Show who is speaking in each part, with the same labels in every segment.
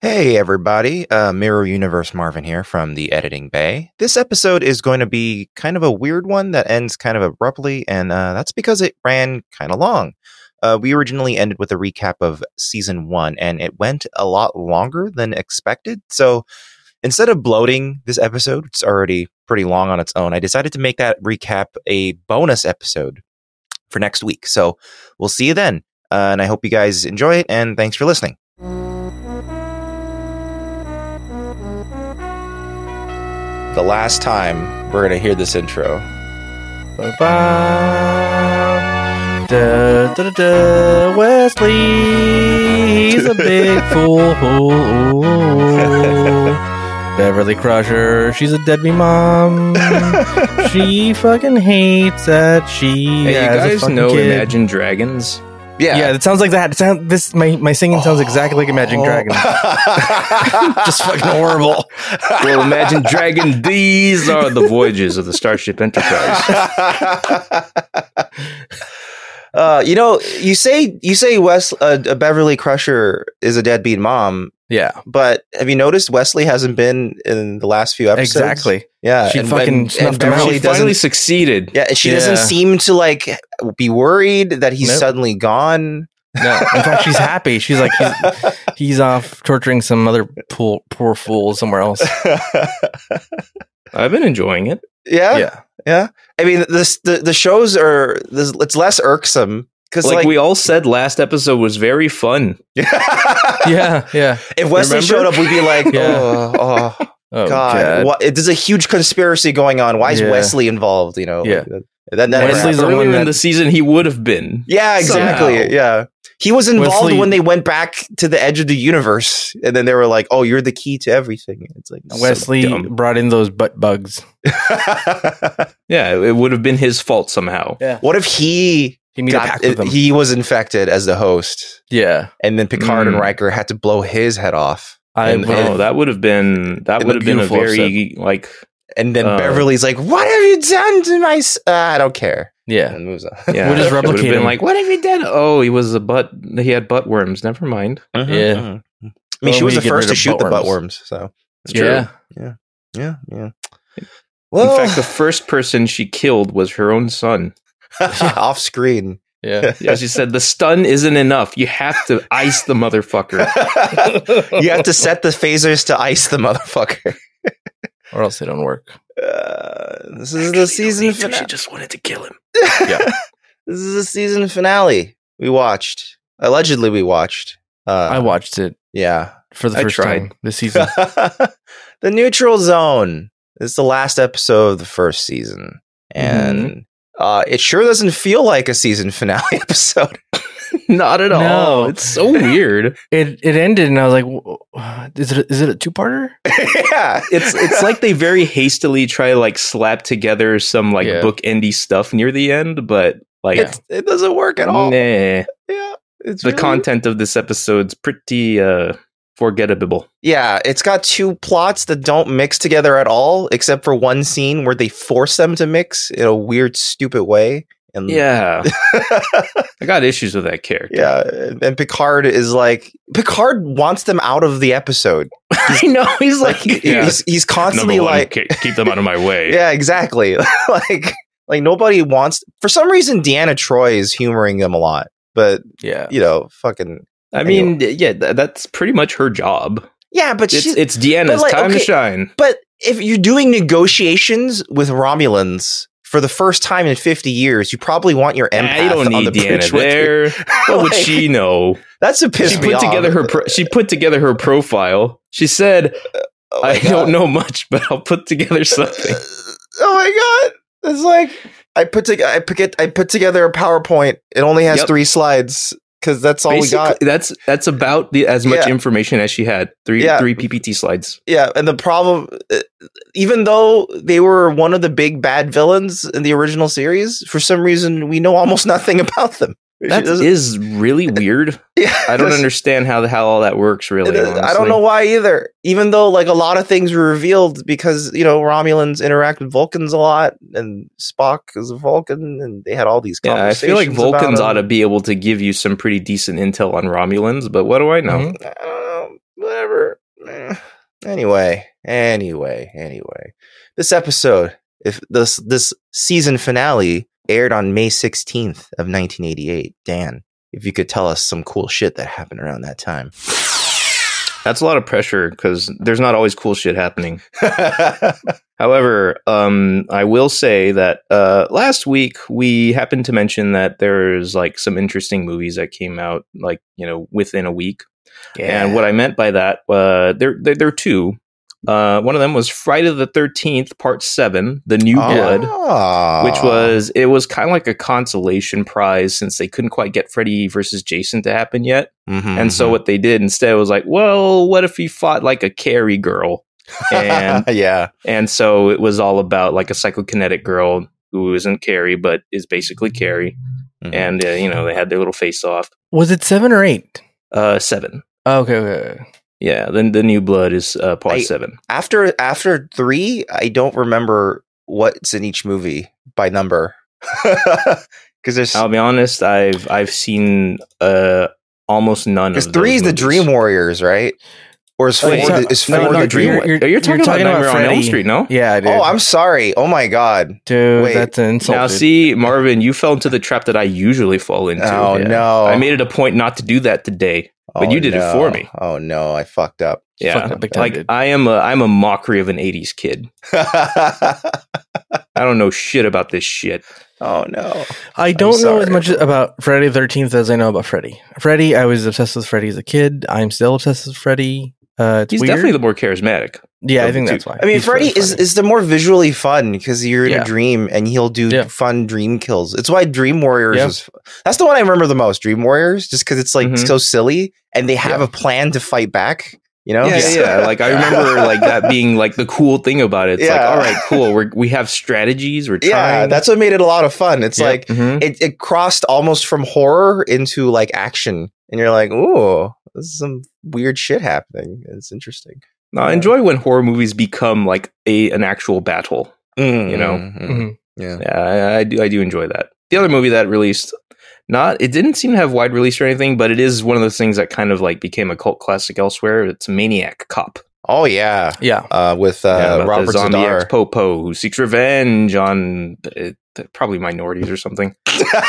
Speaker 1: Hey, everybody. Uh, Mirror Universe Marvin here from the Editing Bay. This episode is going to be kind of a weird one that ends kind of abruptly, and uh, that's because it ran kind of long. Uh, we originally ended with a recap of season one, and it went a lot longer than expected. So instead of bloating this episode, it's already pretty long on its own, I decided to make that recap a bonus episode for next week. So we'll see you then. Uh, and I hope you guys enjoy it, and thanks for listening. the last time we're gonna hear this intro.
Speaker 2: Ba-ba. Da, da, da, da. Wesley, he's a big fool. Beverly Crusher, she's a deadbeat mom. she fucking hates that she
Speaker 3: Hey,
Speaker 2: has a
Speaker 3: you guys
Speaker 2: fucking
Speaker 3: know
Speaker 2: kid.
Speaker 3: Imagine Dragons?
Speaker 2: Yeah. it sounds like that. It sound, this my, my singing sounds exactly like
Speaker 3: Oh,
Speaker 2: Imagine Dragons.
Speaker 1: Just fucking horrible.
Speaker 3: Well, Imagine Dragon, these are the voyages of the Starship Enterprise.
Speaker 1: Uh, you know, you say you say Wes uh, Beverly Crusher is a deadbeat mom,
Speaker 2: Yeah,
Speaker 1: but have you noticed Wesley hasn't been in the last few episodes?
Speaker 2: exactly.
Speaker 1: Yeah,
Speaker 2: She fucking snuffed him
Speaker 1: Beverly
Speaker 3: She
Speaker 1: doesn't.
Speaker 3: finally succeeded.
Speaker 1: yeah, and she doesn't
Speaker 2: Yeah.
Speaker 1: seem to like be worried that he's
Speaker 2: Nope.
Speaker 1: suddenly gone.
Speaker 2: No, in fact, she's happy. She's like he's, he's off torturing some other poor poor fool somewhere else.
Speaker 3: I've been enjoying it.
Speaker 1: yeah,
Speaker 2: Yeah.
Speaker 1: Yeah, I mean this the, the shows are this, it's less irksome because
Speaker 3: Like,
Speaker 1: like,
Speaker 3: we all said, last episode was very fun.
Speaker 2: yeah, yeah.
Speaker 1: if Wesley
Speaker 3: Remember?
Speaker 1: showed up, we'd be like,
Speaker 2: Yeah.
Speaker 1: oh, oh,
Speaker 2: Oh
Speaker 1: God, Why- there's a huge conspiracy going on. Why is
Speaker 2: Yeah.
Speaker 1: Wesley involved? You know,
Speaker 2: Yeah.
Speaker 1: like, that- that never
Speaker 2: Wesley's
Speaker 1: happened.
Speaker 2: the one
Speaker 3: Earlier in
Speaker 2: that-
Speaker 3: the season, he would have been.
Speaker 1: yeah, exactly.
Speaker 3: Somehow.
Speaker 1: Yeah, he was involved
Speaker 2: Wesley-
Speaker 1: when they went back to the edge of the universe, and then they were like, "Oh, you're the key to everything." It's like
Speaker 2: Wesley
Speaker 3: dumb.
Speaker 2: brought in those butt bugs.
Speaker 3: Yeah, it would have been his fault somehow.
Speaker 1: what if he
Speaker 2: He made a
Speaker 1: got,
Speaker 2: pact with them.
Speaker 1: he was infected as the host?
Speaker 2: yeah,
Speaker 1: and then Picard and
Speaker 3: Mm.
Speaker 1: Riker had to blow his head off.
Speaker 2: I
Speaker 1: And-
Speaker 2: would
Speaker 3: Oh,
Speaker 2: have-
Speaker 3: that would have been that
Speaker 2: And
Speaker 3: would
Speaker 2: the
Speaker 3: have been a
Speaker 2: beautiful
Speaker 3: very like
Speaker 1: And then
Speaker 3: Oh.
Speaker 1: Beverly's like, "What have you done to my? s- Uh, I don't care."
Speaker 2: yeah.
Speaker 1: And moves on.
Speaker 3: yeah.
Speaker 2: We'll just
Speaker 3: it would have
Speaker 2: replicate
Speaker 3: been
Speaker 2: him.
Speaker 3: like, what have you done? Oh, he was a butt. He had butt worms. Never mind.
Speaker 2: Yeah.
Speaker 1: I mean, she
Speaker 2: Mm-hmm. Well,
Speaker 1: was
Speaker 2: we
Speaker 1: the
Speaker 2: get
Speaker 1: first
Speaker 2: rid
Speaker 1: to
Speaker 2: of
Speaker 1: shoot the butt
Speaker 2: buttworms.
Speaker 1: worms. So
Speaker 3: It's true.
Speaker 2: Yeah.
Speaker 1: yeah, yeah.
Speaker 3: In
Speaker 1: Well,
Speaker 3: fact, the first person she killed was her own son.
Speaker 1: off screen.
Speaker 2: Yeah.
Speaker 3: As you said, the stun isn't enough. You have to ice the motherfucker.
Speaker 1: you have to set the phasers to ice the motherfucker.
Speaker 2: Or else they don't work.
Speaker 1: Uh, this is the season finale.
Speaker 3: just wanted to kill him.
Speaker 2: Yeah.
Speaker 1: this is the season finale. We watched. Allegedly, we watched. Uh,
Speaker 2: I watched it
Speaker 1: yeah.
Speaker 2: for the
Speaker 3: I
Speaker 2: first
Speaker 3: tried.
Speaker 2: time this season.
Speaker 1: the neutral zone is the last episode of the first season
Speaker 3: Mm-hmm.
Speaker 1: and uh, it sure doesn't feel like a season finale episode
Speaker 3: Not at all.
Speaker 2: No.
Speaker 3: It's so weird.
Speaker 2: it it ended, and I was like, "Wha- "Is it is it a two parter?"
Speaker 1: yeah
Speaker 3: It's it's like they very hastily try to like slap together some like
Speaker 2: Yeah.
Speaker 3: book endy stuff near the end, but like
Speaker 1: it's, it doesn't work at all
Speaker 3: nah.
Speaker 1: yeah it's
Speaker 3: the
Speaker 1: really-
Speaker 3: content of this episode's pretty uh forgettable.
Speaker 1: yeah it's got two plots that don't mix together at all except for one scene where they force them to mix in a weird stupid way and
Speaker 3: Yeah. I got issues with that character.
Speaker 1: yeah and picard is like picard wants them out of the episode
Speaker 3: I know. He's like, yeah.
Speaker 1: he's, he's constantly
Speaker 3: Number one,
Speaker 1: like
Speaker 3: ke- keep them out of my way.
Speaker 1: Yeah, exactly. like like nobody wants for some reason Deanna Troy is humoring them a lot. But
Speaker 2: Yeah,
Speaker 1: you know, fucking
Speaker 3: I mean, yeah, th- that's pretty much her job.
Speaker 1: Yeah, but
Speaker 3: It's
Speaker 1: she,
Speaker 3: it's Deanna's
Speaker 1: but, like,
Speaker 3: time
Speaker 1: okay.
Speaker 3: to shine.
Speaker 1: but if you're doing negotiations with Romulans for the first time in 50 years, you probably want your empath
Speaker 3: I don't
Speaker 1: on
Speaker 3: need
Speaker 1: the
Speaker 3: Deanna
Speaker 1: pitch with you.
Speaker 3: there. What would
Speaker 1: Like,
Speaker 3: she know?
Speaker 1: That's a piss
Speaker 3: She
Speaker 1: me
Speaker 3: put
Speaker 1: off.
Speaker 3: together her pro- she put together her profile. She said,
Speaker 1: Oh my
Speaker 3: "I
Speaker 1: God.
Speaker 3: don't know much, but I'll put together something."
Speaker 1: Oh my god. It's like I put to, I put I put together a PowerPoint. It only has
Speaker 3: Yep.
Speaker 1: 3 slides cuz that's all we got.
Speaker 3: Basically, that's that's about the as much
Speaker 1: Yeah.
Speaker 3: information as she had. Three
Speaker 1: Yeah.
Speaker 3: three PPT slides.
Speaker 1: Yeah, and the problem, uh, even though they were one of the big bad villains in the original series, for some reason we know almost nothing about them. She
Speaker 3: That
Speaker 1: doesn't-
Speaker 3: is really weird.
Speaker 1: yeah,
Speaker 3: I don't
Speaker 1: that's-
Speaker 3: understand how the how all that works. Really,
Speaker 1: it is- I
Speaker 3: honestly.
Speaker 1: don't know why either. Even though like a lot of things were revealed because you know Romulans interact with Vulcans a lot, and Spock is a Vulcan, and they had all these
Speaker 3: Yeah, I
Speaker 1: conversations.
Speaker 3: feel like Vulcans ought
Speaker 1: about
Speaker 3: to
Speaker 1: him.
Speaker 3: be able to give you some pretty decent intel on Romulans, but what do I know?
Speaker 2: Mhm.
Speaker 1: I don't know, Uh, whatever. Anyway, anyway, anyway. This episode, if this this season finale aired on May 16th of 1988. Dan, if you could tell us some cool shit that happened around that time.
Speaker 3: That's a lot of pressure because there's not always cool shit happening. However, um, I will say that uh, last week we happened to mention that there's like some interesting movies that came out like you know within a week. And what I meant by that, uh, there, there there are two. Uh, one of them was Friday the Thirteenth Part Seven: The New Blood.
Speaker 1: Oh. Ah.
Speaker 3: which was it was kind of like a consolation prize since they couldn't quite get Freddy versus Jason to happen yet.
Speaker 1: Mhm,
Speaker 3: And so
Speaker 1: mhm.
Speaker 3: what they did instead was like, well, what if he fought like a Carrie girl? and-
Speaker 1: yeah.
Speaker 3: And so it was all about like a psychokinetic girl who isn't Carrie but is basically Carrie.
Speaker 1: Mhm.
Speaker 3: And uh, you know they had their little face off.
Speaker 2: Was it seven or eight? Oh,
Speaker 3: Uh, seven.
Speaker 2: Okay, okay.
Speaker 3: Yeah, then the new blood is uh, part
Speaker 1: I-
Speaker 3: seven.
Speaker 1: after after 3, I don't remember what's in each movie by number. Cuz there's
Speaker 3: I'll be honest, I've I've seen uh almost none.
Speaker 1: cuz
Speaker 3: of
Speaker 1: 3 is the Dream
Speaker 3: War.
Speaker 1: Warriors, right? Or
Speaker 2: Oh,
Speaker 1: is 4
Speaker 3: Wait,
Speaker 1: the, is
Speaker 3: No,
Speaker 1: four
Speaker 3: no,
Speaker 1: the
Speaker 3: Dream
Speaker 1: Dream
Speaker 2: you're-
Speaker 3: Warrior.
Speaker 1: Warriors?
Speaker 3: You're, talking about Nightmare on Elm
Speaker 2: Freddy.
Speaker 3: Street, no?
Speaker 2: Yeah, I did.
Speaker 1: Oh, I'm sorry. Oh my god.
Speaker 2: dude.
Speaker 1: wait.
Speaker 2: That's an insult.
Speaker 3: Now,
Speaker 2: dude.
Speaker 3: see, Marvin, you fell into the trap that I usually fall into.
Speaker 1: Oh
Speaker 3: Yeah.
Speaker 1: no.
Speaker 3: I made it a point not to do that today. but you did it for me.
Speaker 1: Oh no, I fucked up.
Speaker 2: You
Speaker 3: Yeah,
Speaker 2: fucked up big time,
Speaker 3: like
Speaker 2: dude.
Speaker 3: I am a I'm a mockery of an '80s kid.
Speaker 1: oh
Speaker 3: I don't know shit about this shit.
Speaker 1: no.
Speaker 2: I don't know
Speaker 1: sorry.
Speaker 2: as much about Friday the 13th as I know about Freddy. Freddy, I was obsessed with Freddy as a kid. I'm still obsessed with Freddy. Uh, it's
Speaker 3: He's
Speaker 2: weird.
Speaker 3: definitely the more charismatic.
Speaker 2: yeah, I
Speaker 3: of
Speaker 2: think
Speaker 3: the
Speaker 2: that's
Speaker 3: two.
Speaker 2: why.
Speaker 1: I mean,
Speaker 2: He's
Speaker 1: Freddy is, is the more visually fun because you're in
Speaker 2: Yeah.
Speaker 1: a dream and he'll do
Speaker 2: Yeah.
Speaker 1: fun dream kills. It's why Dream Warriors
Speaker 2: Yeah. Mm-hmm.
Speaker 1: is that's the one I remember the most. Dream Warriors, just because it's like
Speaker 3: Mhm.
Speaker 1: so silly and they have
Speaker 3: Yeah.
Speaker 1: a plan to fight back. You know?
Speaker 3: Yeah, yeah, yeah. Like I remember like that being like the cool thing about it. It's like,
Speaker 1: Yeah.
Speaker 3: all right, cool. We're, we have strategies. We're trying.
Speaker 1: Yeah, that's what made it a lot of fun. It's
Speaker 2: Yeah.
Speaker 1: like
Speaker 3: Mhm.
Speaker 1: it, it crossed almost from horror into like action, and you're like, "Ooh, this is some weird shit happening." It's interesting.
Speaker 3: No, I enjoy when horror movies become like a an actual battle. You know?
Speaker 1: Mhm.
Speaker 2: Mhm.
Speaker 1: yeah.
Speaker 3: Mm-hmm. Yeah, I, I do. I do enjoy that. The other movie that released, not it didn't seem to have wide release or anything, but it is one of those things that kind of like became a cult classic elsewhere. It's Maniac Cop
Speaker 1: Oh yeah,
Speaker 2: Yeah.
Speaker 1: uh, with
Speaker 3: Yeah,
Speaker 1: uh,
Speaker 3: about
Speaker 1: Robert
Speaker 3: the zombie
Speaker 1: Zadar.
Speaker 3: ex Popo who seeks revenge on uh, probably minorities or something.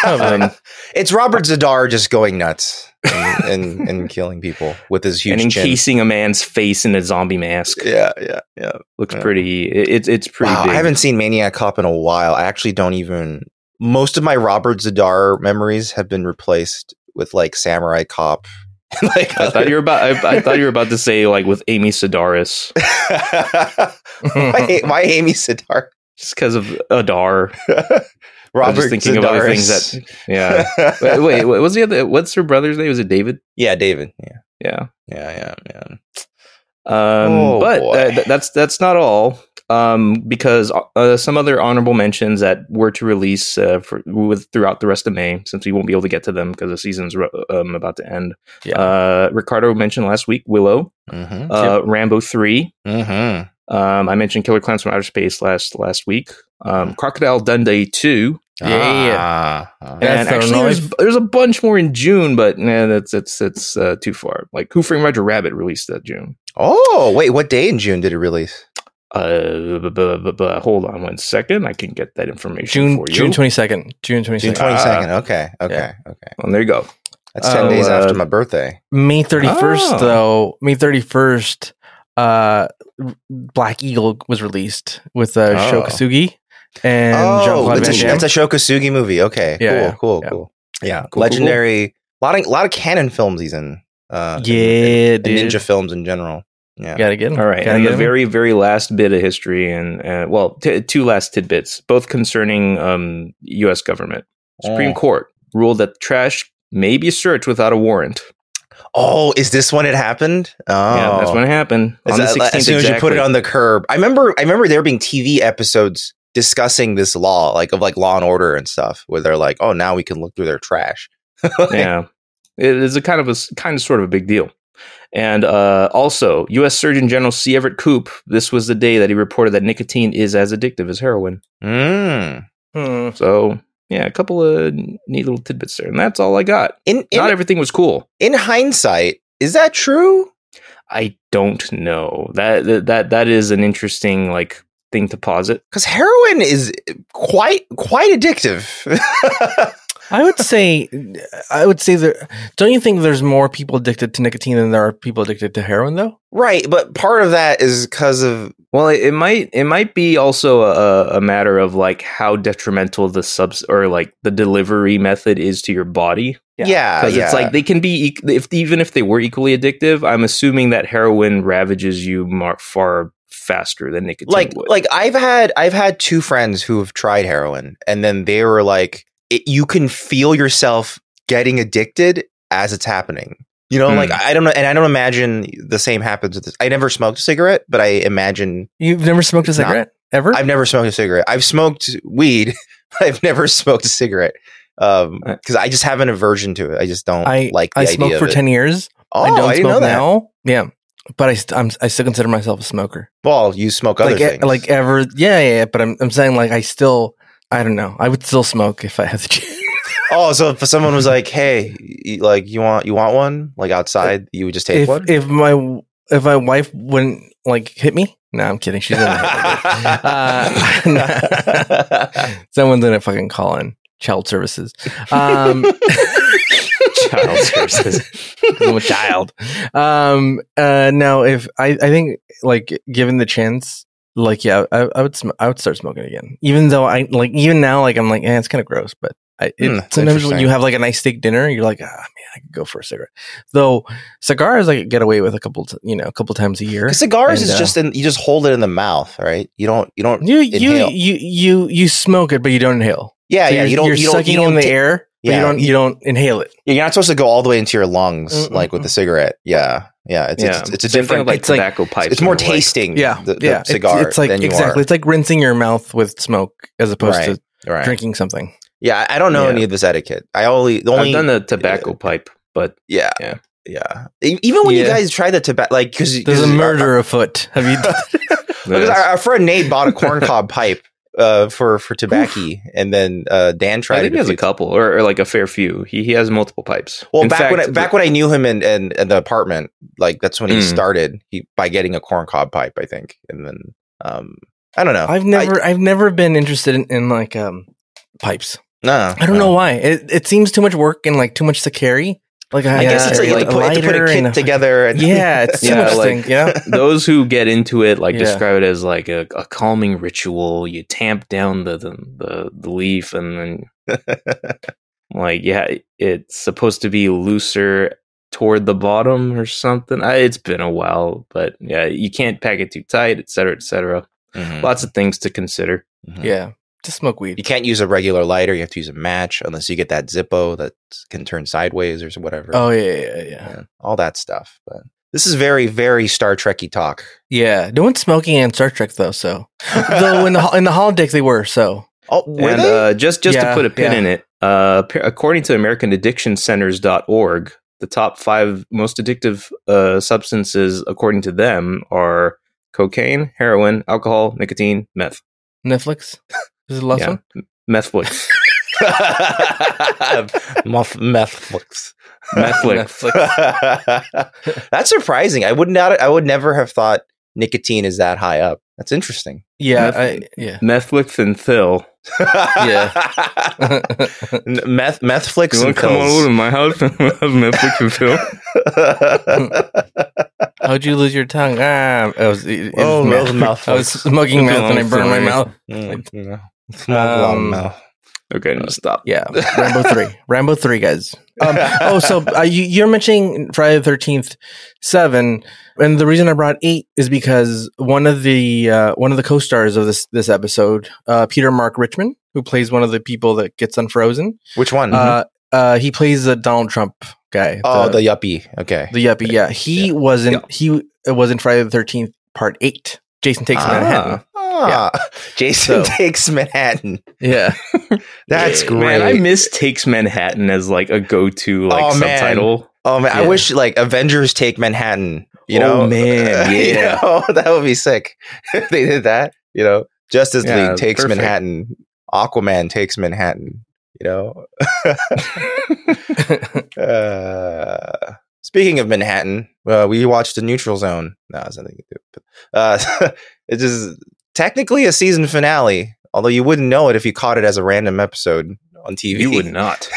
Speaker 3: Um,
Speaker 1: it's Robert Zadar just going nuts and, and, and killing people with his huge
Speaker 3: and
Speaker 1: chin.
Speaker 3: encasing a man's face in a zombie mask
Speaker 1: yeah, yeah, yeah.
Speaker 3: looks
Speaker 1: Yeah.
Speaker 3: pretty. It, it's- it's pretty
Speaker 1: Wow,
Speaker 3: big.
Speaker 1: I haven't seen Maniac Cop in a while. I actually don't even. Most of my Robert Zadar memories have been replaced with like Samurai Cop. like
Speaker 3: I thought you were about. I, I thought you were about to say like with Amy Sedaris,
Speaker 1: why, why Amy Zadar?
Speaker 3: just because of Adar.
Speaker 1: Robert
Speaker 3: thinking of other things
Speaker 1: Zedaris.
Speaker 3: that- Yeah. wait, wait, what was the other? What's her brother's name? Was it David?
Speaker 1: yeah, David. Yeah,
Speaker 3: Yeah.
Speaker 1: yeah, yeah, yeah.
Speaker 3: Um,
Speaker 1: Oh,
Speaker 3: but
Speaker 1: boy.
Speaker 3: uh, th- that's that's not all. Um, because uh, some other honorable mentions that were to release uh, for, with throughout the rest of May, since we won't be able to get to them because the season's ro- um, about to end.
Speaker 2: Yeah.
Speaker 3: Uh, Ricardo mentioned last week Willow,
Speaker 1: Mm-hmm.
Speaker 3: uh, Rambo three.
Speaker 1: Mm-hmm.
Speaker 3: Um, I mentioned Killer Clowns from Outer Space last last week. Um, Crocodile Dundee two,
Speaker 2: Yeah. That's
Speaker 3: and
Speaker 2: the
Speaker 3: actually
Speaker 2: noise.
Speaker 3: there's there's a bunch more in June, but nah, that's that's that's uh, too far. Like Who Framed Roger Rabbit released that June.
Speaker 1: Oh, wait, what day in June did it release?
Speaker 3: Uh, b- b- b- b- hold on one second. I can get that information
Speaker 2: June
Speaker 3: for you.
Speaker 2: June 22nd.
Speaker 1: June
Speaker 2: June 22nd.
Speaker 3: June
Speaker 1: 22nd.
Speaker 3: 22nd.
Speaker 1: okay, okay, okay.
Speaker 3: Oh, there you go.
Speaker 1: That's 10
Speaker 2: Oh,
Speaker 1: days
Speaker 3: uh,
Speaker 1: after my birthday.
Speaker 2: May 31st,
Speaker 1: Ah.
Speaker 3: Oh.
Speaker 2: though, May 31st, uh, Black Eagle was released with uh,
Speaker 1: Oh.
Speaker 2: Shokasugi and Jean Claude
Speaker 1: that's,
Speaker 2: Van
Speaker 1: a,
Speaker 2: Damme.
Speaker 1: that's a Shokasugi movie. Okay, cool,
Speaker 2: Yeah, yeah,
Speaker 1: cool,
Speaker 2: yeah.
Speaker 1: cool. Yeah,
Speaker 3: cool,
Speaker 1: legendary. lot of lot of canon films he's in. Uh, and-
Speaker 2: yeah,
Speaker 1: and
Speaker 2: dude.
Speaker 1: ninja films in general. Yeah.
Speaker 2: Got to get him.
Speaker 3: All right.
Speaker 2: Gotta
Speaker 3: And
Speaker 2: get
Speaker 3: the
Speaker 2: him.
Speaker 3: very, very last bit of history, and uh, well, t- two last tidbits, both concerning um, U.S. government. Supreme
Speaker 1: Mm.
Speaker 3: Court ruled that trash may be searched without a warrant.
Speaker 1: Oh, is this when it happened? Oh,
Speaker 3: Yeah, that's when it happened.
Speaker 1: Is
Speaker 3: on the
Speaker 1: that-
Speaker 3: 16th,
Speaker 1: as soon as you put
Speaker 3: exactly.
Speaker 1: it on the curb. I remember. I remember there being TV episodes discussing this law, like of like Law and Order and stuff, where they're like, "Oh, now we can look through their trash."
Speaker 3: yeah, it is a kind of a s- kind of sort of a big deal. And uh, also, U.S. Surgeon General C. Everett Koop. This was the day that he reported that nicotine is as addictive as heroin.
Speaker 1: Mm.
Speaker 2: Hmm.
Speaker 3: So yeah, a couple of neat little tidbits there, and that's all I got.
Speaker 1: In in,
Speaker 3: Not everything was cool.
Speaker 1: in hindsight, is that true?
Speaker 3: I don't know. That that- that that is an interesting like thing to posit.
Speaker 1: Because heroin is eh, quite quite addictive.
Speaker 2: I would say, I would say that. Don't you think there's more people addicted to nicotine than there are people addicted to heroin, though?
Speaker 1: right, but part of that is because of
Speaker 3: Well, it, it might it might be also a, a matter of like how detrimental the subs or like the delivery method is to your body.
Speaker 2: Yeah,
Speaker 1: yeah,
Speaker 3: because
Speaker 1: yeah.
Speaker 3: it's like they can be eq- if even if they were equally addictive. I'm assuming that heroin ravages you mar- far faster than nicotine
Speaker 1: like
Speaker 3: would.
Speaker 1: like I've had I've had two friends who have tried heroin and then they were like it, you can feel yourself getting addicted as it's happening. You know,
Speaker 3: Hmm.
Speaker 1: like I don't know, and I don't imagine the same happens with this. I never smoked a cigarette, but I imagine
Speaker 2: You've never smoked a
Speaker 1: Not-
Speaker 2: cigarette ever.
Speaker 1: I've never smoked a cigarette. I've smoked weed, but I've never smoked a cigarette because I just have an aversion to it. I just don't
Speaker 2: Uh, I
Speaker 1: like. The
Speaker 2: I
Speaker 1: idea
Speaker 2: smoked
Speaker 1: of
Speaker 2: for
Speaker 1: it.
Speaker 2: ten years.
Speaker 1: Oh,
Speaker 2: I don't
Speaker 1: didn't
Speaker 2: smoke
Speaker 1: know that.
Speaker 2: now. Yeah, but I st- I'm, I still consider myself a smoker.
Speaker 1: Well, you smoke other
Speaker 2: like e-
Speaker 1: things.
Speaker 2: like ever. Yeah, yeah, yeah. But I'm I'm saying like I still I don't know. I would still smoke if I had the chance.
Speaker 1: oh, so if someone was like, "Hey, y- like you want you want one?" Like outside, you would just take
Speaker 2: if
Speaker 1: one.
Speaker 2: if my if my wife wouldn't like hit me. No, I'm kidding. She's gonna hit me. Uh, someone's gonna fucking call in child services. Um,
Speaker 3: child services.
Speaker 2: 'cause I'm a child. Um, uh, no, if I, I think like given the chance, like yeah, I, I would sm- I would start smoking again. Even though I like even now, like I'm like, eh, it's kind of gross, but. I, it,
Speaker 1: Hmm, that's
Speaker 2: sometimes when
Speaker 1: interesting.
Speaker 2: you have like a nice steak dinner, you're like, ah, man, I could go for a cigarette. Though cigars, I could get away with a couple, t- you know, a couple times a year.
Speaker 1: 'Cause cigars
Speaker 2: And,
Speaker 1: is
Speaker 2: uh,
Speaker 1: just in, you just hold it in the mouth, right? You don't you don't
Speaker 2: You you
Speaker 1: Inhale.
Speaker 2: you you you smoke it, but you don't inhale.
Speaker 1: yeah
Speaker 2: So
Speaker 1: yeah
Speaker 2: you're,
Speaker 1: you don't
Speaker 2: You're
Speaker 1: you don't,
Speaker 2: sucking
Speaker 1: you don't
Speaker 2: in the
Speaker 1: ta-
Speaker 2: air. but
Speaker 1: Yeah.
Speaker 2: you don't you don't inhale it.
Speaker 1: You're not supposed to go all the way into your lungs
Speaker 2: Mm-mm.
Speaker 1: like with the cigarette. Yeah yeah it's it's, it's a
Speaker 3: Same thing
Speaker 1: different
Speaker 3: with, like
Speaker 2: it's like-
Speaker 3: tobacco pipes.
Speaker 1: it's more
Speaker 3: and the like.
Speaker 1: tasting.
Speaker 2: Yeah,
Speaker 1: Mm, the, the
Speaker 2: yeah. It's-
Speaker 1: cigar.
Speaker 2: It's, like
Speaker 1: than you
Speaker 2: exactly.
Speaker 1: are.
Speaker 2: It's like rinsing your mouth with smoke as opposed to
Speaker 1: Right.
Speaker 2: drinking something.
Speaker 1: Yeah, I I don't know
Speaker 3: Yeah.
Speaker 1: any of this etiquette. I only the only
Speaker 3: I've done the tobacco pipe, but
Speaker 1: yeah
Speaker 3: Yeah.
Speaker 1: yeah. E- Even when you
Speaker 3: Yeah.
Speaker 1: guys try the tobacco, like because
Speaker 2: There's a murder afoot. Have you?
Speaker 1: Because our, our friend Nate bought a corncob pipe uh, for for tobacco, and then uh, Dan
Speaker 3: I
Speaker 1: tried
Speaker 3: think
Speaker 1: it.
Speaker 3: he
Speaker 1: a
Speaker 3: has a
Speaker 1: few-
Speaker 3: couple, or, or like a fair few. He he has multiple pipes.
Speaker 1: Well,
Speaker 3: In
Speaker 1: back when I,
Speaker 3: fact,
Speaker 1: back when I knew him in, in, in the apartment, like that's when he
Speaker 3: Mm.
Speaker 1: started he, by getting a corncob pipe, I think, and then um, I don't know.
Speaker 2: I've never I, have never been interested in, in like um pipes.
Speaker 1: no,
Speaker 2: I don't know why. It it seems too much work and like too much to carry. Like
Speaker 1: I
Speaker 2: yeah,
Speaker 1: guess it's like, you
Speaker 3: like
Speaker 1: have to put, you have to put
Speaker 2: lighter
Speaker 1: a
Speaker 2: and
Speaker 1: kit together. And
Speaker 2: Yeah, it's too
Speaker 3: Yeah,
Speaker 2: much
Speaker 3: like-
Speaker 2: thing. You know.
Speaker 3: those who get into it like
Speaker 2: Yeah.
Speaker 3: describe it as like a, a calming ritual. You tamp down the the, the, the leaf, and then like yeah, it's supposed to be looser toward the bottom or something. I, it's been a while, but yeah, you can't pack it too tight, et cetera, et cetera.
Speaker 1: Mhm.
Speaker 3: Lots of things to consider.
Speaker 1: Mhm.
Speaker 2: Yeah, just smoke weed.
Speaker 1: You can't use a regular lighter. You have to use a match unless you get that Zippo that can turn sideways or whatever.
Speaker 2: Oh yeah, yeah, yeah, yeah.
Speaker 1: Yeah, all that stuff. But this is very, very Star Trekky talk.
Speaker 2: Yeah, no one's smoking in Star Trek though. So though in the ho- in the holodeck they were. So
Speaker 1: oh, were
Speaker 3: and
Speaker 1: they?
Speaker 3: Uh, just just
Speaker 2: Yeah,
Speaker 3: to put a pin
Speaker 2: yeah.
Speaker 3: in it, uh, pa- according to AmericanAddictionCenters.org, the top five most addictive uh, substances, according to them, are cocaine, heroin, alcohol, nicotine, meth.
Speaker 2: Netflix is the last
Speaker 3: Yeah.
Speaker 2: one.
Speaker 3: Methflix.
Speaker 1: uh, Meth, methflix.
Speaker 3: Methflix.
Speaker 1: That's surprising. I would not. I would never have thought nicotine is that high up. That's interesting.
Speaker 2: Yeah,
Speaker 3: Netflix.
Speaker 2: I, yeah.
Speaker 3: Methflix and Phil.
Speaker 1: yeah. meth, methflix,
Speaker 3: You
Speaker 1: and
Speaker 3: want to come on over
Speaker 1: pills.
Speaker 3: to my house and have Methflix and Phil?
Speaker 2: How'd you lose your tongue? Ah, I was, it, it
Speaker 1: Oh,
Speaker 2: was
Speaker 1: that was
Speaker 2: mouth. I was
Speaker 1: mouthful.
Speaker 2: smoking mouth and I burned my
Speaker 3: Sorry.
Speaker 2: mouth.
Speaker 1: Mm, yeah.
Speaker 2: Um,
Speaker 3: Okay, no, stop.
Speaker 2: Yeah, Rambo three, Rambo three, guys. Um, oh, so uh, you, you're mentioning Friday the Thirteenth Seven, and the reason I brought eight is because one of the uh, one of the co-stars of this this episode, uh, Peter Mark Richmond, who plays one of the people that gets unfrozen,
Speaker 1: Which one?
Speaker 2: uh, uh, he plays the Donald Trump guy.
Speaker 1: Mm-hmm. oh, the, yuppie. Okay.
Speaker 2: The yuppie, yeah. He was in
Speaker 3: Yeah.
Speaker 2: he was in Friday the Thirteenth Part Eight. Jason takes
Speaker 1: Ah.
Speaker 2: Manhattan.
Speaker 1: Ah, Jason
Speaker 2: So-
Speaker 1: takes Manhattan.
Speaker 2: Yeah,
Speaker 1: That's
Speaker 3: Yeah.
Speaker 1: great.
Speaker 3: Man, I miss Takes Manhattan as like a go-to like
Speaker 1: Oh, man.
Speaker 3: subtitle.
Speaker 1: oh man, I
Speaker 2: Yeah.
Speaker 1: wish like Avengers take Manhattan. You know,
Speaker 3: oh, man,
Speaker 1: You
Speaker 3: yeah.
Speaker 1: know, that would be sick if they did that. You know, Justice
Speaker 3: Yeah,
Speaker 1: League takes
Speaker 3: perfect.
Speaker 1: Manhattan. Aquaman takes Manhattan. You know. Uh, Speaking of Manhattan, uh, we watched the Neutral Zone. No, it's nothing to do. with- Uh, it is technically a season finale, although you wouldn't know it if you caught it as a random episode on TV.
Speaker 3: You would not.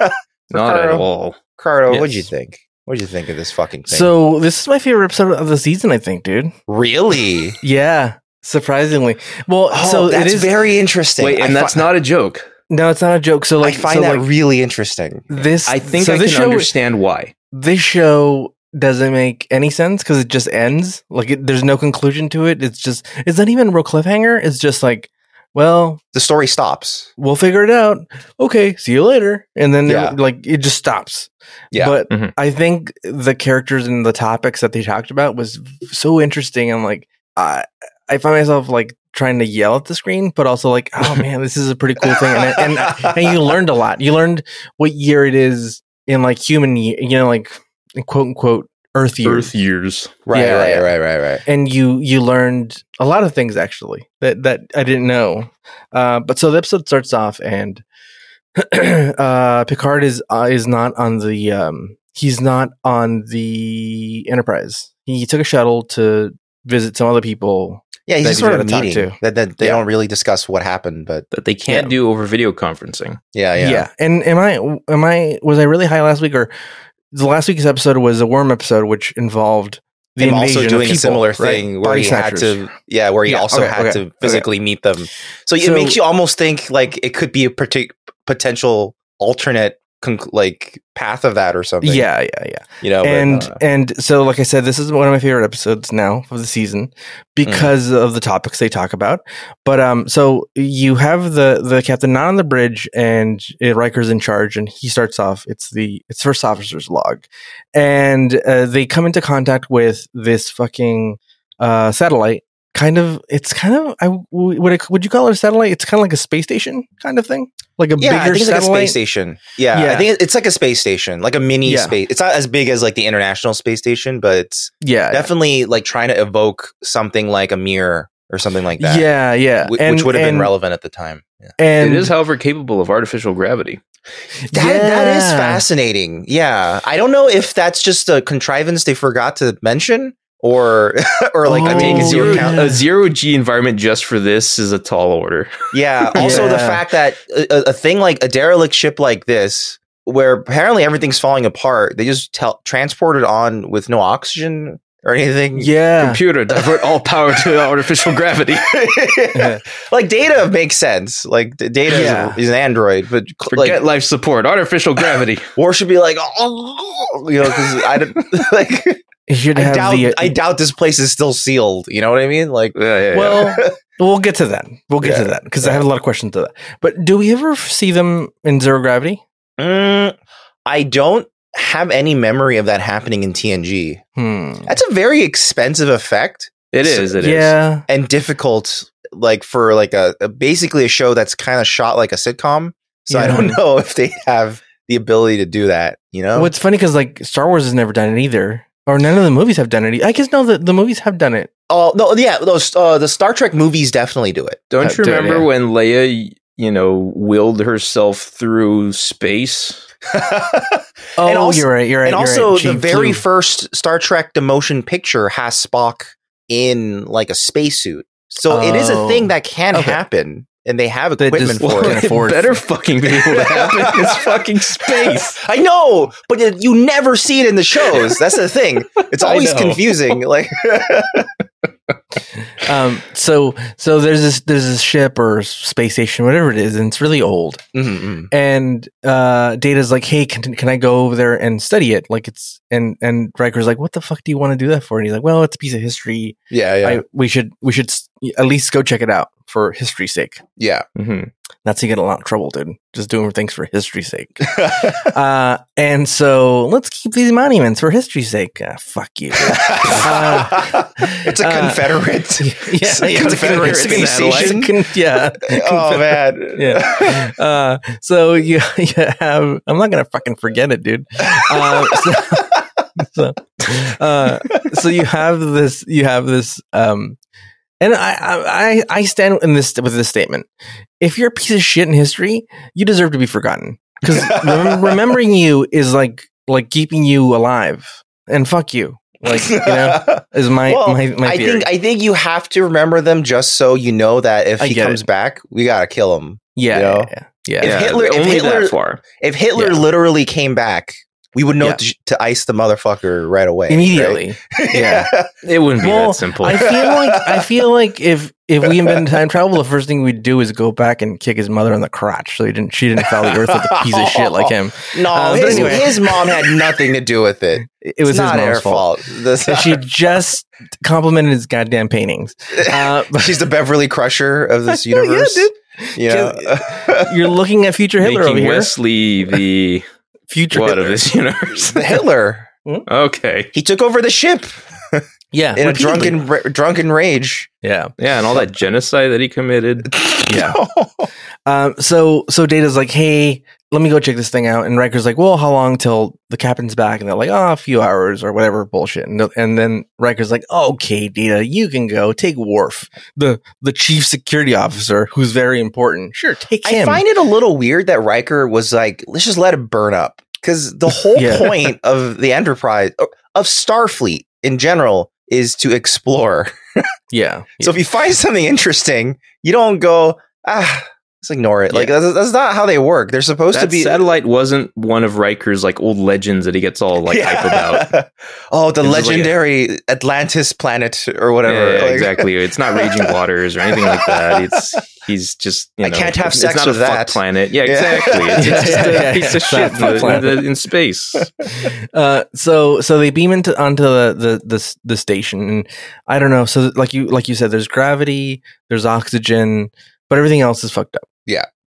Speaker 3: not at
Speaker 1: Ricardo.
Speaker 3: all.
Speaker 1: Cardo, what'd you
Speaker 3: Yes.
Speaker 1: think? What'd you think of this fucking thing?
Speaker 2: So this is my favorite episode of the season, I think, dude.
Speaker 1: really?
Speaker 2: Yeah, surprisingly. Well,
Speaker 1: Oh,
Speaker 2: so it
Speaker 1: that's
Speaker 2: is.
Speaker 1: very interesting.
Speaker 3: Wait, and
Speaker 1: I
Speaker 3: that's
Speaker 1: fi-
Speaker 3: not a joke.
Speaker 2: no, it's not a joke. So like,
Speaker 1: I find
Speaker 2: so,
Speaker 1: that
Speaker 2: like,
Speaker 1: really interesting.
Speaker 2: this.
Speaker 3: I think
Speaker 2: so
Speaker 3: I can
Speaker 2: this show.
Speaker 3: understand why.
Speaker 2: This show doesn't make any sense because it just ends. Like, it, there's no conclusion to it. It's just. It's not even a real cliffhanger. It's just like, well,
Speaker 1: The story stops.
Speaker 2: we'll figure it out. Okay, see you later. And then
Speaker 1: Yeah.
Speaker 2: it, like it just stops.
Speaker 1: Yeah.
Speaker 2: But
Speaker 3: Mhm.
Speaker 2: I think the characters and the topics that they talked about was so interesting and like I I find myself like trying to yell at the screen, but also like, oh man, this is a pretty cool thing. And and, and you learned a lot. You learned what year it is in like human, ye- you know, like quote unquote Earth year.
Speaker 3: years.
Speaker 1: Right,
Speaker 2: Yeah,
Speaker 1: right,
Speaker 2: yeah.
Speaker 1: right, right, right.
Speaker 2: and you you learned a lot of things actually that that I didn't know. Uh, but so the episode starts off, and uh, Picard is uh, is not on the um, he's not on the Enterprise. He took a shuttle to visit some other people.
Speaker 1: Yeah, he's
Speaker 2: That
Speaker 1: just
Speaker 2: you
Speaker 1: sort of a
Speaker 2: gotta talk
Speaker 1: meeting
Speaker 2: to.
Speaker 1: that, that they
Speaker 2: Yeah.
Speaker 1: don't really discuss what happened, but
Speaker 3: That they can't
Speaker 2: Yeah.
Speaker 3: do over video conferencing.
Speaker 1: Oh, yeah, yeah.
Speaker 2: And am I am I was I really high last week or the last week's episode was a worm episode, which involved the
Speaker 1: him
Speaker 2: invasion
Speaker 1: also
Speaker 2: of
Speaker 1: doing a
Speaker 2: people,
Speaker 1: similar
Speaker 2: right?
Speaker 1: thing where
Speaker 2: Body
Speaker 1: he
Speaker 2: snatchers.
Speaker 1: had to yeah where he
Speaker 2: Yeah,
Speaker 1: also
Speaker 2: okay,
Speaker 1: had
Speaker 2: okay,
Speaker 1: to physically meet them so, it
Speaker 2: So-
Speaker 1: makes you almost think like it could be a partic- potential alternate conc- like path of that or something
Speaker 2: Yeah, yeah, yeah.
Speaker 1: you know but,
Speaker 2: and
Speaker 1: uh,
Speaker 2: and so like i said this is one of my favorite episodes now of the season because
Speaker 1: Mm.
Speaker 2: of the topics they talk about but um so you have the the captain not on the bridge and uh, Riker's in charge and he starts off it's the it's first officer's log and uh, they come into contact with this fucking uh satellite kind of it's kind of i would I, would you call it a satellite it's kind of like a space station kind of thing like a
Speaker 1: yeah, I
Speaker 2: bigger
Speaker 1: think it's like a
Speaker 2: satellite
Speaker 1: space station. Yeah, I
Speaker 2: Yeah.
Speaker 1: think it- it's like a space station, like a mini
Speaker 2: Yeah.
Speaker 1: space. It's not as big as like the International Space Station, but it's
Speaker 2: yeah
Speaker 1: definitely like trying to evoke something like a mirror or something like that.
Speaker 2: yeah yeah
Speaker 1: wh- which would have been
Speaker 2: relevant.
Speaker 1: relevant at the time. Yeah.
Speaker 2: and
Speaker 3: it is, however, capable of artificial gravity.
Speaker 1: That, that is
Speaker 2: Yeah.
Speaker 1: fascinating. Yeah. I don't know if that's just a contrivance they forgot to mention or or like
Speaker 2: Oh,
Speaker 1: I take
Speaker 3: Taking
Speaker 1: into
Speaker 3: zero,
Speaker 1: account.
Speaker 2: yeah.
Speaker 3: a zero G environment just for this is a tall order.
Speaker 1: Yeah. Also the
Speaker 2: Yeah.
Speaker 1: fact that a, a- a thing like a derelict ship like this where apparently everything's falling apart, they just tell transport it on with no oxygen or anything.
Speaker 2: Yeah.
Speaker 3: Computer, divert all power to artificial gravity.
Speaker 1: like data makes sense. Like d- data is-
Speaker 2: Yeah.
Speaker 1: is, an android, but cl- like
Speaker 3: Forget life support, artificial gravity.
Speaker 1: War should be like, oh, you know, because I don't like.
Speaker 2: You should
Speaker 1: I
Speaker 2: have
Speaker 1: doubt,
Speaker 2: the. uh,
Speaker 1: I doubt this place is still sealed. You know what I mean? Like,
Speaker 3: Yeah, yeah, yeah.
Speaker 2: well, we'll get to that. We'll get to
Speaker 1: Yeah.
Speaker 2: that because I have a lot of questions to that. But do we ever see them in zero gravity?
Speaker 1: mm, I don't have any memory of that happening in TNG.
Speaker 2: Hmm.
Speaker 1: That's a very expensive effect
Speaker 3: it is. It is.
Speaker 2: yeah.
Speaker 1: and difficult, like for like a, a- basically a show that's kind of shot like a sitcom. So I
Speaker 2: Yeah.
Speaker 1: don't know if they have the ability to do that. You know?
Speaker 2: Well, it's funny because like Star Wars has never done it either, or none of the movies have done it. e, I guess no, the, the movies have done it.
Speaker 1: oh no, yeah, those uh, the Star Trek movies definitely do it.
Speaker 3: Don't
Speaker 2: Uh,
Speaker 3: you
Speaker 2: do it,
Speaker 3: remember
Speaker 2: yeah.
Speaker 3: when Leia, you know, willed herself through space?
Speaker 2: Oh,
Speaker 1: And also-
Speaker 2: you're right. You're
Speaker 1: and
Speaker 2: right. you're right.
Speaker 1: also
Speaker 2: She
Speaker 1: the very
Speaker 2: flew.
Speaker 1: first Star Trek the motion picture has Spock in like a spacesuit. So it is a
Speaker 2: Oh.
Speaker 1: thing that can
Speaker 2: Okay.
Speaker 1: happen and they have
Speaker 2: They
Speaker 1: equipment
Speaker 2: just
Speaker 1: for
Speaker 2: can't
Speaker 1: it.
Speaker 2: afford it.
Speaker 3: better fucking be able to happen. It's fucking space.
Speaker 1: I know, but it- you never see it in the shows. That's the thing. It's
Speaker 3: I
Speaker 1: always
Speaker 3: know.
Speaker 1: confusing. Like
Speaker 2: Um. So so there's this there's this ship or space station whatever it is, and it's really old. mm-hmm.
Speaker 1: Mm, mm.
Speaker 2: and uh data's like hey can, can i go over there and study it like it's and and riker's like what the fuck do you want to do that for and he's like well it's a piece of history
Speaker 1: yeah, yeah,
Speaker 2: I, we should we should s- at least go check it out for history's sake
Speaker 1: yeah.
Speaker 2: Mm-hmm.
Speaker 3: Mhm.
Speaker 2: not to get in a lot of trouble dude just doing things for history's sake uh and so let's keep these monuments for history's sake uh, fuck you Uh,
Speaker 1: it's a
Speaker 2: uh,
Speaker 1: Confederate.
Speaker 2: yeah,
Speaker 1: It's a Confederate
Speaker 2: it's a- it's a
Speaker 1: station.
Speaker 2: con- yeah
Speaker 1: oh man,
Speaker 2: yeah. Uh, so you, you have, I'm not going to fucking forget it, dude. Uh, so, so, uh, so you have this, you have this, um, and I, I, I- I stand in this with this statement. If you're a piece of shit in history, you deserve to be forgotten because remembering you is like, like keeping you alive. and fuck you. Like you know, is my
Speaker 1: Well,
Speaker 2: my my
Speaker 1: I
Speaker 2: theory.
Speaker 1: think I think you have to remember them just so you know that if
Speaker 2: I
Speaker 1: he
Speaker 2: get
Speaker 1: comes back, we gotta kill him.
Speaker 2: yeah,
Speaker 1: you know,
Speaker 2: yeah, yeah, yeah.
Speaker 1: if Hitler- if
Speaker 3: only
Speaker 1: Hitler-
Speaker 3: that far.
Speaker 1: If Hitler
Speaker 2: Yeah.
Speaker 1: literally came back, we would know
Speaker 2: Yeah.
Speaker 1: to, to ice the motherfucker right away.
Speaker 2: immediately.
Speaker 1: right?
Speaker 2: yeah.
Speaker 3: It wouldn't be
Speaker 2: Well,
Speaker 3: that simple.
Speaker 2: I feel like I feel like if if we invented time travel, the first thing we'd do is go back and kick his mother in the crotch so he didn't she didn't foul the earth with a piece of shit like him.
Speaker 1: No,
Speaker 2: Uh, but
Speaker 1: his,
Speaker 2: anyway.
Speaker 1: his mom had nothing to do with it.
Speaker 2: It
Speaker 1: it's
Speaker 2: was his
Speaker 1: not
Speaker 2: mom's
Speaker 1: her
Speaker 2: fault.
Speaker 1: fault. This-
Speaker 2: And she just complimented his goddamn paintings. Uh, but
Speaker 1: she's the Beverly Crusher of this universe.
Speaker 2: dude.
Speaker 1: You know?
Speaker 2: you're looking at future Hitler over
Speaker 3: making
Speaker 2: here.
Speaker 3: Wesley the
Speaker 2: future
Speaker 3: what
Speaker 2: Hitler.
Speaker 3: of this universe.
Speaker 1: the Hitler.
Speaker 3: okay.
Speaker 1: He took over the ship
Speaker 2: Yeah,
Speaker 1: in a
Speaker 2: repeatedly.
Speaker 1: drunken ra- drunken rage.
Speaker 2: Yeah.
Speaker 3: Yeah, and all that genocide that he committed.
Speaker 2: Yeah. Um, so so Data's like, hey, let me go check this thing out. And Riker's like, well, how long till the captain's back? And they're like, oh, a few hours or whatever bullshit. And, and then Riker's like, okay, Data, you can go take Worf, the the chief security officer, who's very important. Sure, take
Speaker 1: I
Speaker 2: him.
Speaker 1: find it a little weird that Riker was like, let's just let it burn up. Because the whole
Speaker 2: Yeah.
Speaker 1: point of the Enterprise, uh, of Starfleet in general, is to explore.
Speaker 2: yeah.
Speaker 1: So if you find something interesting, you don't go, ah, let's ignore it. Like, that's, that's not how they work. They're supposed to
Speaker 3: That
Speaker 1: be.
Speaker 3: satellite wasn't one of Riker's like old legends that he gets all like hype about.
Speaker 1: oh, the
Speaker 3: It's like a-
Speaker 1: legendary Atlantis planet or whatever.
Speaker 3: Yeah, yeah,
Speaker 1: Like-
Speaker 3: exactly. It's not raging waters or anything like that. It's he's just you
Speaker 1: I
Speaker 3: know,
Speaker 1: can't have
Speaker 3: it's-
Speaker 1: sex
Speaker 3: it's not
Speaker 1: with
Speaker 3: a fuck
Speaker 1: that.
Speaker 3: planet. Yeah,
Speaker 1: Yeah.
Speaker 3: exactly. It's, it's
Speaker 2: Yeah,
Speaker 3: just
Speaker 2: yeah, yeah.
Speaker 3: a piece of
Speaker 2: It's not a
Speaker 3: shit in,
Speaker 2: fuck
Speaker 3: the- in,
Speaker 2: planet.
Speaker 3: the- in space.
Speaker 2: Uh, so so they beam into onto the the the, s- the station, and I don't know. So like you like you said, there's gravity, there's oxygen, but everything else is fucked up.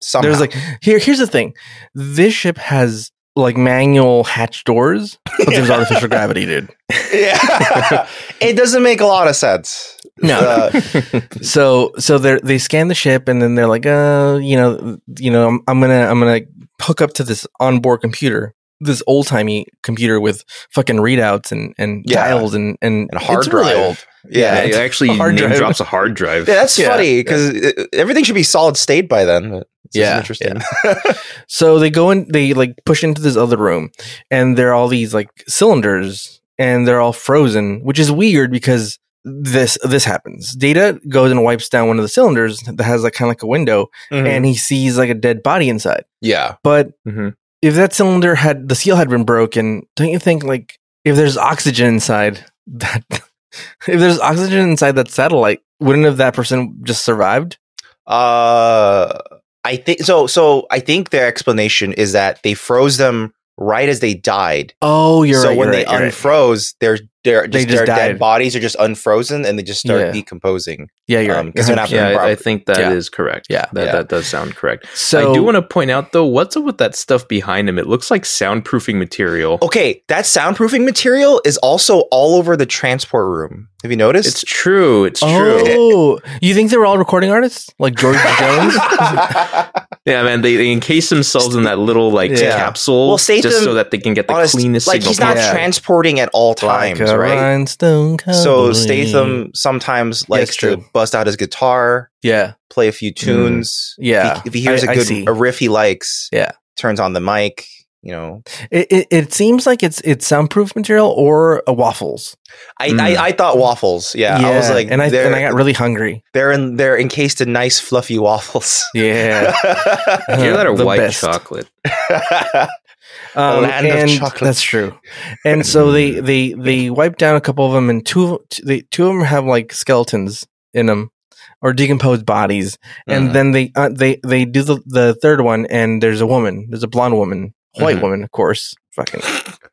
Speaker 1: Somehow.
Speaker 2: There's like here here's the thing, this ship has like manual hatch doors, but there's artificial gravity, dude.
Speaker 1: yeah. it doesn't make a lot of sense.
Speaker 2: No,
Speaker 1: Uh,
Speaker 2: so so they they scan the ship and then they're like uh you know you know I'm, I'm gonna i'm gonna hook up to this onboard computer this old timey computer with fucking readouts and and
Speaker 1: Yeah.
Speaker 2: dials and and,
Speaker 1: and a hard
Speaker 2: it's
Speaker 1: drive.
Speaker 2: really old.
Speaker 1: Yeah.
Speaker 3: Yeah,
Speaker 1: yeah.
Speaker 3: it actually
Speaker 2: hard
Speaker 3: name
Speaker 2: drive.
Speaker 3: drops a hard drive.
Speaker 1: that's
Speaker 2: Yeah.
Speaker 1: funny because everything should be solid state by then. but This
Speaker 2: Yeah,
Speaker 1: is interesting.
Speaker 2: So they go in, they like push into this other room, and there are all these like cylinders, and they're all frozen, which is weird because this this happens. Data goes and wipes down one of the cylinders that has like kind of like a window,
Speaker 1: Mhm.
Speaker 2: and he sees like a dead body inside.
Speaker 1: yeah,
Speaker 2: But
Speaker 3: Mhm.
Speaker 2: if that cylinder had the seal had been broken, don't you think like if there's oxygen inside that, if there's oxygen inside that satellite, wouldn't have that person just survived?
Speaker 1: uh, I think so. So I think their explanation is that they froze them right as they died.
Speaker 2: Oh, you're
Speaker 1: so
Speaker 2: right.
Speaker 1: when
Speaker 2: you're
Speaker 1: they
Speaker 2: right, you're right.
Speaker 1: unfroze, their their
Speaker 2: They
Speaker 1: just,
Speaker 2: just
Speaker 1: their
Speaker 2: died.
Speaker 1: dead bodies are just unfrozen and they just start
Speaker 2: Yeah.
Speaker 1: decomposing.
Speaker 2: yeah, you're
Speaker 1: um,
Speaker 2: right.
Speaker 1: 'cause they're not-
Speaker 3: Yeah, I, I think that is
Speaker 2: Yeah.
Speaker 3: correct.
Speaker 2: Yeah.
Speaker 3: that,
Speaker 1: Yeah.
Speaker 3: that does sound correct.
Speaker 2: so
Speaker 3: I do want to point out though, what's up with that stuff behind him? It looks like soundproofing material.
Speaker 1: Okay, that soundproofing material is also all over the transport room. Have you noticed?
Speaker 3: It's true. It's true.
Speaker 2: Oh, you think they were all recording artists like George Jones?
Speaker 3: Yeah, man. They, they encase themselves in that little like
Speaker 2: Yeah.
Speaker 3: capsule
Speaker 1: Well,
Speaker 3: just
Speaker 1: Statham-
Speaker 3: so that they can get the
Speaker 1: Honest-
Speaker 3: cleanest
Speaker 1: like
Speaker 3: signal.
Speaker 1: he's not
Speaker 2: possible.
Speaker 1: transporting at all times,
Speaker 2: Like uh, a
Speaker 1: right?
Speaker 2: rhinestone
Speaker 1: So
Speaker 2: cowboy.
Speaker 1: Statham sometimes likes to
Speaker 2: true.
Speaker 1: bust out his guitar,
Speaker 2: Yeah,
Speaker 1: play a few tunes. If,
Speaker 2: yeah.
Speaker 1: he, if he hears a
Speaker 2: I- I see.
Speaker 1: good a riff he likes,
Speaker 2: Yeah.
Speaker 1: turns on the mic. You know,
Speaker 2: It, it it seems like it's it's soundproof material or a waffles.
Speaker 1: I,
Speaker 3: Mm.
Speaker 1: I, I thought waffles. Yeah, I was like,
Speaker 2: and I
Speaker 1: they're,
Speaker 2: and I got really hungry.
Speaker 1: they're in they're encased in nice fluffy waffles.
Speaker 2: Yeah,
Speaker 3: Either that or
Speaker 2: The
Speaker 3: white
Speaker 2: best.
Speaker 3: chocolate.
Speaker 2: Um,
Speaker 1: land of
Speaker 2: and
Speaker 1: chocolate.
Speaker 2: That's true. And so they they they wipe down a couple of them, and two they two of them have like skeletons in them or decomposed bodies. And
Speaker 1: Mm.
Speaker 2: then they uh, they they do the the third one, and there's a woman. There's a blonde woman, white
Speaker 1: Mhm.
Speaker 2: woman, of course. Fucking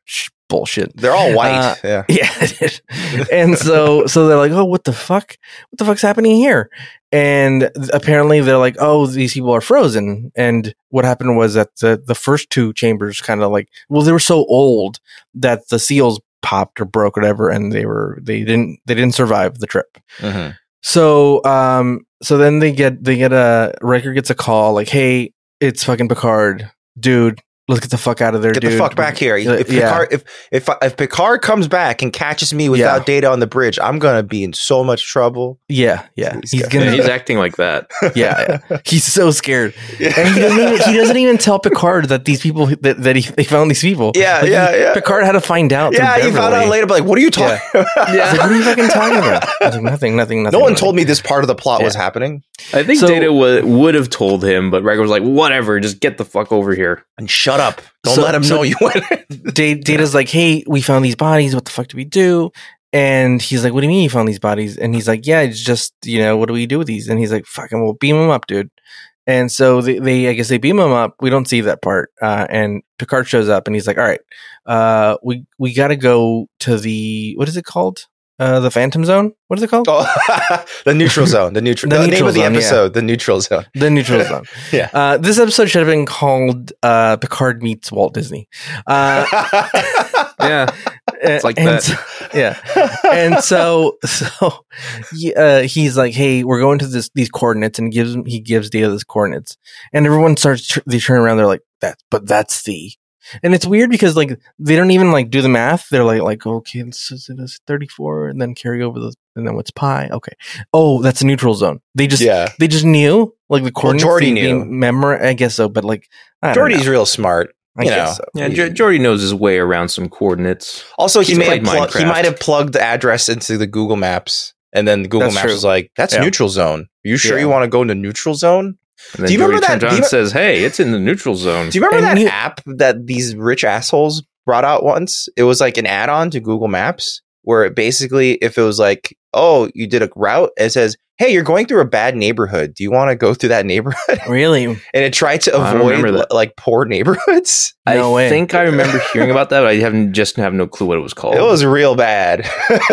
Speaker 2: sh- bullshit.
Speaker 1: they're all white.
Speaker 2: Uh,
Speaker 1: yeah.
Speaker 2: Yeah. it is. and so so they're like, "Oh, what the fuck? What the fuck's happening here?" And th- apparently they're like, "Oh, these people are frozen." And what happened was that the the first two chambers kind of like, well, they were so old that the seals popped or broke or whatever and they were they didn't they didn't survive the trip.
Speaker 1: Mhm.
Speaker 2: So um so then they get they get a Riker gets a call like, "Hey, it's fucking Picard. Dude, let's get the fuck out of there,
Speaker 1: Get
Speaker 2: dude.
Speaker 1: the fuck back here.
Speaker 2: Yeah.
Speaker 1: If Picard, if, if if Picard comes back and catches me without
Speaker 2: Yeah.
Speaker 1: data on the bridge, I'm gonna be in so much trouble.
Speaker 2: Yeah, yeah.
Speaker 1: He's
Speaker 2: He's,
Speaker 1: got-
Speaker 2: gonna.
Speaker 3: Yeah, he's acting like that.
Speaker 2: yeah, yeah. he's so scared, and he doesn't, even, he doesn't even tell Picard that these people that, that he they found these people.
Speaker 1: Yeah,
Speaker 2: Like,
Speaker 1: yeah,
Speaker 2: he-
Speaker 1: yeah.
Speaker 2: Picard had to find out.
Speaker 1: yeah,
Speaker 2: through
Speaker 1: you found out
Speaker 2: Beverly.
Speaker 1: later, but like, what are you talking about?
Speaker 2: I was like, what are you fucking talking about? I was like, nothing, nothing, nothing.
Speaker 1: no one
Speaker 2: nothing."
Speaker 1: told me this part of the plot was happening.
Speaker 3: I think
Speaker 2: So-
Speaker 3: Data w- would have told him, but Riker was like, "Whatever, just get the fuck over here."
Speaker 1: And shut up. Don't
Speaker 2: So-
Speaker 1: let him
Speaker 2: so-
Speaker 1: know you went.
Speaker 2: Da- Data's like, hey, we found these bodies. What the fuck do we do? And he's like, what do you mean you found these bodies? And he's like, yeah, it's just, you know, what do we do with these? And he's like, fucking, we'll beam them up, dude. And so they, they, I guess they beam him up. We don't see that part. Uh, and Picard shows up and he's like, all right, uh, we, we got to go to the, what is it called? Uh, the Phantom Zone? What is it called?
Speaker 1: Oh, the neutral zone. The neutral.
Speaker 2: The
Speaker 1: The, name
Speaker 2: neutral
Speaker 1: of the
Speaker 2: zone, yeah.
Speaker 1: episode. The neutral zone.
Speaker 2: The neutral zone.
Speaker 1: Yeah.
Speaker 2: Uh, this episode should have been called uh, Picard meets Walt Disney. Uh,
Speaker 3: Yeah,
Speaker 2: it's
Speaker 3: like that.
Speaker 2: yeah. and so so he, uh, he's like hey we're going to this these coordinates and gives him he gives data these coordinates and everyone starts tr- they turn around they're like that but that's the and it's weird because like they don't even like do the math they're like like okay this is, this is 34 and then carry over the and then what's pi okay oh that's a neutral zone they just
Speaker 1: yeah.
Speaker 2: they just knew like the coordinates
Speaker 1: Geordi
Speaker 2: they- they
Speaker 1: knew.
Speaker 2: memor i guess so but like I don't
Speaker 1: Jordy's
Speaker 2: know.
Speaker 1: real smart.
Speaker 2: I
Speaker 1: you
Speaker 2: guess
Speaker 1: know.
Speaker 2: so.
Speaker 3: yeah. J- Jordy knows his way around some coordinates.
Speaker 1: Also, he
Speaker 3: He's
Speaker 1: may have
Speaker 3: played
Speaker 1: plug- he
Speaker 3: Minecraft.
Speaker 1: might have plugged the address into the Google Maps, and then Google
Speaker 2: That's
Speaker 1: Maps
Speaker 2: true.
Speaker 1: was like, "That's
Speaker 2: Yeah.
Speaker 1: neutral zone. Are you sure
Speaker 2: Yeah.
Speaker 1: you want to go into neutral zone?"
Speaker 3: And then
Speaker 1: Do you
Speaker 3: Jordy
Speaker 1: remember that-
Speaker 3: turns
Speaker 1: do
Speaker 3: around
Speaker 1: you
Speaker 3: and
Speaker 1: re-
Speaker 3: says, "Hey, it's in the neutral zone."
Speaker 1: Do you remember
Speaker 2: And
Speaker 1: that
Speaker 2: you-
Speaker 1: app that these rich assholes brought out once? It was like an add-on to Google Maps where it basically, if it was like, "Oh, you did a route," it says, "Hey, you're going through a bad neighborhood. Do you want to go through that neighborhood?"
Speaker 2: really
Speaker 1: and it tried to
Speaker 3: I don't
Speaker 1: avoid
Speaker 3: remember
Speaker 1: li-
Speaker 3: that.
Speaker 1: like poor neighborhoods.
Speaker 3: I
Speaker 2: No way.
Speaker 3: think I remember hearing about that, but I haven't just have no clue what it was
Speaker 2: Oh.
Speaker 3: called.
Speaker 1: It was real bad.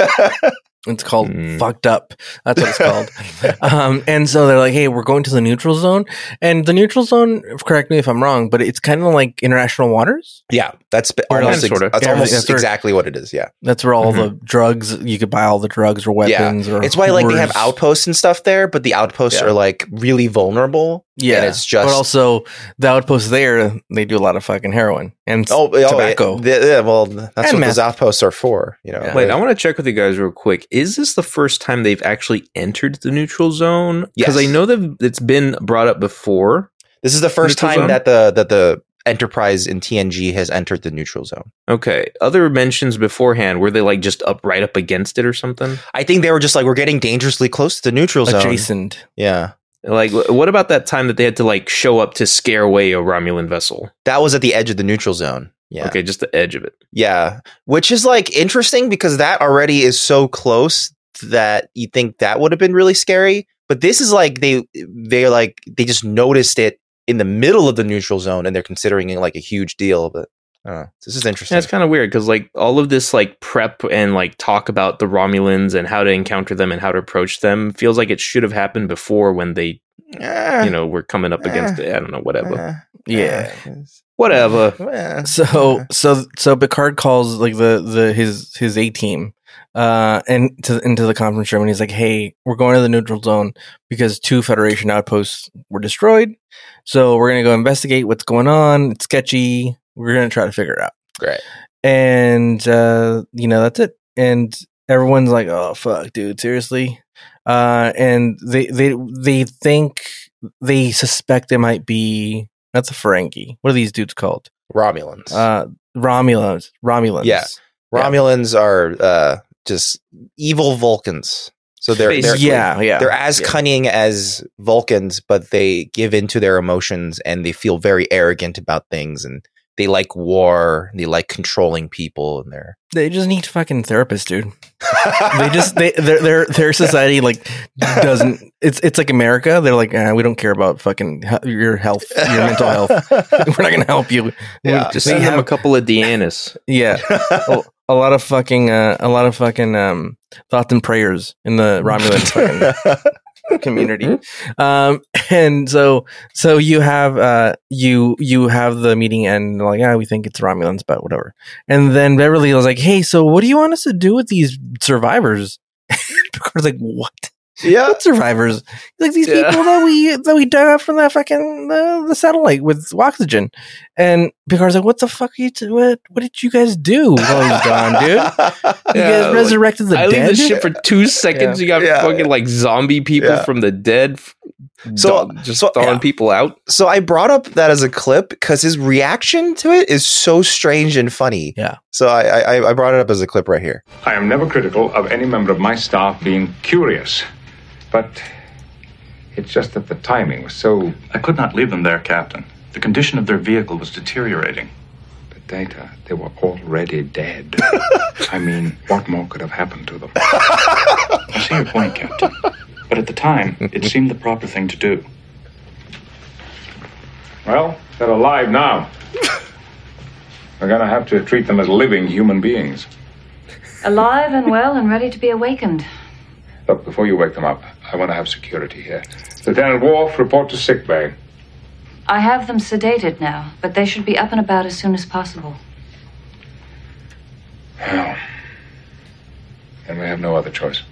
Speaker 2: It's called
Speaker 3: Hmm.
Speaker 1: Mm.
Speaker 2: fucked up. That's what it's called. um, and so they're like, hey, we're going to the neutral zone. And the neutral zone, correct me if I'm wrong, but it's kind of like international waters.
Speaker 1: yeah, that's b-
Speaker 3: Or
Speaker 1: almost
Speaker 3: like-
Speaker 1: ex-
Speaker 3: sorta.
Speaker 1: that's
Speaker 2: Yeah,
Speaker 1: almost
Speaker 2: that's sort of-
Speaker 1: exactly what it is. Yeah.
Speaker 2: That's where all the drugs, you could buy all the drugs or weapons or.
Speaker 1: Mm-hmm. It's why like they have
Speaker 2: whores.
Speaker 1: outposts and stuff there, but the outposts
Speaker 2: Yeah.
Speaker 1: are like really vulnerable.
Speaker 2: Yeah.
Speaker 1: and it's just
Speaker 2: but also, the outpost there, they do a lot of fucking heroin. And
Speaker 1: oh, oh,
Speaker 2: tobacco.
Speaker 1: yeah, the- yeah, well, that's what
Speaker 2: meth.
Speaker 1: those outposts are for. You know,
Speaker 2: Yeah.
Speaker 3: Wait, I want to check with you guys real quick. Is this the first time they've actually entered the neutral zone? Because
Speaker 1: Yes.
Speaker 3: I know that it's been brought up before.
Speaker 1: this is the first
Speaker 3: Neutral
Speaker 1: time
Speaker 3: zone?
Speaker 1: that the that the Enterprise in TNG has entered the neutral zone.
Speaker 3: Okay. Other mentions beforehand were they like just up right up against it or something?
Speaker 1: I think they were just like we're getting dangerously close to the neutral zone.
Speaker 2: adjacent.
Speaker 1: Yeah,
Speaker 3: Like, wh- what about that time that they had to like show up to scare away a Romulan vessel?
Speaker 1: that was at the edge of the neutral zone. Yeah,
Speaker 3: Okay, just the edge of it.
Speaker 1: yeah, which is like interesting because that already is so close that you think that would have been really scary. But this is like they they're like they just noticed it in the middle of the neutral zone and they're considering it like a huge deal. But I don't know. This is interesting.
Speaker 3: That's kind of weird because like all of this like prep and like talk about the Romulans and how to encounter them and how to approach them feels like it should have happened before when they
Speaker 1: Eh,
Speaker 3: you know were coming up
Speaker 1: Eh.
Speaker 3: against it. I don't know whatever
Speaker 2: Yeah.
Speaker 3: whatever.
Speaker 1: Eh.
Speaker 2: So so so Picard calls like the the his his A team uh and to into the conference room and he's like, "Hey, we're going to the neutral zone because two Federation outposts were destroyed. So we're going to go investigate what's going on. It's sketchy. We're going to try to figure it out."
Speaker 1: Great.
Speaker 2: And uh you know, that's it. And everyone's like, "Oh fuck, dude, seriously?" Uh and they they they think they suspect it might be that's a Ferengi. What are these dudes called?
Speaker 1: Romulans.
Speaker 2: Uh, Romulans. Romulans.
Speaker 1: Yeah. Romulans are uh, just evil Vulcans. So they're,
Speaker 3: Space-
Speaker 1: they're
Speaker 2: yeah. Yeah.
Speaker 1: They're as
Speaker 2: Yeah.
Speaker 1: cunning as Vulcans, but they give in to their emotions and they feel very arrogant about things and they like war, they like controlling people and they're
Speaker 2: They just need fucking therapists, dude. They just they their their their society like doesn't. It's it's like America. They're like eh, we don't care about fucking he- your health, your mental health. We're not gonna help you. We-
Speaker 1: Yeah.
Speaker 3: Just
Speaker 2: they
Speaker 3: send them a
Speaker 2: have-
Speaker 3: couple of Deannas.
Speaker 2: yeah. A, a lot of fucking uh, a lot of fucking um thoughts and prayers in the Romulan fucking community.
Speaker 3: Mm-hmm.
Speaker 2: Um, and so, so you have, uh, you, you have the meeting and like, yeah, we think it's Romulans, but whatever. And then Beverly was like, Hey, so what do you want us to do with these survivors? Picard's like, what?
Speaker 1: yeah.
Speaker 2: What survivors? Like these
Speaker 3: Yeah.
Speaker 2: people that we that we dug up from that fucking uh, the satellite with oxygen. And Picard's like, "What the fuck? Are you t- what? What did you guys do while he's gone, dude? You
Speaker 3: Yeah,
Speaker 2: guys
Speaker 3: like,
Speaker 2: resurrected the
Speaker 3: I leave
Speaker 2: dead."
Speaker 3: this ship for two seconds. You got
Speaker 1: Yeah.
Speaker 3: fucking like zombie people
Speaker 1: Yeah.
Speaker 3: from the dead. f-
Speaker 1: So-
Speaker 3: dog- just
Speaker 1: so-
Speaker 3: throwing
Speaker 1: yeah.
Speaker 3: people out.
Speaker 1: So I brought up that as a clip because his reaction to it is so strange and funny.
Speaker 2: Yeah.
Speaker 1: So I, I I brought it up as a clip right here.
Speaker 4: I am never critical of any member of my staff being curious, but it's just that the timing was so.
Speaker 5: I could not leave them there, Captain. The condition of their vehicle was deteriorating.
Speaker 4: But Data, they were already dead. I mean, what more could have happened to them?
Speaker 5: I see your point, Captain. But at the time, it seemed the proper thing to do.
Speaker 4: Well, they're alive now. We're gonna have to treat them as living human beings.
Speaker 6: Alive and well and ready to be awakened.
Speaker 4: Look, before you wake them up, I want to have security here. Lieutenant Worf, report to sick bay.
Speaker 6: I have them sedated now, but they should be up and about as soon as possible.
Speaker 4: Well, and we have no other choice.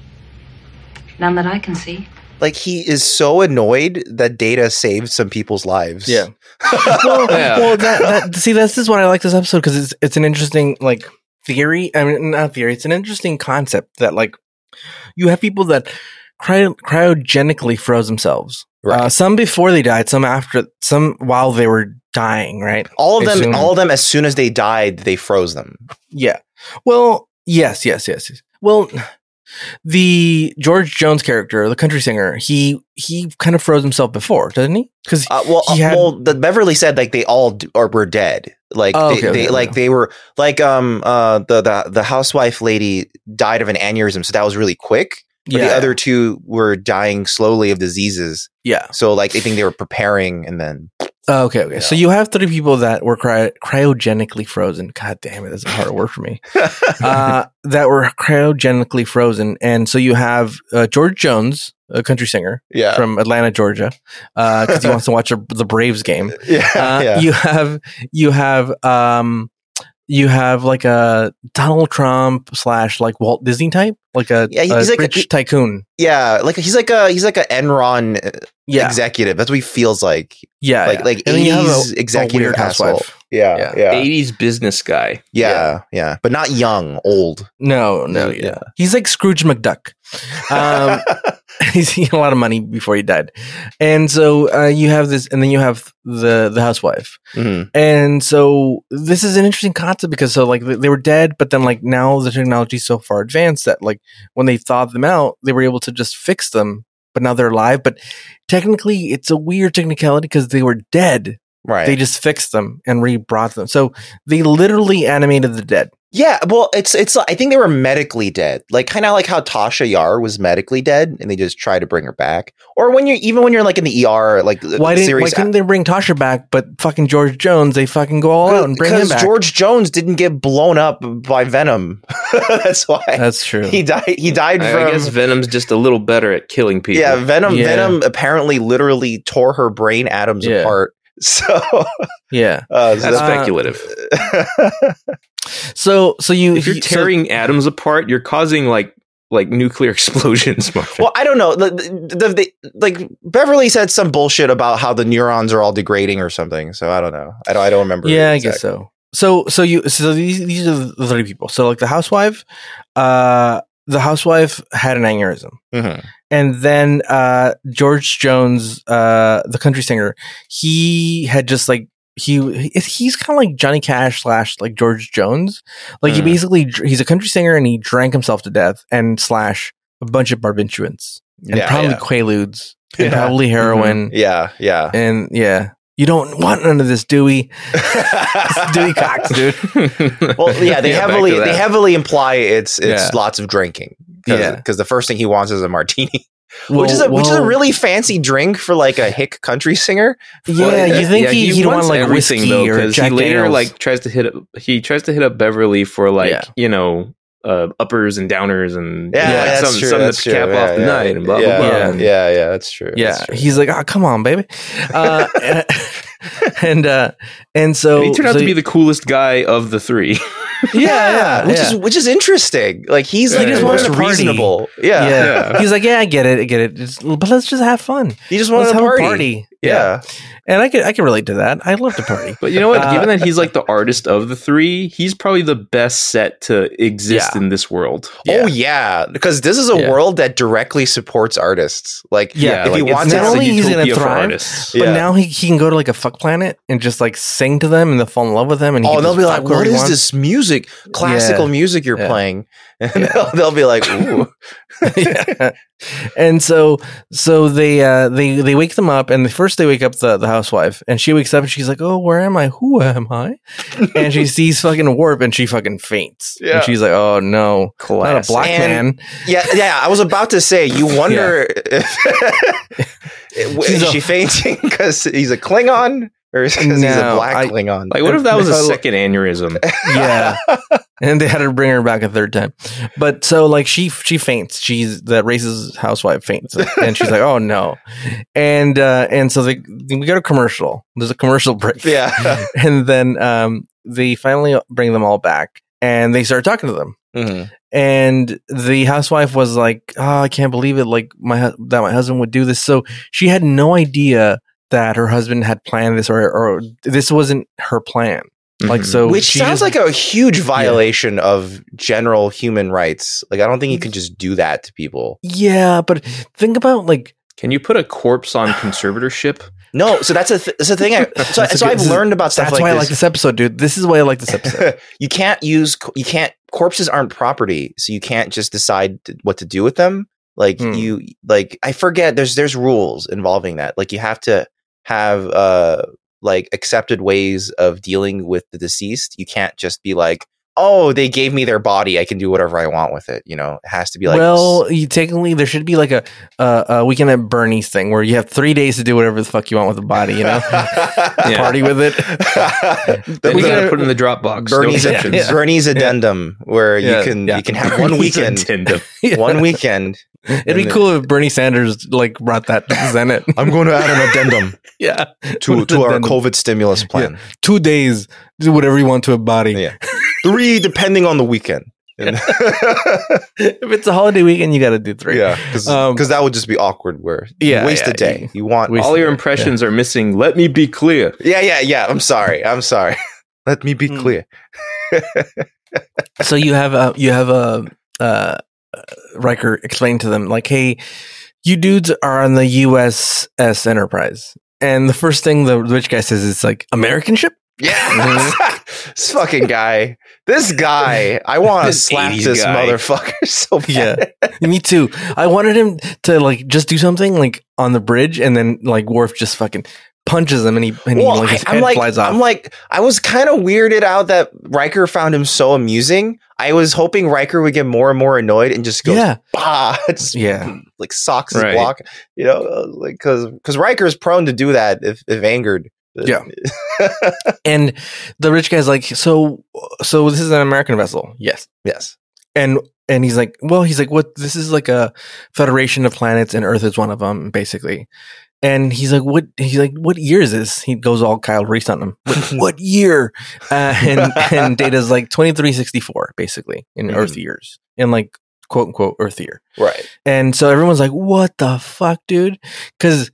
Speaker 6: None that I can see.
Speaker 1: Like he is so annoyed that Data saved some people's lives.
Speaker 2: Yeah. well, well, that, that see, this is what I like this episode because it's it's an interesting like theory. I mean, not theory. It's an interesting concept that like you have people that cryo, cryogenically froze themselves.
Speaker 1: Right.
Speaker 2: Uh, some before they died, some after, some while they were dying. Right.
Speaker 1: All of them,
Speaker 2: Assume-
Speaker 1: all of them. As soon as they died, they froze them.
Speaker 2: Yeah. Well, yes, yes, yes. yes. Well, the George Jones character, the country singer, he he kind of froze himself before, didn't he? Because
Speaker 1: Uh, well, uh,
Speaker 2: He had-
Speaker 1: well, the Beverly said like they all d- or were dead. Like
Speaker 2: Oh,
Speaker 1: they,
Speaker 2: okay,
Speaker 1: they
Speaker 2: okay,
Speaker 1: like
Speaker 2: okay.
Speaker 1: they were like um uh the, the the housewife lady died of an aneurysm, so that was really quick. But
Speaker 2: yeah,
Speaker 1: the other two were dying slowly of diseases.
Speaker 2: yeah.
Speaker 1: So like I think they were preparing and then
Speaker 2: Oh, okay, okay. So you have three people that were cryo- cryogenically frozen. God damn it, that's a hard word for me. Uh, that were cryogenically frozen, and so you have uh, George Jones, a country singer
Speaker 1: yeah.
Speaker 2: from Atlanta, Georgia, because he wants to watch a, the Braves game.
Speaker 1: yeah,
Speaker 2: Uh,
Speaker 1: yeah.
Speaker 2: You have you have um you have like a Donald Trump slash like Walt Disney type, like a,
Speaker 1: Yeah,
Speaker 2: yeah,
Speaker 1: he's like a-
Speaker 2: rich tycoon.
Speaker 1: Yeah, like he's like a he's like a Enron uh,
Speaker 2: Yeah,
Speaker 1: executive. That's what he feels like.
Speaker 2: yeah,
Speaker 1: Like
Speaker 2: yeah.
Speaker 1: like
Speaker 2: And then you have a-
Speaker 1: eighties
Speaker 2: a
Speaker 1: executive
Speaker 2: weird
Speaker 1: asshole. Yeah,
Speaker 2: Yeah.
Speaker 1: yeah, yeah,
Speaker 3: Eighties business guy.
Speaker 1: yeah, But not young, old.
Speaker 2: No, no,
Speaker 1: Yeah.
Speaker 2: yeah. He's like Scrooge McDuck. Um, he's he had a lot of money before he died, and so uh, you have this, and then you have the the housewife,
Speaker 1: Mhm.
Speaker 2: and so this is an interesting concept because so like they they were dead, but then like now the technology's so far advanced that like when they thawed them out, they were able to just fix them, but now they're alive. But technically, it's a weird technicality because they were dead.
Speaker 1: Right.
Speaker 2: They just fixed them and re-brought them. So they literally animated the dead.
Speaker 1: Yeah, well, it's it's. I think they were medically dead, like kind of like how Tasha Yar was medically dead, and they just try to bring her back. Or when you're even when you're like in the ER, like
Speaker 2: Why didn't why
Speaker 1: serious-
Speaker 2: couldn't they bring Tasha back? But fucking George Jones, they fucking go all out and bring him
Speaker 1: because
Speaker 2: back.
Speaker 1: George Jones didn't get blown up by Venom. That's why
Speaker 2: That's true.
Speaker 1: he died. He died
Speaker 3: I,
Speaker 1: from
Speaker 3: I guess Venom's just a little better at killing people.
Speaker 1: yeah. Venom.
Speaker 2: Yeah.
Speaker 1: Venom apparently literally tore her brain atoms
Speaker 2: Yeah.
Speaker 1: apart. So,
Speaker 2: yeah.
Speaker 1: uh, so
Speaker 3: that's
Speaker 2: Uh,
Speaker 3: speculative.
Speaker 1: that-
Speaker 2: So so you
Speaker 3: if you're
Speaker 2: you- so-
Speaker 3: tearing atoms apart, you're causing like like nuclear explosions. Marvin.
Speaker 1: Well, I don't know. The, the, the, like Beverly said some bullshit about how the neurons are all degrading or something. So I don't know. I don't. I don't remember.
Speaker 2: yeah, I guess so. So so you so these these are the three people. So like the housewife, uh, the housewife had an aneurysm,
Speaker 1: Mhm.
Speaker 2: and then uh, George Jones, uh, the country singer, he had just like. He he's kind of like Johnny Cash slash like George Jones, like he
Speaker 1: Mhm.
Speaker 2: basically dr- he's a country singer and he drank himself to death and slash a bunch of barbiturates and
Speaker 1: Yeah,
Speaker 2: probably
Speaker 1: yeah.
Speaker 2: quaaludes and
Speaker 1: Yeah.
Speaker 2: probably heroin
Speaker 1: Yeah, yeah.
Speaker 2: and yeah you don't want none of this Dewey Dewey Cox dude
Speaker 1: Well, yeah, they
Speaker 3: back
Speaker 1: heavily
Speaker 3: to
Speaker 1: they
Speaker 3: that.
Speaker 1: heavily imply it's it's
Speaker 2: Yeah.
Speaker 1: lots of drinking. Cause,
Speaker 2: Yeah.
Speaker 1: 'cause the first thing he wants is a martini, which is a which is a really fancy drink for like a hick country singer.
Speaker 2: yeah.
Speaker 1: Well,
Speaker 2: You think
Speaker 3: Yeah,
Speaker 2: he, he'd want
Speaker 3: wants
Speaker 2: like
Speaker 3: everything,
Speaker 2: whiskey or
Speaker 3: 'cause
Speaker 2: Jack
Speaker 3: he later
Speaker 2: Daniels.
Speaker 3: like tries to hit up, he tries to hit up Beverly for like
Speaker 2: Yeah.
Speaker 3: you know uh, uppers and downers and
Speaker 1: Yeah,
Speaker 3: you know, like
Speaker 1: that's
Speaker 3: some,
Speaker 1: true.
Speaker 3: some
Speaker 1: that's
Speaker 3: to
Speaker 1: true.
Speaker 3: cap
Speaker 1: yeah,
Speaker 3: off the
Speaker 1: yeah.
Speaker 3: night and blah blah
Speaker 1: yeah,
Speaker 3: blah.
Speaker 1: Yeah, yeah, that's true.
Speaker 2: yeah "Ah,
Speaker 1: that's true.
Speaker 2: he's like oh come on baby uh, and uh, and so
Speaker 3: And he turned out
Speaker 2: so-
Speaker 3: to be the coolest guy of the three.
Speaker 2: yeah, yeah,
Speaker 1: which
Speaker 2: yeah.
Speaker 1: is which is interesting. Like he's
Speaker 3: He
Speaker 1: like
Speaker 3: just
Speaker 1: the
Speaker 3: wanted
Speaker 1: most
Speaker 2: a party.
Speaker 1: reasonable. Yeah.
Speaker 2: yeah.
Speaker 3: Yeah.
Speaker 2: He's like, yeah, I get it, I get it. It's, but let's just have fun.
Speaker 1: he just wanted
Speaker 2: Let's have
Speaker 1: a party.
Speaker 2: a party.
Speaker 1: Yeah,
Speaker 2: and I can I can relate to that. I love to party.
Speaker 3: But you know what?
Speaker 2: Uh,
Speaker 3: Given that he's like the artist of the three, he's probably the best set to exist
Speaker 1: Yeah.
Speaker 3: in this world.
Speaker 1: Oh yeah, because this is a
Speaker 3: Yeah.
Speaker 1: world that directly supports artists. Like
Speaker 2: Yeah,
Speaker 1: if
Speaker 3: like,
Speaker 1: you
Speaker 3: it's
Speaker 1: want
Speaker 2: not
Speaker 1: to,
Speaker 2: only he's gonna
Speaker 3: utopia for
Speaker 2: thrive,
Speaker 3: artists.
Speaker 1: Yeah.
Speaker 2: But now he, he can go to like a fuck planet and just like sing to them and they'll fall in love with them and he
Speaker 1: oh,
Speaker 2: can
Speaker 1: they'll
Speaker 2: just
Speaker 1: be like,
Speaker 2: fuck whoever
Speaker 1: "What
Speaker 2: he
Speaker 1: is
Speaker 2: wants."
Speaker 1: this music? Classical
Speaker 2: Yeah.
Speaker 1: music you're
Speaker 2: Yeah.
Speaker 1: playing?" And they'll, they'll be like, "Ooh,
Speaker 2: yeah. And so so they uh they they wake them up and the first they wake up the, the housewife and she wakes up and she's like, Oh, where am I? Who am I? and she sees fucking warp and she fucking faints.
Speaker 1: Yeah.
Speaker 2: And she's like, Oh no. Not a black
Speaker 1: And-
Speaker 2: man.
Speaker 1: yeah, yeah." I was about to say, you wonder if
Speaker 2: She's
Speaker 1: is
Speaker 2: a-
Speaker 1: she fainting because he's a Klingon or because he's a
Speaker 2: No,
Speaker 1: black
Speaker 2: I-
Speaker 1: Klingon?
Speaker 3: Like, what if that was a
Speaker 2: Because-
Speaker 3: second aneurysm?
Speaker 2: yeah and they had to bring her back a third time but so like she she faints she's that racist housewife faints and she's like oh no and uh and so they we got a commercial there's a commercial break
Speaker 1: yeah.
Speaker 2: and then um they finally bring them all back and they start talking to them
Speaker 1: Mhm.
Speaker 2: and the housewife was like oh i can't believe it like my hu- that my husband would do this so she had no idea that her husband had planned this or or this wasn't her plan like
Speaker 3: Mhm.
Speaker 2: so
Speaker 1: Mm-hmm. Which
Speaker 2: she
Speaker 1: sounds
Speaker 2: just-
Speaker 1: like a huge violation of general human rights. Like, I don't
Speaker 2: Mm.
Speaker 1: think you can just do that to people.
Speaker 2: Yeah, but think about like
Speaker 3: Can you put a corpse on conservatorship?
Speaker 1: No, so that's a th- that's a thing. I, so,
Speaker 2: That's a
Speaker 1: so
Speaker 2: good-
Speaker 1: I've
Speaker 2: this is-
Speaker 1: learned about stuff
Speaker 2: that's
Speaker 1: like
Speaker 2: why I
Speaker 1: this.
Speaker 2: like this episode, dude. This is why I like this episode.
Speaker 1: you can't use co- you can't corpses aren't property so you can't just decide t- what to do with them like
Speaker 2: Hmm.
Speaker 1: you like i forget there's there's rules involving that like you have to have uh like accepted ways of dealing with the deceased you can't just be like oh they gave me their body i can do whatever i want with it you know it has to be like
Speaker 2: well, you, technically, there should be like a uh, a weekend at Bernie's thing where you have three days to do whatever the fuck you want with the body, you know, party with it.
Speaker 1: The-
Speaker 3: Then we
Speaker 1: the-
Speaker 3: gotta put it in the Dropbox. No
Speaker 1: Bernie's,
Speaker 3: exceptions.
Speaker 2: yeah.
Speaker 1: Bernie's addendum where
Speaker 2: Yeah,
Speaker 1: you can
Speaker 2: yeah.
Speaker 1: you can have one
Speaker 3: Bernie's
Speaker 1: weekend
Speaker 3: addendum.
Speaker 2: Yeah.
Speaker 1: one weekend
Speaker 2: It'd be
Speaker 1: and-
Speaker 2: cool if Bernie Sanders like brought that to the Senate.
Speaker 1: I'm going to add an addendum
Speaker 2: yeah,
Speaker 1: to,
Speaker 2: What
Speaker 1: to our
Speaker 2: addendum?
Speaker 1: COVID stimulus plan.
Speaker 2: two days, do whatever you want to a body.
Speaker 1: Yeah. Three, depending on the weekend. And-
Speaker 2: if it's a holiday weekend, you got to do three.
Speaker 1: yeah, because
Speaker 2: Um,
Speaker 1: that would just be awkward. Where
Speaker 2: Yeah,
Speaker 1: waste
Speaker 2: yeah,
Speaker 1: a day. You want?
Speaker 2: waste-
Speaker 3: All your impressions are missing. Let me be clear.
Speaker 1: yeah, yeah, yeah. I'm sorry. I'm sorry. Hmm. Let me be
Speaker 2: Mm.
Speaker 1: clear.
Speaker 2: so you have a you have a uh, Riker explain to them like, hey, you dudes are on the USS Enterprise, and the first thing the rich guy says is like, American ship.
Speaker 1: Yeah,
Speaker 2: Mm-hmm.
Speaker 1: this fucking guy. This guy. I want to
Speaker 3: This
Speaker 1: slap
Speaker 3: 80s
Speaker 1: this
Speaker 3: guy.
Speaker 1: motherfucker so bad.
Speaker 2: Yeah, me too. I wanted him to like just do something like on the bridge, and then like Worf just fucking punches him, and he and
Speaker 1: well,
Speaker 2: he, like,
Speaker 1: I,
Speaker 2: his
Speaker 1: I'm
Speaker 2: head
Speaker 1: like,
Speaker 2: flies off.
Speaker 1: I'm like, I was kind of weirded out that Riker found him so amusing. I was hoping Riker would get more and more annoyed and just go,
Speaker 2: yeah,
Speaker 1: bah, just
Speaker 2: yeah,
Speaker 1: like socks his
Speaker 3: Right.
Speaker 1: block, you know, uh, like because because Riker is prone to do that if if angered. Uh,
Speaker 2: Yeah. and the rich guy's like, so so this is an American vessel, yes.
Speaker 1: yes.
Speaker 2: and and he's like, well, he's like, what? This is like a federation of planets, and Earth is one of them, basically. And he's like, what? He's like, what year is this? He goes all Kyle Reese on him. What, what year? Uh, and and Data's like twenty three sixty four, basically in
Speaker 1: Mhm.
Speaker 2: Earth years, in like quote unquote Earth year.
Speaker 1: Right.
Speaker 2: And so everyone's like, what the fuck, dude? Because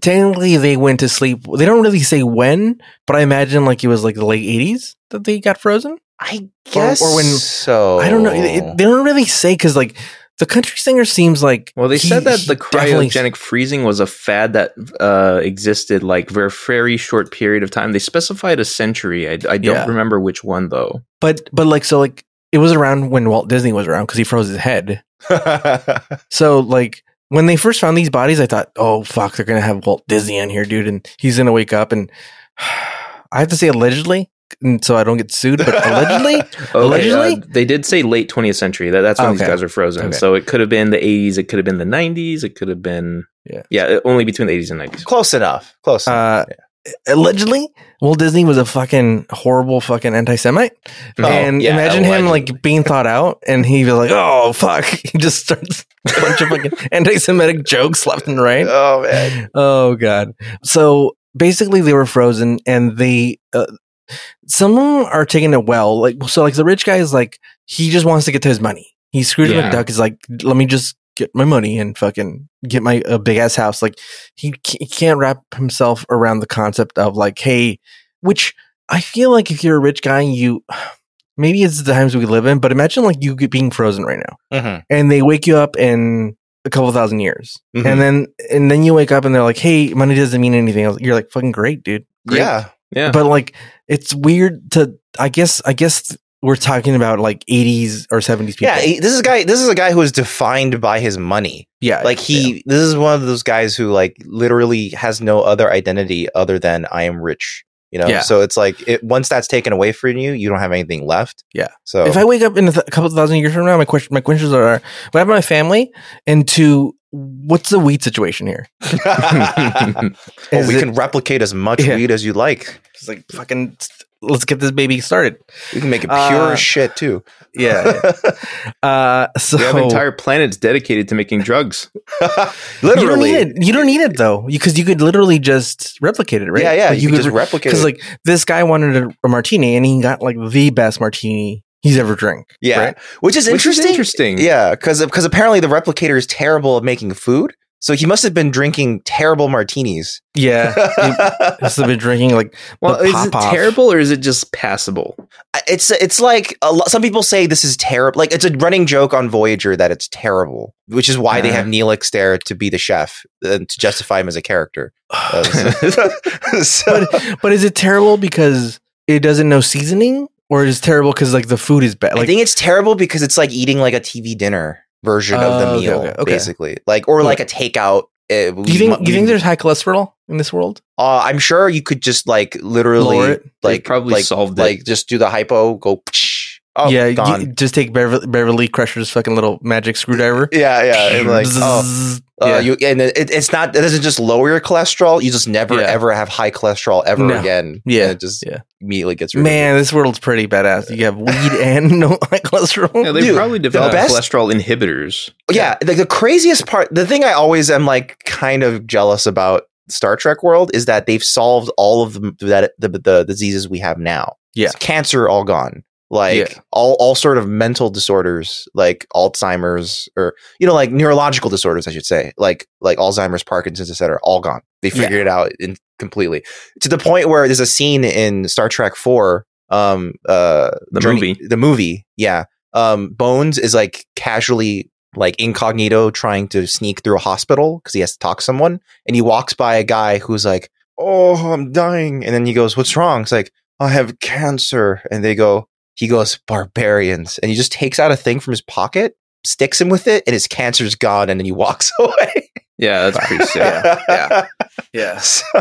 Speaker 2: technically they went to sleep. They don't really say when, but I imagine like it was like the late eighties that they got frozen.
Speaker 1: I guess.
Speaker 2: guess
Speaker 1: Or, when so
Speaker 2: I don't know. It- it- they don't really say because like the country singer seems like
Speaker 3: Well, they
Speaker 2: he-
Speaker 3: said that
Speaker 2: he
Speaker 3: the
Speaker 2: definitely-
Speaker 3: cryogenic freezing was a fad that uh, existed like for a very short period of time. They specified a century. I, I don't
Speaker 2: Yeah.
Speaker 3: remember which one though.
Speaker 2: but but like so like it was around when Walt Disney was around because he froze his head. So like when they first found these bodies, I thought, oh fuck, they're gonna have Walt Disney in here, dude, and he's gonna wake up and I have to say allegedly, and so I don't get sued, but allegedly, Allegedly?
Speaker 3: uh, they did say late 20th century. That, that's when these
Speaker 2: Okay.
Speaker 3: guys were frozen.
Speaker 2: Okay.
Speaker 3: So it could have been the 80s. It could have been the 90s. It could have been
Speaker 2: Yeah.
Speaker 3: yeah, only between the 80s and 90s.
Speaker 1: close enough. Close. enough.
Speaker 2: uh, allegedly, Walt Disney was a fucking horrible fucking anti-Semite.
Speaker 1: Oh,
Speaker 2: and
Speaker 1: yeah,
Speaker 2: imagine him
Speaker 1: allegedly.
Speaker 2: like being thought out, and he was like, "Oh fuck!" He just starts a bunch of fucking anti-Semitic jokes left and right.
Speaker 1: oh man.
Speaker 2: Oh god! So basically they were frozen and they uh, some of them are taking it well like so like the rich guy is like he just wants to get to his money he screwed
Speaker 5: Yeah.
Speaker 2: yeah. McDuck is like let me just get my money and fucking get my a big ass house like he, c- he can't wrap himself around the concept of like hey which I feel like if you're a rich guy you maybe it's the times we live in but imagine like you get- being frozen right now
Speaker 1: Mhm.
Speaker 2: and they wake you up in a couple thousand years
Speaker 1: Mhm.
Speaker 2: and then and then you wake up and they're like, "Hey, money doesn't mean anything." I was- You're like, "Fucking great, dude." Great.
Speaker 1: yeah.
Speaker 3: Yeah.
Speaker 2: But like, it's weird to. I guess. I guess we're talking about like 80s or 70s people.
Speaker 1: Yeah, he- this is a guy this is a guy who is defined by his money.
Speaker 2: yeah.
Speaker 1: like he this is one of those guys who like literally has no other identity other than i am rich you know
Speaker 2: Yeah.
Speaker 1: so it's like it, once that's taken away from you you don't have anything left
Speaker 2: Yeah.
Speaker 1: so
Speaker 2: If I wake up in a th- couple thousand years from now, my question, my questions are: What happened to my family? And two, what's the weed situation here?
Speaker 1: Well,
Speaker 2: Is
Speaker 1: we
Speaker 2: it-
Speaker 1: can replicate as much
Speaker 2: Yeah.
Speaker 1: weed as you like
Speaker 2: It's like fucking. Let's get this baby started.
Speaker 1: we can make it pure
Speaker 2: Uh,
Speaker 1: as shit too
Speaker 2: Yeah. uh. So
Speaker 3: we have entire planets dedicated to making drugs.
Speaker 2: You don't
Speaker 1: literally
Speaker 2: need it. You don't need it though, because you could literally just replicate it, right?
Speaker 1: yeah yeah
Speaker 2: Like,
Speaker 1: you, can
Speaker 2: could
Speaker 1: just
Speaker 2: re-
Speaker 1: replicate
Speaker 2: because
Speaker 1: it.
Speaker 2: like this guy wanted a, a martini and he got like the best martini he's ever drank.
Speaker 1: yeah
Speaker 2: right?
Speaker 1: which is
Speaker 3: Which is
Speaker 1: interesting
Speaker 3: interesting.
Speaker 1: yeah because because apparently the replicator is terrible at making food so he must have been drinking terrible martinis
Speaker 2: Yeah, he's been drinking like
Speaker 3: Well,
Speaker 2: The
Speaker 3: is it
Speaker 2: pop-off.
Speaker 3: terrible or is it just passable?
Speaker 1: I- it's it's like a lot, some people say this is terrible. Like it's a running joke on Voyager that it's terrible, which is why they
Speaker 3: Uh.
Speaker 1: have Neelix there to be the chef uh, to justify him as a character. Uh, so- so-
Speaker 2: but, but is it terrible because it doesn't know seasoning, or is it terrible because like the food is bad?
Speaker 1: I
Speaker 2: Like
Speaker 1: think it's terrible because it's like eating like a TV dinner version of
Speaker 2: Oh,
Speaker 1: the
Speaker 2: okay,
Speaker 1: meal,
Speaker 2: okay, okay.
Speaker 1: basically. Like or like a takeout. Uh,
Speaker 2: do you think do you think there's high cholesterol in this world?
Speaker 1: Uh, I'm sure you could just like
Speaker 2: Lower
Speaker 1: literally
Speaker 2: it?
Speaker 1: like
Speaker 3: They've probably
Speaker 1: like,
Speaker 3: solved it.
Speaker 1: like just do the hypo go. psh, oh,
Speaker 2: yeah,
Speaker 1: yeah,
Speaker 2: you-
Speaker 1: gone.
Speaker 2: just take Beverly, Beverly Crusher's fucking little magic screwdriver.
Speaker 1: yeah, yeah. And like, oh,
Speaker 2: Zzzz.
Speaker 1: Uh,
Speaker 2: Yeah.
Speaker 1: you and it, it's not it doesn't just lower your cholesterol. You just never
Speaker 2: Yeah.
Speaker 1: ever have high cholesterol ever
Speaker 2: No.
Speaker 1: again.
Speaker 2: Yeah.
Speaker 1: And it just
Speaker 2: Yeah.
Speaker 1: immediately gets rid
Speaker 2: man, this world's pretty badass. You have weed and no high cholesterol.
Speaker 3: Yeah, they
Speaker 1: Dude,
Speaker 3: probably developed
Speaker 1: best-
Speaker 3: cholesterol inhibitors.
Speaker 1: Of it. Yeah, like the craziest part, the thing I always am like kind of jealous about Star Trek world is that they've solved all of the that the, the diseases we have now.
Speaker 2: Yeah.
Speaker 1: cancer all gone. Like
Speaker 2: Yeah.
Speaker 1: all all sort of mental disorders, like Alzheimer's or you know like neurological disorders, I should say, like like Alzheimer's, Parkinson's, etc. All gone. They figured it out in, completely to the point where there's a scene in Star Trek Four, um, uh,
Speaker 3: The movie.
Speaker 1: the movie, yeah. Um, Bones is like casually like incognito trying to sneak through a hospital because he has to talk to someone, and he walks by a guy who's like, "Oh, I'm dying," and then he goes, "What's wrong?" It's like, "I have cancer," and they go, he goes, "Barbarians," and he just takes out a thing from his pocket. Sticks him with it, and his cancer's gone, and then he walks away.
Speaker 3: Yeah, that's pretty sick.
Speaker 2: yeah, yeah.
Speaker 1: So-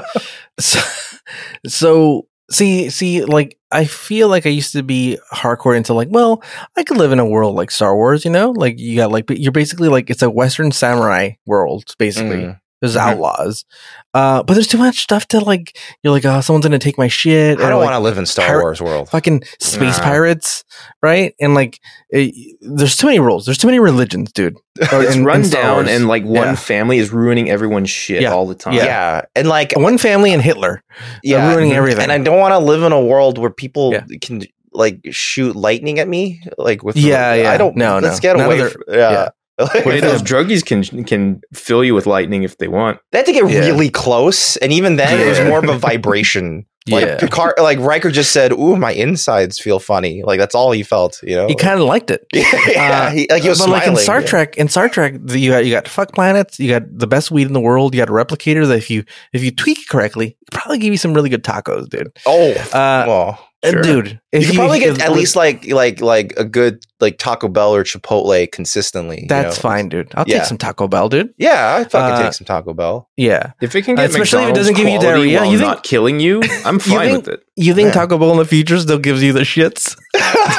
Speaker 2: So, so see, see, like I feel like I used to be hardcore into like, well, I could live in a world like Star Wars, you know, like you got like but you're basically like it's a Western samurai world, basically.
Speaker 1: Mm.
Speaker 2: There's
Speaker 3: Mhm.
Speaker 2: outlaws, uh, but there's too much stuff to like. You're like, oh, someone's gonna take my shit.
Speaker 1: I
Speaker 2: or,
Speaker 1: don't
Speaker 2: like,
Speaker 1: want to live in Star
Speaker 2: Pirate-
Speaker 1: Wars world.
Speaker 2: fucking space
Speaker 3: Nah.
Speaker 2: pirates, right? And like, it, there's too many rules. There's too many religions, dude.
Speaker 3: It's
Speaker 2: Oh, In- in
Speaker 3: run
Speaker 2: Star
Speaker 3: down
Speaker 2: Wars.
Speaker 3: and like one
Speaker 2: Yeah.
Speaker 3: family is ruining everyone's shit
Speaker 2: Yeah.
Speaker 3: all the time.
Speaker 1: Yeah. and like
Speaker 2: One family and Hitler. They're
Speaker 1: yeah,
Speaker 2: ruining
Speaker 1: mhm.
Speaker 2: everything.
Speaker 1: And I don't want to live in a world where people
Speaker 2: Yeah.
Speaker 1: can like shoot lightning at me, like with
Speaker 2: Yeah, yeah.
Speaker 1: I don't
Speaker 2: No,
Speaker 1: know. Let's
Speaker 2: no.
Speaker 1: get
Speaker 2: None
Speaker 1: away.
Speaker 2: of
Speaker 1: From, yeah.
Speaker 3: But those druggies can can fill you with lightning if they want.
Speaker 1: they had to get
Speaker 2: Yeah.
Speaker 1: really close, and even then, it was
Speaker 2: Yeah.
Speaker 1: more of a vibration. Like
Speaker 2: Yeah.
Speaker 1: Picard, like Riker just said, "Ooh, my insides feel funny." Like that's all he felt, you know.
Speaker 2: He kind of liked it.
Speaker 1: yeah,
Speaker 2: uh,
Speaker 1: he, like he was
Speaker 2: but
Speaker 1: smiling.
Speaker 2: like in Star
Speaker 1: yeah.
Speaker 2: Trek, in Star Trek, the, you got you got fuck planets, you got the best weed in the world, you got a replicator that if you if you tweak it correctly, could probably give you some really good tacos, dude.
Speaker 1: Oh,
Speaker 2: Uh,
Speaker 1: well,
Speaker 2: and
Speaker 3: sure.
Speaker 2: dude, if
Speaker 1: you could probably get
Speaker 2: if-
Speaker 1: at least like like like a good like Taco Bell or Chipotle consistently. you
Speaker 2: that's
Speaker 1: know?
Speaker 2: fine, dude. I'll
Speaker 1: Yeah.
Speaker 2: take some Taco Bell, dude.
Speaker 1: Yeah, I fucking
Speaker 2: Uh,
Speaker 1: take some Taco Bell.
Speaker 2: Yeah,
Speaker 3: If it can get
Speaker 2: Especially if it
Speaker 3: McDonald's
Speaker 2: doesn't give you
Speaker 3: quality
Speaker 2: diarrhea,
Speaker 3: while
Speaker 2: you think-
Speaker 3: not killing you, I'm fine
Speaker 2: think-
Speaker 3: with it.
Speaker 2: you think
Speaker 1: Yeah.
Speaker 2: Taco Bell in the future still gives you the shits?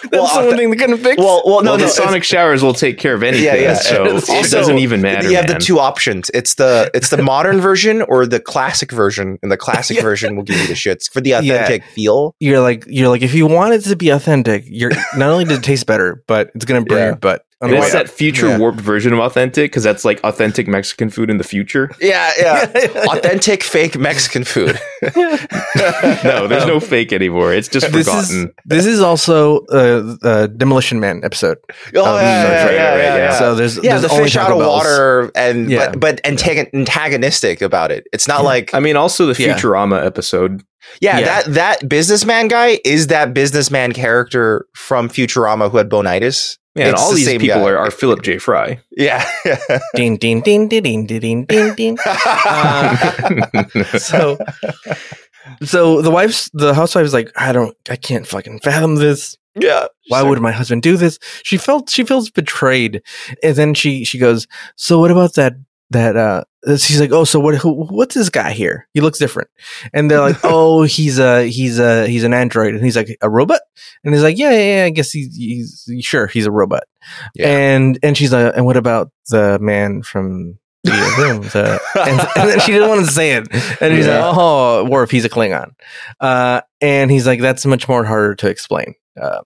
Speaker 2: That's
Speaker 1: Well,
Speaker 2: the
Speaker 1: I-
Speaker 2: one thing they couldn't fix.
Speaker 1: Well, well, no,
Speaker 3: well,
Speaker 1: no,
Speaker 3: the
Speaker 1: it's-
Speaker 3: sonic showers will take care of anything,
Speaker 1: Yeah, yeah.
Speaker 3: so
Speaker 1: Also,
Speaker 3: it doesn't even matter.
Speaker 1: You have
Speaker 3: man.
Speaker 1: the two options. It's the it's the modern version or the classic version, and the classic
Speaker 2: Yeah.
Speaker 1: version will give you the shits for the
Speaker 2: Yeah.
Speaker 1: authentic feel.
Speaker 2: you're like you're like if you want it to be authentic, you're not only does it taste better, but it's gonna burn
Speaker 1: Yeah.
Speaker 2: your butt.
Speaker 3: And it's
Speaker 2: Unlike-
Speaker 3: that future
Speaker 2: Yeah.
Speaker 3: warped version of authentic because that's like authentic Mexican food in the future.
Speaker 1: Yeah, yeah. Authentic fake Mexican food.
Speaker 3: No, there's no fake anymore. It's just
Speaker 2: This
Speaker 3: forgotten.
Speaker 2: is this is also uh, uh, Demolition Man episode.
Speaker 1: Oh, yeah,
Speaker 2: Um,
Speaker 1: yeah,
Speaker 3: right,
Speaker 1: yeah,
Speaker 3: right,
Speaker 1: yeah,
Speaker 3: right,
Speaker 1: yeah.
Speaker 2: So there's
Speaker 1: yeah,
Speaker 2: there's
Speaker 1: the
Speaker 2: only
Speaker 1: fish out
Speaker 2: Taco
Speaker 1: of
Speaker 2: Bells.
Speaker 1: water and
Speaker 2: Yeah.
Speaker 1: but but antagon- antagonistic about it. It's not like
Speaker 3: I mean, also the
Speaker 2: Yeah.
Speaker 3: Futurama episode.
Speaker 1: yeah,
Speaker 2: yeah.
Speaker 1: that that businessman guy is that businessman character from Futurama who had bonitis.
Speaker 3: Man,
Speaker 1: It's
Speaker 3: all
Speaker 1: the
Speaker 3: these
Speaker 1: same
Speaker 3: people
Speaker 1: guy.
Speaker 3: are, are Philip J. Fry.
Speaker 1: Yeah.
Speaker 2: Ding ding ding ding ding ding ding ding ding. Um, so so the wife's the housewife's like I don't I can't fucking fathom this.
Speaker 1: yeah.
Speaker 2: Why would my husband do this? She felt she feels betrayed, and then she she goes. So what about that that uh? She's like, oh, so what? Who, what's this guy here? He looks different, and they're like, oh, he's a he's a he's an android, and he's like a robot, and he's like, yeah, yeah, yeah I guess he's, he's sure he's a robot,
Speaker 1: Yeah.
Speaker 2: and and she's like, and what about the man from the room? The, and, and then she didn't want to say it. And he's
Speaker 1: Yeah.
Speaker 2: like, "Oh, Worf, he's a Klingon," uh, and he's like, "That's much more harder to explain." Uh,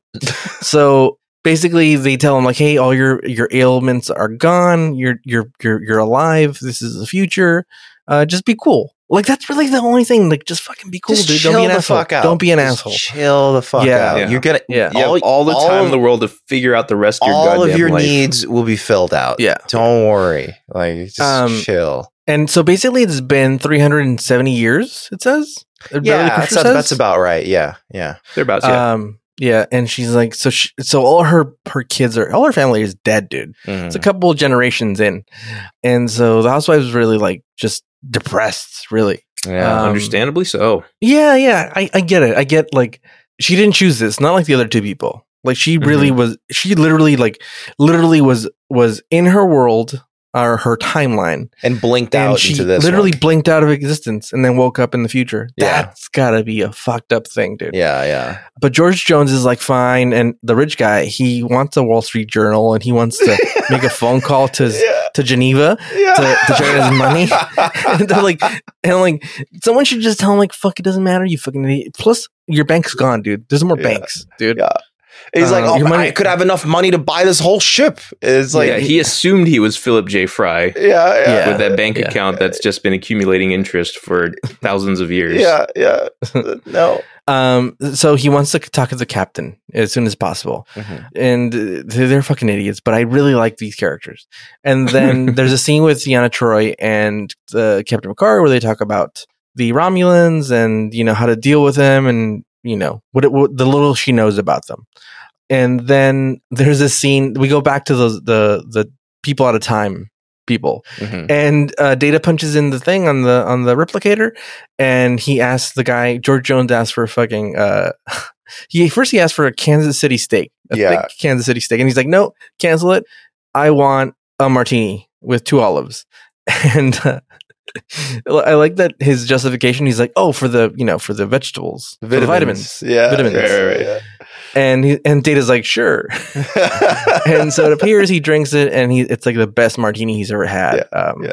Speaker 2: so basically, they tell him like, "Hey, all your your ailments are gone. You're you're you're you're alive. This is the future. Uh, just be cool." Like that's really the only thing. Like, just fucking be cool,
Speaker 1: Just
Speaker 2: dude.
Speaker 1: chill
Speaker 2: Don't be an
Speaker 1: the
Speaker 2: asshole.
Speaker 1: fuck out.
Speaker 2: Don't be an
Speaker 1: Just
Speaker 2: asshole.
Speaker 1: Chill the fuck
Speaker 2: Yeah.
Speaker 1: out.
Speaker 3: Yeah.
Speaker 1: You're gonna
Speaker 2: Yeah.
Speaker 3: You have all the
Speaker 1: all-
Speaker 3: time in the world to figure out the rest of your
Speaker 1: all
Speaker 3: goddamn
Speaker 1: of your
Speaker 3: life.
Speaker 1: needs will be filled out.
Speaker 2: Yeah.
Speaker 1: Don't worry. Like just
Speaker 2: Um,
Speaker 1: chill.
Speaker 2: And so basically, it's been 370 years. It says.
Speaker 1: Yeah,
Speaker 2: Beverly Crusher
Speaker 1: that sounds-
Speaker 2: says?
Speaker 1: that's about right. Yeah. Yeah.
Speaker 3: They're about yeah.
Speaker 2: Um, yeah, and she's like, so she, so all her her kids are all her family is dead, dude.
Speaker 1: Mm-hmm.
Speaker 2: It's a couple of generations in, and so the housewife's really like just depressed, really.
Speaker 1: yeah.
Speaker 2: um,
Speaker 3: understandably so.
Speaker 2: Yeah, yeah, I, I get it. I get like she didn't choose this, not like the other two people. Like she really
Speaker 1: Mm-hmm.
Speaker 2: was, she literally like literally was was in her world or her timeline,
Speaker 1: and blinked
Speaker 2: and
Speaker 1: out
Speaker 2: she
Speaker 1: into this.
Speaker 2: literally
Speaker 1: one.
Speaker 2: blinked out of existence, and then woke up in the future.
Speaker 1: Yeah.
Speaker 2: That's gotta be a fucked up thing, dude.
Speaker 1: Yeah, yeah.
Speaker 2: But George Jones is like fine, and the rich guy he wants a Wall Street Journal, and he wants to make a phone call to
Speaker 1: yeah,
Speaker 2: to Geneva.
Speaker 1: yeah.
Speaker 2: to- to generate his money. And they're like, and like, someone should just tell him like, fuck, it doesn't matter. You fucking idiot. plus your bank's gone, dude. There's no more
Speaker 1: Yeah.
Speaker 2: banks, dude.
Speaker 1: Yeah. He's like,
Speaker 2: Um,
Speaker 1: oh,
Speaker 2: your money-
Speaker 1: I could have enough money to buy this whole ship. It's like,
Speaker 3: yeah,
Speaker 1: yeah,
Speaker 3: he assumed he was Philip J. Fry
Speaker 1: yeah,
Speaker 3: with that bank
Speaker 2: yeah.
Speaker 3: account that's just been accumulating interest for thousands of years.
Speaker 1: yeah, yeah. no,
Speaker 2: Um, so he wants to talk to the captain as soon as possible,
Speaker 1: Mhm.
Speaker 2: and uh, they're they're fucking idiots. But I really like these characters. And then there's a scene with Deanna Troy and the Captain Picard where they talk about the Romulans and you know how to deal with them and you know what, it, what the little she knows about them. And then there's a scene we go back to those the the people out of time people
Speaker 3: Mm-hmm.
Speaker 2: and uh, data punches in the thing on the on the replicator and he asks the guy george jones asked for a fucking uh he first he asked for a kansas city steak a
Speaker 1: Yeah.
Speaker 2: thick kansas city steak and he's like no cancel it i want a martini with two olives and uh, i like that his justification he's like oh for the you know for the vegetables for the vitamins
Speaker 1: yeah,
Speaker 2: Vitamins.
Speaker 1: right,
Speaker 2: and he, and data's like sure
Speaker 1: right, yeah.
Speaker 2: and so it appears he drinks it and he it's like the best martini he's ever had um,
Speaker 1: yeah.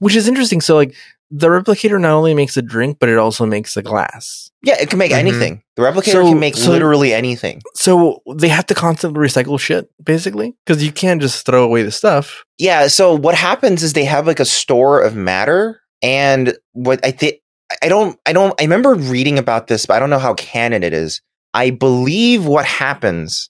Speaker 2: which is interesting so like the replicator not only makes a drink but it also makes a glass
Speaker 1: yeah, it can make
Speaker 2: Mhm.
Speaker 1: anything. The replicator
Speaker 2: So-
Speaker 1: can make
Speaker 2: so-
Speaker 1: literally anything.
Speaker 2: so they have to constantly recycle shit basically because you can't just throw away the stuff
Speaker 1: Yeah. So what happens is they have like a store of matter, and what I think I don't I don't I remember reading about this, but I don't know how canon it is. I believe what happens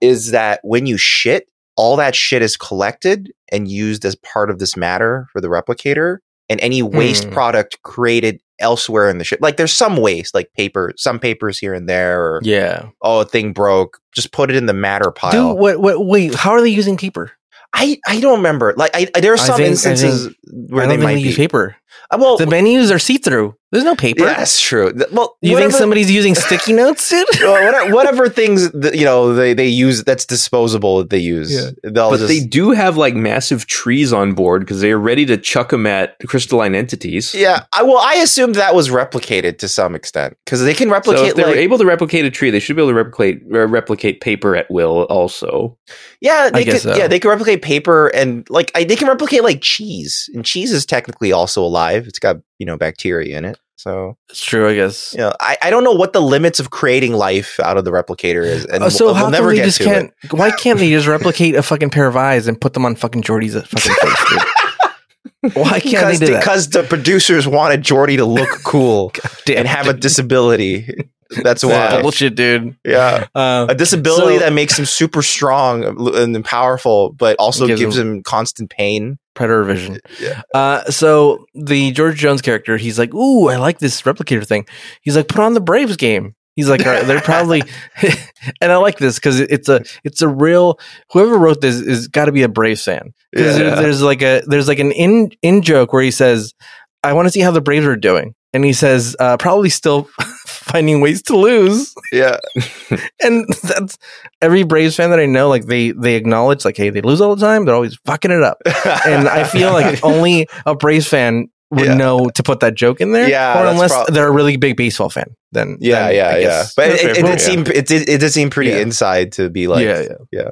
Speaker 1: is that when you shit, all that shit is collected and used as part of this matter for the replicator, and any waste
Speaker 2: Hmm.
Speaker 1: product created elsewhere in the ship. Like there's some waste, like paper, some papers here and there, or
Speaker 2: yeah
Speaker 1: oh, a thing broke. Just put it in the matter pile.
Speaker 2: dude what, what wait how are they using paper
Speaker 1: I, I don't remember. Like I, I- there are
Speaker 2: I
Speaker 1: some
Speaker 2: think- I
Speaker 1: instances where
Speaker 2: I
Speaker 1: they
Speaker 2: don't think
Speaker 1: might
Speaker 2: they use
Speaker 1: be.
Speaker 2: paper
Speaker 1: Uh, Well,
Speaker 2: the menus are see-through there's no paper
Speaker 1: yeah, that's true. Th- Well,
Speaker 2: you think somebody's using sticky notes dude
Speaker 1: well, whatever, whatever things that, you know they, they use that's disposable that they use.
Speaker 2: Yeah.
Speaker 1: They'll
Speaker 3: But
Speaker 1: just,
Speaker 3: they do have like massive trees on board because they are ready to chuck them at crystalline entities.
Speaker 1: Yeah, I well I assumed that was replicated to some extent because they can
Speaker 3: So
Speaker 1: replicate
Speaker 3: if they were
Speaker 1: like
Speaker 3: able to replicate a tree, they should be able to replicate uh, replicate paper at will. Also,
Speaker 1: yeah they could
Speaker 2: guess so.
Speaker 1: yeah they can replicate paper and like I, they can replicate like cheese and cheese is technically also alive. It's got you know bacteria in it. So
Speaker 2: It's true, I guess.
Speaker 1: you know, I, I don't know what the limits of creating life out of the replicator is, and
Speaker 2: Uh, so
Speaker 1: we'll,
Speaker 2: how
Speaker 1: we'll
Speaker 2: come
Speaker 1: never
Speaker 2: they
Speaker 1: get
Speaker 2: just
Speaker 1: to it.
Speaker 2: can't? Why can't they just replicate a fucking pair of eyes and put them on fucking Jordy's uh, fucking face? dude? Why can't they
Speaker 1: Because,
Speaker 2: do that?
Speaker 1: because the producers wanted Jordy to look cool and have a disability. That's
Speaker 2: That's
Speaker 1: why.
Speaker 2: bullshit, dude.
Speaker 1: Yeah.
Speaker 2: Uh,
Speaker 1: A disability
Speaker 2: So-
Speaker 1: that makes him super strong and powerful, but also
Speaker 2: Gives
Speaker 1: gives,
Speaker 2: him-
Speaker 1: him constant pain.
Speaker 2: Predator Vision.
Speaker 1: Yeah.
Speaker 2: Uh, so the George Jones character, he's like, "Ooh, I like this replicator thing." He's like, "Put on the Braves game." He's like, "All right, "They're probably," and I like this because it's a it's a real. Whoever wrote this is got to be a Braves fan because
Speaker 1: Yeah.
Speaker 2: there's like a there's like an in in joke where he says, "I want to see how the Braves are doing," and he says, uh, "Probably still finding ways to lose."
Speaker 1: Yeah.
Speaker 2: And that's every Braves fan that I know. Like they they acknowledge like, "Hey, they lose all the time. They're always fucking it up." and I feel like only a Braves fan would
Speaker 1: Yeah.
Speaker 2: know to put that joke in there.
Speaker 1: Yeah,
Speaker 2: or
Speaker 1: that's
Speaker 2: unless
Speaker 1: prob-
Speaker 2: they're a really big baseball fan, then
Speaker 1: Yeah,
Speaker 2: then
Speaker 1: yeah,
Speaker 2: I
Speaker 1: yeah.
Speaker 2: guess.
Speaker 1: But it, it, it
Speaker 3: fair
Speaker 1: did seem it did it did seem pretty
Speaker 2: Yeah.
Speaker 1: inside to be like
Speaker 2: yeah,
Speaker 1: yeah.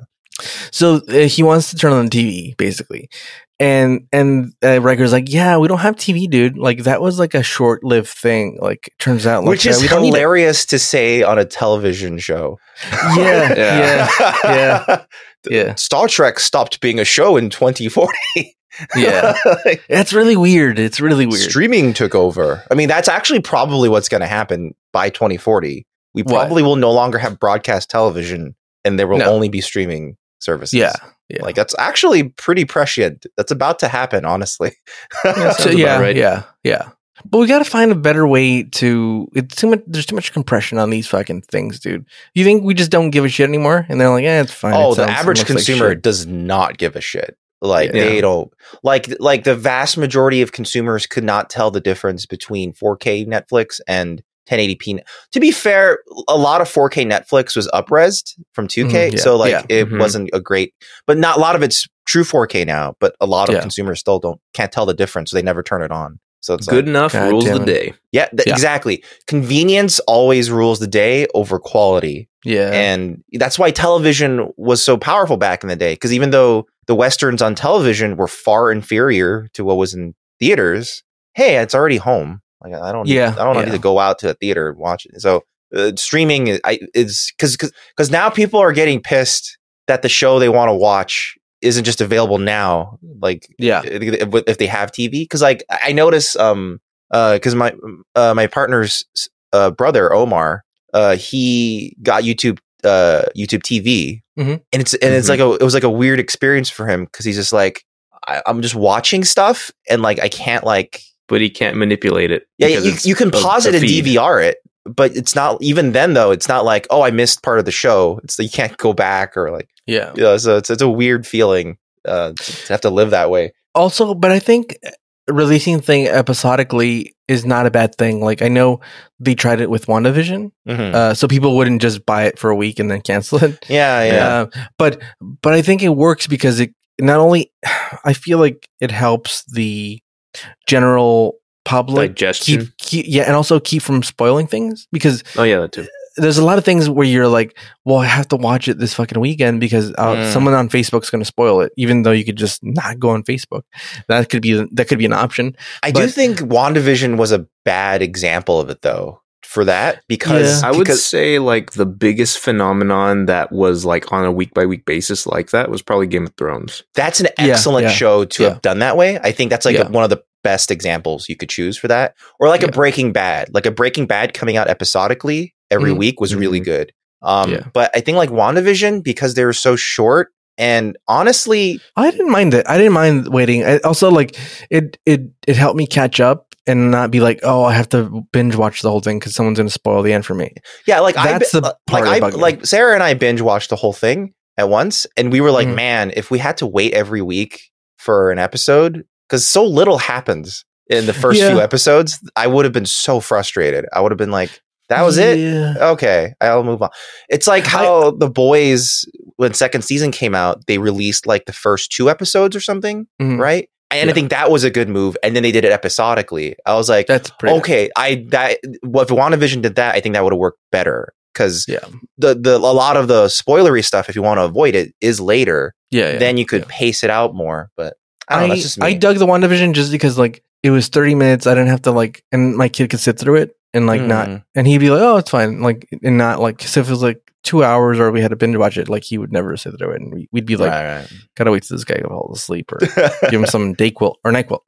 Speaker 2: So uh, he wants to turn on the TV basically, and and uh, Riker's like, "Yeah, we don't have TV, dude. Like that was like a short-lived thing. Like turns out, like,
Speaker 1: which
Speaker 2: yeah,
Speaker 1: is
Speaker 2: we don't need it."
Speaker 1: hilarious to say on a television show.
Speaker 2: Yeah, yeah, yeah, yeah,
Speaker 1: Star Trek stopped being a show in 2040.
Speaker 2: yeah.
Speaker 1: Like,
Speaker 2: It's really weird. It's really weird.
Speaker 1: Streaming took over. I mean, that's actually probably what's going to happen by 2040. We
Speaker 2: What?
Speaker 1: probably will no longer have broadcast television and there will
Speaker 2: No.
Speaker 1: only be streaming services.
Speaker 2: yeah, yeah.
Speaker 1: Like that's actually pretty prescient. That's about to happen, honestly.
Speaker 2: So,
Speaker 3: Sounds about
Speaker 2: yeah,
Speaker 3: right.
Speaker 2: yeah, yeah. But we got to find a better way to. It's too much. There's too much compression on these fucking things, dude. You think we just don't give a shit anymore? And they're like, yeah, it's fine.
Speaker 1: oh, the
Speaker 2: It sounds- it
Speaker 1: average
Speaker 2: looks like
Speaker 1: consumer
Speaker 2: shit."
Speaker 1: does not give a shit. Like
Speaker 2: Yeah.
Speaker 1: they don't like like the vast majority of consumers could not tell the difference between 4K Netflix and 1080p. net- To be fair, a lot of 4K Netflix was upresed from 2K,
Speaker 2: Mhm, yeah.
Speaker 1: so like
Speaker 2: Yeah.
Speaker 1: it
Speaker 3: Mhm.
Speaker 1: wasn't a great, but not a lot of it's true 4K now. But a lot of
Speaker 2: Yeah.
Speaker 1: consumers still don't can't tell the difference, so they never turn it on. So it's
Speaker 3: Good
Speaker 1: like,
Speaker 3: enough
Speaker 2: God
Speaker 3: rules
Speaker 2: damn
Speaker 3: the
Speaker 2: it.
Speaker 3: day.
Speaker 1: yeah, th-
Speaker 2: Yeah.
Speaker 1: exactly. Convenience always rules the day over quality.
Speaker 2: Yeah,
Speaker 1: And that's why television was so powerful back in the day. Because even though the Westerns on television were far inferior to what was in theaters, hey, it's already home. Like I don't,
Speaker 2: Yeah,
Speaker 1: I don't
Speaker 2: yeah.
Speaker 1: need to go out to a theater and watch it. So uh, streaming, is- I is because because now people are getting pissed that the show they want to watch isn't just available now. Like
Speaker 2: yeah,
Speaker 1: if if they have TV, because like I I notice, um, uh, because my uh my partner's uh brother Omar, uh, he got YouTube uh YouTube TV,
Speaker 3: Mm-hmm.
Speaker 2: Mhm.
Speaker 1: and it's and it's like a it was like a weird experience for him because he's just like I, I'm just watching stuff and like I can't like
Speaker 3: But he can't manipulate it.
Speaker 1: yeah
Speaker 3: because
Speaker 1: you,
Speaker 3: it's
Speaker 1: you can
Speaker 3: a-
Speaker 1: pause
Speaker 3: a
Speaker 1: it and
Speaker 3: feed.
Speaker 1: DVR it, but it's not even then though it's not like oh I missed part of the show it's you can't go back or like
Speaker 3: Oh.
Speaker 2: yeah.
Speaker 1: you know, so it's it's a weird feeling uh to to have to live that way
Speaker 2: Also, but I think uh, releasing thing episodically is not a bad thing. Like I know they tried it with WandaVision,
Speaker 1: Mhm.
Speaker 2: uh, so people wouldn't just buy it for a week and then cancel it.
Speaker 1: yeah yeah.
Speaker 2: Uh, but but I think it works because it not only I feel like it helps the general public
Speaker 3: Digestion.
Speaker 2: keep, keep yeah, and also keep from spoiling things because
Speaker 3: oh yeah, that too.
Speaker 2: there's a lot of things where you're like, well, I have to watch it this fucking weekend because uh,
Speaker 1: Mm.
Speaker 2: someone on Facebook's going to spoil it, even though you could just not go on Facebook. That could be that could be an option.
Speaker 1: I do
Speaker 2: But-
Speaker 1: think WandaVision was a bad example of it though for that because
Speaker 3: I would
Speaker 1: because-
Speaker 3: say like the biggest phenomenon that was like on a week by week basis like that was probably Game of Thrones.
Speaker 1: that's an
Speaker 2: Yeah,
Speaker 1: excellent
Speaker 2: yeah,
Speaker 1: show to
Speaker 2: yeah.
Speaker 1: have done that way. I think that's like
Speaker 2: Yeah.
Speaker 1: one of the best examples you could choose for that or like a
Speaker 2: Yeah.
Speaker 1: Breaking Bad. Like a Breaking Bad coming out episodically every
Speaker 2: Mhm.
Speaker 1: week was really
Speaker 3: Mhm.
Speaker 1: good. Um
Speaker 2: Yeah.
Speaker 1: but I think like WandaVision because they were so short and honestly
Speaker 2: I didn't mind it. I didn't mind waiting. I also like it. It it helped me catch up and not be like, oh, I have to binge watch the whole thing because someone's going to spoil the end for me.
Speaker 1: yeah like
Speaker 2: That's
Speaker 1: I uh,
Speaker 2: the
Speaker 1: like
Speaker 2: part that
Speaker 1: I
Speaker 2: bugged me.
Speaker 1: like Sarah and I binge watched the whole thing at once, and we were like,
Speaker 2: Mhm.
Speaker 1: man, if we had to wait every week for an episode, because so little happens in the first
Speaker 2: Yeah.
Speaker 1: few episodes, I would have been so frustrated. I would have been like, that was it.
Speaker 2: Yeah.
Speaker 1: Okay, I'll move on. It's like how the boys when second season came out, they released like the first two episodes or something,
Speaker 2: Mhm.
Speaker 1: right? And I
Speaker 2: Yeah.
Speaker 1: think that was a good move. And then they did it episodically. I was like,
Speaker 2: That's pretty
Speaker 1: okay, I that well, if WandaVision did that, I think that would have worked better because
Speaker 2: Yeah.
Speaker 1: the the a lot of the spoilery stuff, if you want to avoid it, is later.
Speaker 2: Yeah, yeah.
Speaker 1: then you could
Speaker 2: yeah.
Speaker 1: pace it out more. But I
Speaker 2: I
Speaker 1: don't know. That's just me.
Speaker 2: I dug the WandaVision just because like it was 30 minutes. I didn't have to like, and my kid could sit through it and like not,
Speaker 1: Mm.
Speaker 2: and he'd be like, oh, it's fine. Like, and not like, 'cause if it was like two hours or we had to binge watch it, like he would never sit through it. And we- we'd be like,
Speaker 1: Right,
Speaker 2: gotta wait till this guy falls asleep or
Speaker 1: right.
Speaker 2: give him some Dayquil or NyQuil.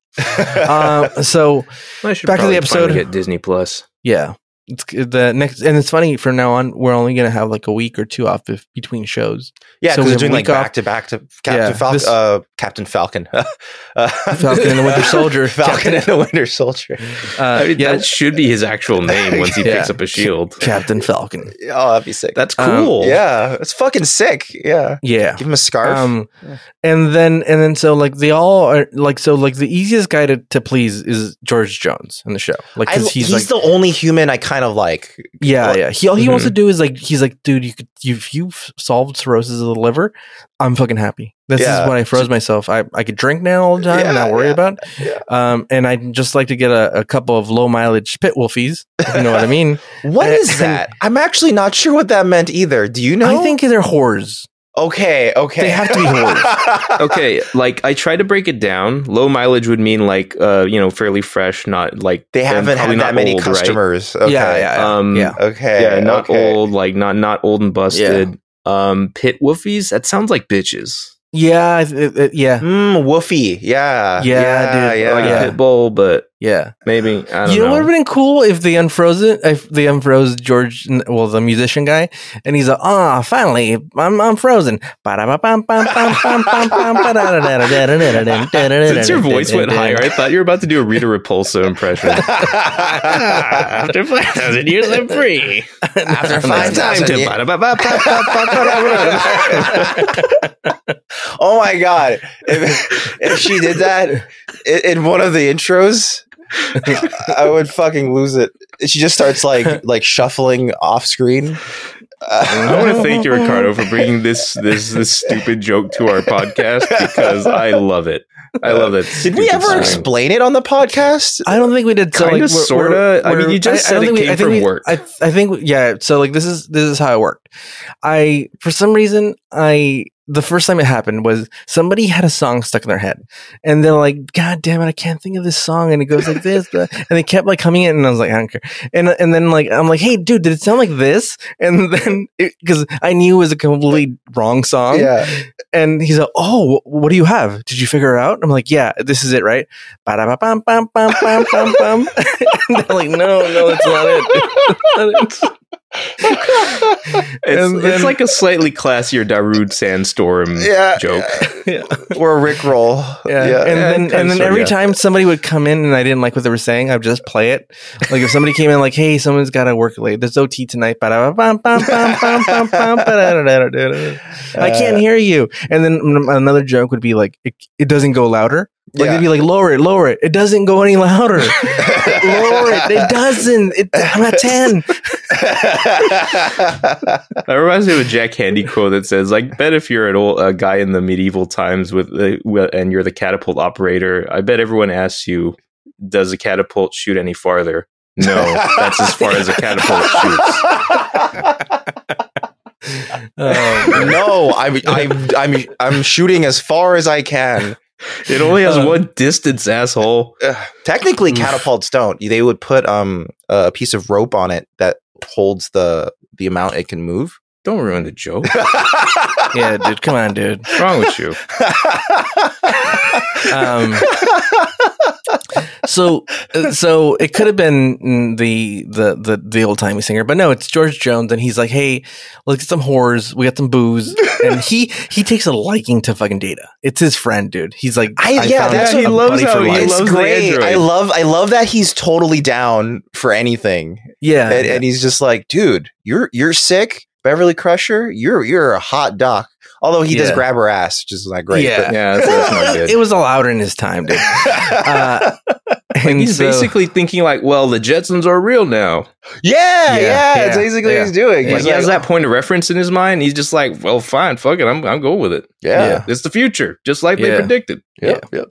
Speaker 2: Um, so
Speaker 3: I should
Speaker 2: Back to the
Speaker 3: probably finally
Speaker 2: episode.
Speaker 3: Get Disney Plus.
Speaker 2: yeah, it's the next, and it's funny from now on, we're only gonna have like a week or two off if, between shows.
Speaker 1: yeah,
Speaker 2: So
Speaker 1: because
Speaker 2: we
Speaker 1: they're
Speaker 2: have
Speaker 1: doing like
Speaker 2: week off.
Speaker 1: back to back to
Speaker 2: Yeah,
Speaker 1: Captain Falcon,
Speaker 2: this-
Speaker 1: uh, Captain Falcon, Uh,
Speaker 2: Falcon and the Winter Soldier.
Speaker 1: Falcon and the Winter Soldier.
Speaker 2: Uh,
Speaker 3: I mean,
Speaker 2: yeah,
Speaker 3: That should be his actual name once he
Speaker 2: Yeah.
Speaker 3: picks up a shield.
Speaker 2: Captain Falcon.
Speaker 1: Oh, that'd be sick.
Speaker 3: That's
Speaker 2: Um,
Speaker 3: cool.
Speaker 1: yeah, it's fucking sick. Yeah,
Speaker 2: Yeah.
Speaker 1: give him a scarf.
Speaker 2: Um,
Speaker 1: Yeah.
Speaker 2: and then and then so like they all are like so like the easiest guy to, to please is George Jones in the show like
Speaker 1: I-
Speaker 2: because
Speaker 1: he's
Speaker 2: he's, like
Speaker 1: the only human I kind of like.
Speaker 2: yeah yeah he all he wants
Speaker 3: Mhm.
Speaker 2: to do is like he's like dude you could you if you've solved cirrhosis of the liver I'm fucking happy this
Speaker 1: Yeah.
Speaker 2: is what I froze myself I I could drink now all the time and
Speaker 1: Yeah,
Speaker 2: not worry
Speaker 1: yeah,
Speaker 2: about
Speaker 1: yeah.
Speaker 2: it. um and I'd just like to get a, a couple of low mileage pit wolfies if you know what I mean
Speaker 1: What
Speaker 2: And-
Speaker 1: is that? Eh, I'm actually not sure what that meant either. Do you know?
Speaker 2: I think they're whores
Speaker 1: Okay, okay.
Speaker 2: They have to be
Speaker 1: whores.
Speaker 3: Okay, like I try to break it down. Low mileage would mean like uh, you know, fairly fresh, not like
Speaker 1: They
Speaker 3: and
Speaker 1: haven't
Speaker 3: probably
Speaker 1: had
Speaker 3: not
Speaker 1: that many
Speaker 3: old, right?
Speaker 1: customers. Okay.
Speaker 2: yeah yeah yeah,
Speaker 3: Um,
Speaker 2: yeah.
Speaker 1: Okay.
Speaker 3: yeah, not
Speaker 1: okay.
Speaker 3: old, like not not old and busted. Um, pit woofies. That sounds like bitches.
Speaker 2: Yeah, I th- uh, yeah,
Speaker 1: Mm, woofy. Yeah.
Speaker 2: Yeah,
Speaker 1: Yeah.
Speaker 2: dude.
Speaker 1: yeah.
Speaker 3: like
Speaker 2: Yeah.
Speaker 3: a pit bull, but
Speaker 2: yeah.
Speaker 3: maybe I don't
Speaker 2: You know, what would have
Speaker 3: know.
Speaker 2: been cool if they unfroze it? If they unfroze George, well, the musician guy, and he's like, "Ah, finally, I'm I'm frozen." Since
Speaker 3: Since your voice went higher, I thought you were about to do a Rita Repulsa impression. five thousand years, I'm free.
Speaker 1: After
Speaker 3: It's time
Speaker 1: 5,000
Speaker 3: to
Speaker 1: years.
Speaker 3: ba-da-ba-ba-ba-ba-ba-ba-ba.
Speaker 1: oh my god! If, if she did that in, in one of the intros, I would fucking lose it. She just starts like like shuffling off screen.
Speaker 3: I want to thank you, Ricardo, for bringing this this this stupid joke to our podcast because I love it. I love it.
Speaker 1: Did we ever explain it on the podcast?
Speaker 2: I don't think we did. So
Speaker 3: Kinda,
Speaker 2: like, we're-
Speaker 3: sorta.
Speaker 2: we're-
Speaker 3: I mean,
Speaker 2: we're-
Speaker 3: you just said
Speaker 2: don't
Speaker 3: it
Speaker 2: think
Speaker 3: came
Speaker 2: I think
Speaker 3: from work.
Speaker 2: I, I think yeah. So like, this is this is how it worked. I for some reason I the first time it happened was somebody had a song stuck in their head, and they're like, "God damn it, I can't think of this song," and it goes like this, blah, and they kept like coming in, and I was like, "I don't care," and and then like I'm like, "Hey, dude, did it sound like this?" And then because I knew it was a completely wrong song,
Speaker 1: yeah.
Speaker 2: and he's like, "Oh, wh- what do you have? Did you figure it out?" I'm like, "Yeah, this is it, right?" Ba-da-ba-bum, bum, bum, bum, bum, bum. and they're like, "No, no, it's not it." It's not
Speaker 3: It's,
Speaker 2: And then-
Speaker 3: it's like a slightly classier Darude Sandstorm
Speaker 1: Yeah.
Speaker 3: joke.
Speaker 2: it. yeah.
Speaker 1: Or Rick roll.
Speaker 2: Yeah. and
Speaker 3: Yeah,
Speaker 2: then
Speaker 3: kinda
Speaker 2: and then
Speaker 3: so,
Speaker 2: every
Speaker 3: yeah.
Speaker 2: time somebody would come in and I didn't like what they were saying, I'd just play it. Like if somebody came in like, "Hey, someone's got to work late. There's OT tonight." Ba-da-ba-bum, bum, bum, bum, bum, bum, ba-da-da-da-da-da. I can't hear you. And then mm, another joke would be like, "It, it doesn't go louder." Like
Speaker 1: Yeah.
Speaker 2: they'd be like, "Lower it, lower it. It doesn't go any louder." lower it. It doesn't. It, I'm at 10.
Speaker 3: That reminds me of a Jack Handy quote that says, "Like, bet if you're an old a guy in the medieval times with the wi- and you're the catapult operator, I bet everyone asks you, does a catapult shoot any farther? No, that's as far as a catapult shoots.
Speaker 2: Oh,
Speaker 1: no, I'm, I'm I'm I'm shooting as far as I can.
Speaker 3: It only has one distance, asshole.
Speaker 1: Ugh. Technically, catapults don't. They would put um a piece of rope on it that holds the the amount it can move.
Speaker 3: Don't ruin the joke.
Speaker 2: yeah, dude. Come on, dude.
Speaker 3: What's wrong with you?
Speaker 2: Um, so, uh, so it could have been mm, the the the, the old timey singer, but no, it's George Jones, and he's like, "Hey, let's get some whores. We got some booze." and he he takes a liking to fucking Data. It's his friend, dude. He's like,
Speaker 1: I- yeah,
Speaker 2: found
Speaker 1: that's
Speaker 2: a
Speaker 1: what he
Speaker 3: loves
Speaker 2: buddy
Speaker 3: how
Speaker 2: for
Speaker 3: he
Speaker 2: life."
Speaker 1: it's
Speaker 3: loves the
Speaker 1: great.
Speaker 3: android.
Speaker 1: I love I love that he's totally down for anything,
Speaker 2: yeah,
Speaker 1: and, and he's just like, dude, you're you're sick, Beverly Crusher. You're you're a hot doc. Although he does
Speaker 2: Yeah.
Speaker 1: grab her ass, which is not great.
Speaker 2: Yeah.
Speaker 3: Yeah, that's, that's not good.
Speaker 2: it was allowed in his time, dude. Uh, and
Speaker 3: He's
Speaker 2: so-
Speaker 3: basically thinking like, well, the Jetsons are real now.
Speaker 1: Yeah, yeah,
Speaker 2: Yeah,
Speaker 1: That's
Speaker 2: yeah,
Speaker 1: basically
Speaker 2: yeah.
Speaker 1: what he's doing.
Speaker 3: Like,
Speaker 1: He's
Speaker 3: he
Speaker 1: like,
Speaker 3: has that point of reference in his mind. He's just like, well, fine, fuck it, I'm I'm going with it.
Speaker 1: yeah,
Speaker 2: Yeah.
Speaker 3: It's the future, just like they
Speaker 2: Yeah.
Speaker 3: predicted.
Speaker 1: yeah, yeah.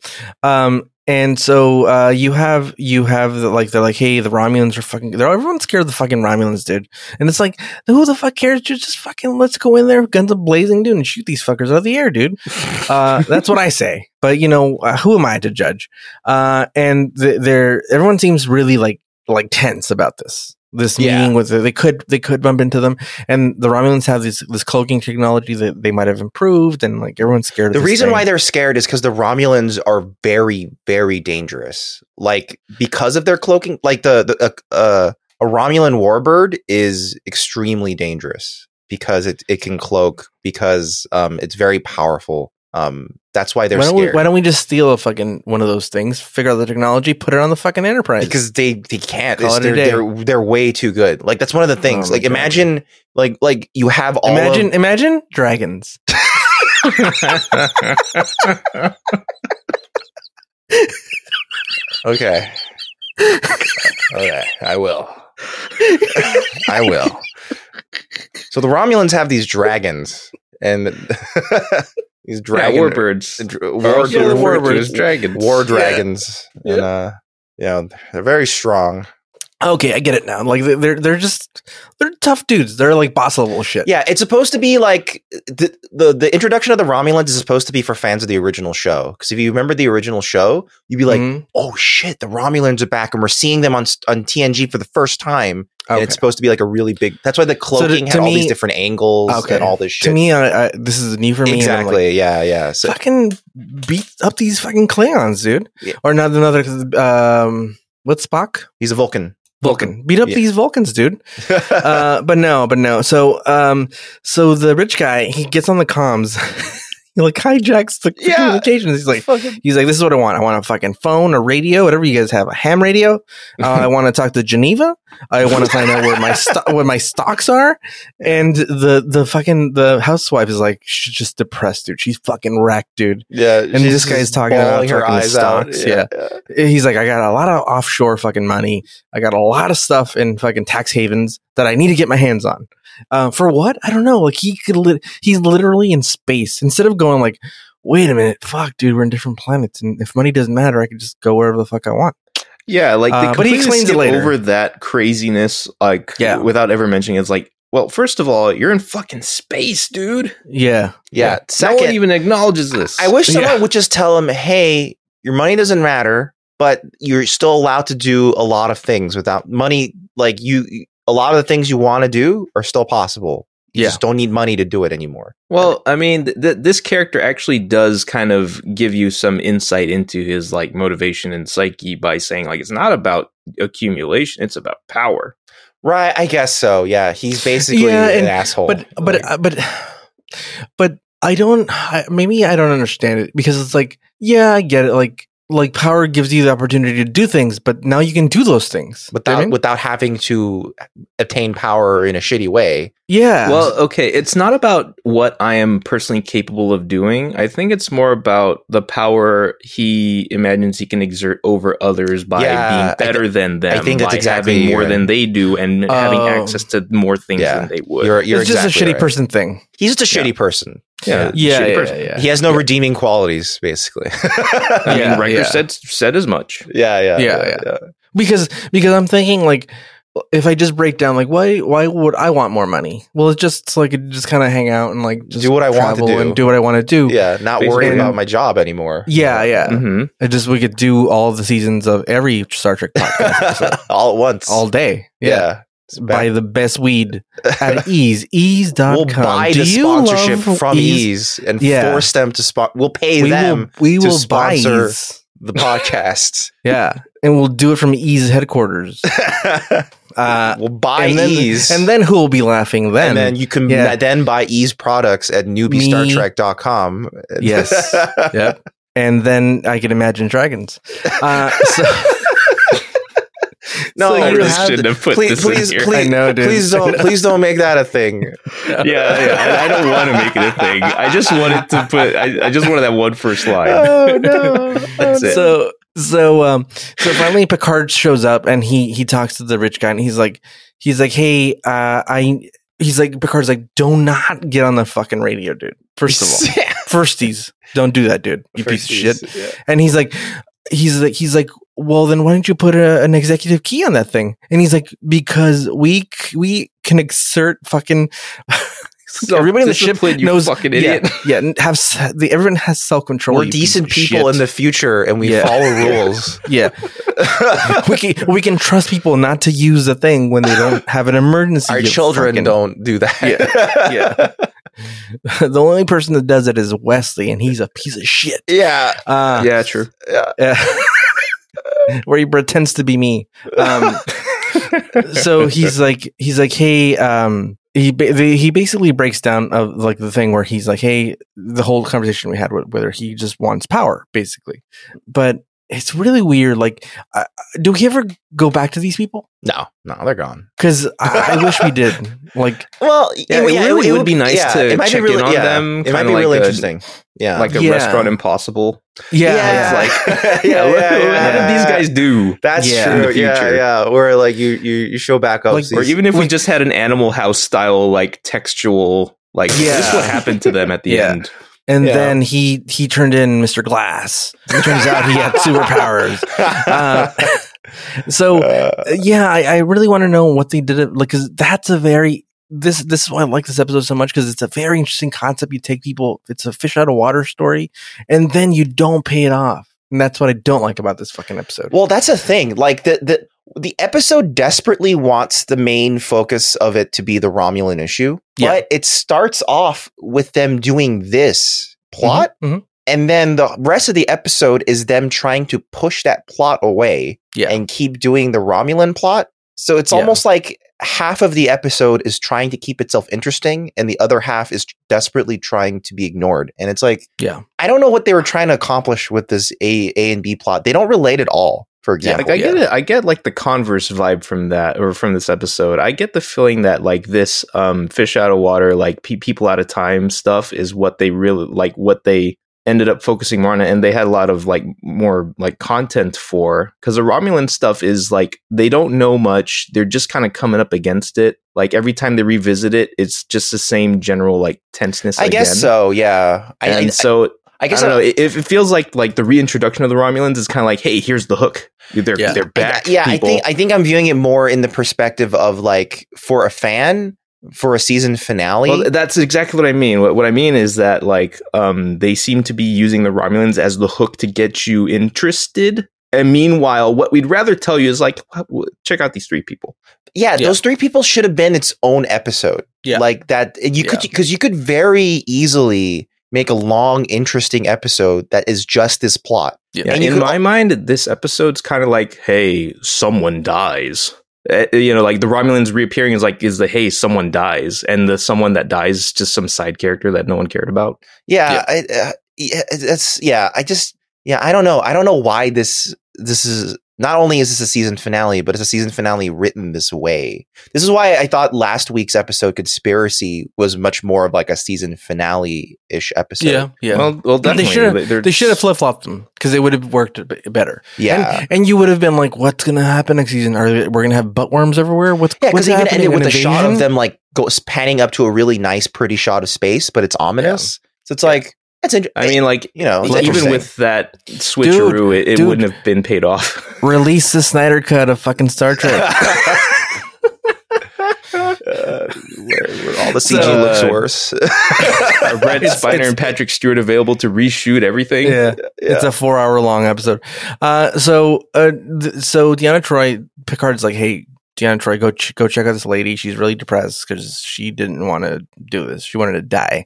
Speaker 2: Um, And so uh, you have you have the, like they're like, hey, the Romulans are fucking. They're everyone's scared of the fucking Romulans, dude. And it's like, who the fuck cares? Just, just fucking let's go in there, guns a blazing, dude, and shoot these fuckers out of the air, dude. Uh, that's what I say. But you know, uh, who am I to judge? Uh, and th- they're everyone seems really like like tense about this this
Speaker 1: Yeah.
Speaker 2: meeting with they could they could bump into them and the romulans have this this cloaking technology that they might have improved and like everyone's scared of
Speaker 1: The
Speaker 2: this
Speaker 1: reason
Speaker 2: thing.
Speaker 1: why they're scared is because the Romulans are very, very dangerous. Like because of their cloaking, like the the uh, uh, a Romulan warbird is extremely dangerous because it it can cloak because um it's very powerful. Um, that's why they're
Speaker 2: why don't, we,
Speaker 1: scared
Speaker 2: why don't we just steal a fucking one of those things, figure out the technology, put it on the fucking Enterprise?
Speaker 1: because they they can't.
Speaker 2: Call
Speaker 1: It's-
Speaker 2: it a
Speaker 1: they're,
Speaker 2: day.
Speaker 1: they're they're way too good. Like that's one of the things.
Speaker 3: Oh my
Speaker 1: like
Speaker 3: God.
Speaker 1: imagine like like you have all of-
Speaker 2: imagine, imagine dragons.
Speaker 1: Okay. okay, I will. I will. So the Romulans have these dragons and these dragon
Speaker 3: yeah, warbirds.
Speaker 1: dr-
Speaker 3: They're
Speaker 1: war,
Speaker 3: also
Speaker 2: Yeah,
Speaker 3: referred to
Speaker 2: warbirds.
Speaker 3: as dragons.
Speaker 1: war dragons and uh yeah, they're very strong.
Speaker 2: Okay, I get it now. Like they're they're just they're tough dudes. They're like boss level shit.
Speaker 1: Yeah, it's supposed to be like the, the the introduction of the Romulans is supposed to be for fans of the original show. Because if you remember the original show, you'd be like,
Speaker 2: Mhm.
Speaker 1: "Oh shit, the Romulans are back, and we're seeing them on s- on TNG for the first time."
Speaker 2: Okay.
Speaker 1: And it's supposed to be like a really big. That's why the cloaking
Speaker 2: to
Speaker 1: had all
Speaker 2: me-
Speaker 1: these different angles
Speaker 2: Okay.
Speaker 1: and all this shit.
Speaker 2: to me, I, I, this is new for me. and I'm
Speaker 1: exactly.
Speaker 2: like,
Speaker 1: yeah, yeah. So
Speaker 2: fucking beat up these fucking Klingons, dude.
Speaker 1: Yeah.
Speaker 2: Or not another. Um, what's Spock?
Speaker 1: he's a Vulcan.
Speaker 2: Vulcan. Beat up
Speaker 1: Yeah.
Speaker 2: these Vulcans, dude. uh, but no, but no. So, um, so the rich guy he gets on the comms, he like hijacks the
Speaker 1: Yeah.
Speaker 2: communications. He's like,
Speaker 1: Fucking-
Speaker 2: he's like, this is what I want. I want a fucking phone, a radio, whatever you guys have, a ham radio. Uh, I want to talk to Geneva. I want to find out where my sto- where my stocks are. And the the fucking the housewife is like, she's just depressed, dude. She's fucking wrecked, dude.
Speaker 1: yeah,
Speaker 2: And
Speaker 1: she's
Speaker 2: this guy's
Speaker 1: just
Speaker 2: talking about
Speaker 1: bawling her
Speaker 2: fucking
Speaker 1: eyes out.
Speaker 2: stocks, yeah. He's like, I got a lot of offshore fucking money. I got a lot of stuff in fucking tax havens that I need to get my hands on. Uh, for what? I don't know. Like he could, lit he's literally in space. Instead of going like, wait a minute, fuck, dude, we're in different planets, and if money doesn't matter, I can just go wherever the fuck I want.
Speaker 3: Yeah, like they
Speaker 2: Uh, but he
Speaker 3: completely
Speaker 2: explains it
Speaker 3: skip
Speaker 2: later.
Speaker 3: over that craziness, like
Speaker 2: Yeah.
Speaker 3: without ever mentioning it. it's like, well, first of all, you're in fucking space, dude.
Speaker 2: Yeah,
Speaker 1: Yeah.
Speaker 3: No one
Speaker 1: Second,
Speaker 3: even acknowledges this.
Speaker 1: I wish someone
Speaker 2: Yeah.
Speaker 1: would just tell him, "Hey, your money doesn't matter, but you're still allowed to do a lot of things without money. Like you, a lot of the things you want to do are still possible. You
Speaker 2: Yeah.
Speaker 1: just don't need money to do it anymore."
Speaker 3: Well, I mean, th- th- this character actually does kind of give you some insight into his like motivation and psyche by saying like it's not about accumulation; it's about power.
Speaker 1: Right? I guess so. Yeah, he's basically
Speaker 2: Yeah,
Speaker 1: an
Speaker 2: and-
Speaker 1: asshole.
Speaker 2: but but
Speaker 1: Oh, Like,
Speaker 2: uh, but but I don't. I, maybe I don't understand it because it's like, yeah, I get it. Like like power gives you the opportunity to do things, but now you can do those things You know what I
Speaker 1: without
Speaker 2: mean?
Speaker 1: without having to obtain power in a shitty way.
Speaker 2: Yeah.
Speaker 3: Well, okay, it's not about what I am personally capable of doing. I think it's more about the power he imagines he can exert over others by
Speaker 1: Yeah, I
Speaker 3: being better than them.
Speaker 1: think that's
Speaker 3: by
Speaker 1: exactly
Speaker 3: having more
Speaker 1: right.
Speaker 3: than they do and having
Speaker 2: Oh.
Speaker 3: access to more things
Speaker 1: Yeah.
Speaker 3: than they would.
Speaker 1: You're, you're
Speaker 2: it's just a
Speaker 1: exactly
Speaker 2: shitty
Speaker 1: right.
Speaker 2: person thing.
Speaker 1: He's just a shitty person.
Speaker 3: yeah, shitty person.
Speaker 1: He has no redeeming qualities, basically.
Speaker 3: I
Speaker 2: Yeah,
Speaker 3: mean, Riker
Speaker 2: yeah.
Speaker 3: said said as much.
Speaker 1: yeah, yeah,
Speaker 2: Yeah, yeah. Because because I'm thinking like if I just break down like why why would I want more money? Well, it's just so I could just kind of hang out and like just
Speaker 1: Do what I want to
Speaker 2: travel
Speaker 1: do.
Speaker 2: and do what I want to do.
Speaker 1: yeah, Mm-hmm. not worried
Speaker 3: Basically.
Speaker 1: about my job anymore.
Speaker 2: yeah, yeah.
Speaker 3: hmm
Speaker 2: I just we could do all the seasons of every Star Trek podcast episode
Speaker 1: all at once.
Speaker 2: all day.
Speaker 1: yeah. It's bad.
Speaker 2: Buy the best weed at Ease. Ease.com.
Speaker 1: we'll buy the sponsorship from Ease, and
Speaker 2: Yeah.
Speaker 1: force them to spot. We'll pay
Speaker 2: We will,
Speaker 1: them
Speaker 2: we
Speaker 1: to
Speaker 2: will buy
Speaker 1: sponsor-
Speaker 2: Ease.
Speaker 1: the podcast.
Speaker 2: Yeah. And we'll do it from Ease headquarters. Uh,
Speaker 1: we'll buy
Speaker 2: and then,
Speaker 1: Ease,
Speaker 2: and then who will be laughing then?
Speaker 1: and then you can
Speaker 2: yeah.
Speaker 1: then buy Ease products at newbiestartrek.com.
Speaker 2: Yes. yep. And then I can imagine dragons. Uh, so,
Speaker 1: No,
Speaker 2: So
Speaker 3: I
Speaker 2: you
Speaker 3: really
Speaker 2: have
Speaker 3: shouldn't
Speaker 2: to-
Speaker 3: have put
Speaker 1: please,
Speaker 3: this
Speaker 1: please,
Speaker 3: in here.
Speaker 1: please,
Speaker 2: I know, dude.
Speaker 1: please don't, please don't make that a thing.
Speaker 3: yeah, yeah. I, I don't want to make it a thing. I just wanted to put. I, I just wanted that one first line.
Speaker 1: Oh no,
Speaker 3: That's it.
Speaker 2: Um, so so um so finally Picard shows up and he he talks to the rich guy and he's like he's like hey uh I he's like Picard's like do not get on the fucking radio dude first of all firsties don't do that dude you piece of shit and he's like he's like he's like well then why don't you put a, an executive key on that thing and he's like because we c- we can exert fucking so everybody in the ship
Speaker 3: Discipline, you
Speaker 2: knows
Speaker 3: fucking
Speaker 2: yeah,
Speaker 3: idiot.
Speaker 2: yeah, and have s- the, everyone has self-control
Speaker 1: We're
Speaker 2: you
Speaker 1: decent
Speaker 2: piece of
Speaker 1: people
Speaker 2: shit.
Speaker 1: in the future and we
Speaker 2: Yeah.
Speaker 1: follow rules.
Speaker 2: yeah we can we can trust people not to use the thing when they don't have an emergency
Speaker 1: Our
Speaker 2: you
Speaker 1: children
Speaker 2: fucking-
Speaker 1: don't do that.
Speaker 2: yeah the only person that does it is wesley and he's a piece of shit
Speaker 1: yeah.
Speaker 2: uh,
Speaker 3: yeah, true.
Speaker 2: Yeah. Uh, where he pretends to be me. Um, so he's like, he's like, hey, um, he ba- the, he basically breaks down of like the thing where he's like, hey, the whole conversation we had with whether he just wants power, basically. But it's really weird. Like, uh, do we ever go back to these people?
Speaker 1: No, no, they're gone.
Speaker 2: Because I, I wish we did. Like,
Speaker 1: Well,
Speaker 3: Yeah, it really would be nice to
Speaker 1: it might be
Speaker 3: check in
Speaker 1: really,
Speaker 3: on
Speaker 1: yeah,
Speaker 3: them,
Speaker 1: It might be
Speaker 3: kinda like
Speaker 1: really
Speaker 3: a-
Speaker 1: interesting. Yeah.
Speaker 3: Like a
Speaker 2: Yeah.
Speaker 3: restaurant impossible.
Speaker 2: yeah,
Speaker 1: Yeah.
Speaker 2: it's
Speaker 3: It's like,
Speaker 1: Yeah,
Speaker 3: yeah,
Speaker 1: yeah,
Speaker 3: what, what
Speaker 1: yeah.
Speaker 3: did these guys do?
Speaker 1: That's
Speaker 2: Yeah.
Speaker 1: true.
Speaker 3: In the
Speaker 1: Yeah,
Speaker 3: future.
Speaker 1: yeah. Where like you you you show back up,
Speaker 2: Like-
Speaker 1: see-
Speaker 3: Or even if we just had an Animal House style, like textual, like
Speaker 2: Yeah.
Speaker 3: this is what happened to them at the
Speaker 2: Yeah.
Speaker 3: end.
Speaker 2: and
Speaker 1: Yeah.
Speaker 2: then he he turned in Mr. Glass. It turns out he had superpowers. Uh,
Speaker 1: Uh,
Speaker 2: so Uh, yeah, I, I really want to know what they did. It, like, because that's a very this this is why I like this episode so much because it's a very interesting concept. You take people, it's a fish out of water story, and then you don't pay it off, and that's what I don't like about this fucking episode.
Speaker 1: well, that's a thing. Like the the the episode desperately wants the main focus of it to be the Romulan issue,
Speaker 2: Yeah.
Speaker 1: but it starts off with them doing this plot,
Speaker 2: Mhm, mhm.
Speaker 1: and then the rest of the episode is them trying to push that plot away
Speaker 2: Yeah.
Speaker 1: and keep doing the Romulan plot. So it's
Speaker 2: Yeah.
Speaker 1: almost like half of the episode is trying to keep itself interesting and the other half is desperately trying to be ignored. And it's like
Speaker 2: Yeah.
Speaker 1: I don't know what they were trying to accomplish with this A A and B plot. They don't relate at all, for
Speaker 2: Yeah,
Speaker 1: example.
Speaker 3: like I get it. I get like the converse vibe from that or from this episode. I get the feeling that like this um fish out of water, like pe- people out of time stuff is what they really like what they ended up focusing more on and they had a lot of like more like content for because the Romulan stuff is like they don't know much. They're just kind of coming up against it. Like every time they revisit it, it's just the same general like tenseness.
Speaker 1: I guess
Speaker 3: again.
Speaker 1: so, yeah. I,
Speaker 3: And
Speaker 1: I,
Speaker 3: so
Speaker 1: I
Speaker 3: I
Speaker 1: guess
Speaker 3: don't know. It, it feels like like the reintroduction of the Romulans is kind of like, hey, here's the hook. They're
Speaker 2: Yeah.
Speaker 3: they're back.
Speaker 1: yeah,
Speaker 3: people.
Speaker 1: I think I think I'm viewing it more in the perspective of like for a fan for a season finale.
Speaker 3: well, that's exactly what I mean. What, what I mean is that like um, they seem to be using the Romulans as the hook to get you interested. And meanwhile, what we'd rather tell you is like, "Wha- wha- check out these three people.
Speaker 1: yeah,
Speaker 2: Yeah.
Speaker 1: those three people should have been its own episode.
Speaker 2: Yeah.
Speaker 1: Like that you could because you could very easily make a long, interesting episode that is just this plot.
Speaker 2: Yeah,
Speaker 1: and you
Speaker 3: in
Speaker 1: could-
Speaker 3: my mind, this episode's kind of like, hey, someone dies. Eh, You know, like the Romulans reappearing is like is the hey, someone dies, and the someone that dies is just some side character that no one cared about.
Speaker 1: Yeah, I, uh, yeah, that's yeah. I just yeah, I don't know. I don't know why this this is not only is this a season finale, but it's a season finale written this way. This is why I thought last week's episode conspiracy was much more of like a season finale ish episode.
Speaker 2: yeah.
Speaker 3: Well, well,
Speaker 2: They
Speaker 3: definitely.
Speaker 2: should've-
Speaker 3: They're-
Speaker 2: they should have flip flopped them because it would have worked b- better.
Speaker 1: yeah.
Speaker 2: and, and you would have been like, "What's gonna happen next season? Are they- we're gonna have buttworms everywhere? What's
Speaker 1: Yeah, because
Speaker 2: what's
Speaker 1: they even
Speaker 2: happening?
Speaker 1: ended
Speaker 2: An
Speaker 1: with a shot of
Speaker 2: invasion?"
Speaker 1: them like go, panning up to a really nice, pretty shot of space, but it's ominous. So it's like that's interesting.
Speaker 3: I mean, like
Speaker 1: you know, it's
Speaker 3: even
Speaker 1: interesting.
Speaker 3: with that switcheroo, it, it
Speaker 2: dude.
Speaker 3: wouldn't have been paid off.
Speaker 2: Release the Snyder cut of fucking Star Trek.
Speaker 1: Uh, where, where all the CG
Speaker 3: So,
Speaker 1: looks
Speaker 3: uh,
Speaker 1: worse.
Speaker 3: Are Brett
Speaker 2: It's-
Speaker 3: Spiner
Speaker 2: it's-
Speaker 3: and Patrick Stewart available to reshoot everything?
Speaker 2: yeah. It's a four hour long episode. Uh, so, uh, th- so Deanna Troy, Picard's like, hey, Deanna Troy, go, ch- go check out this lady. She's really depressed because she didn't want to do this. She wanted to die.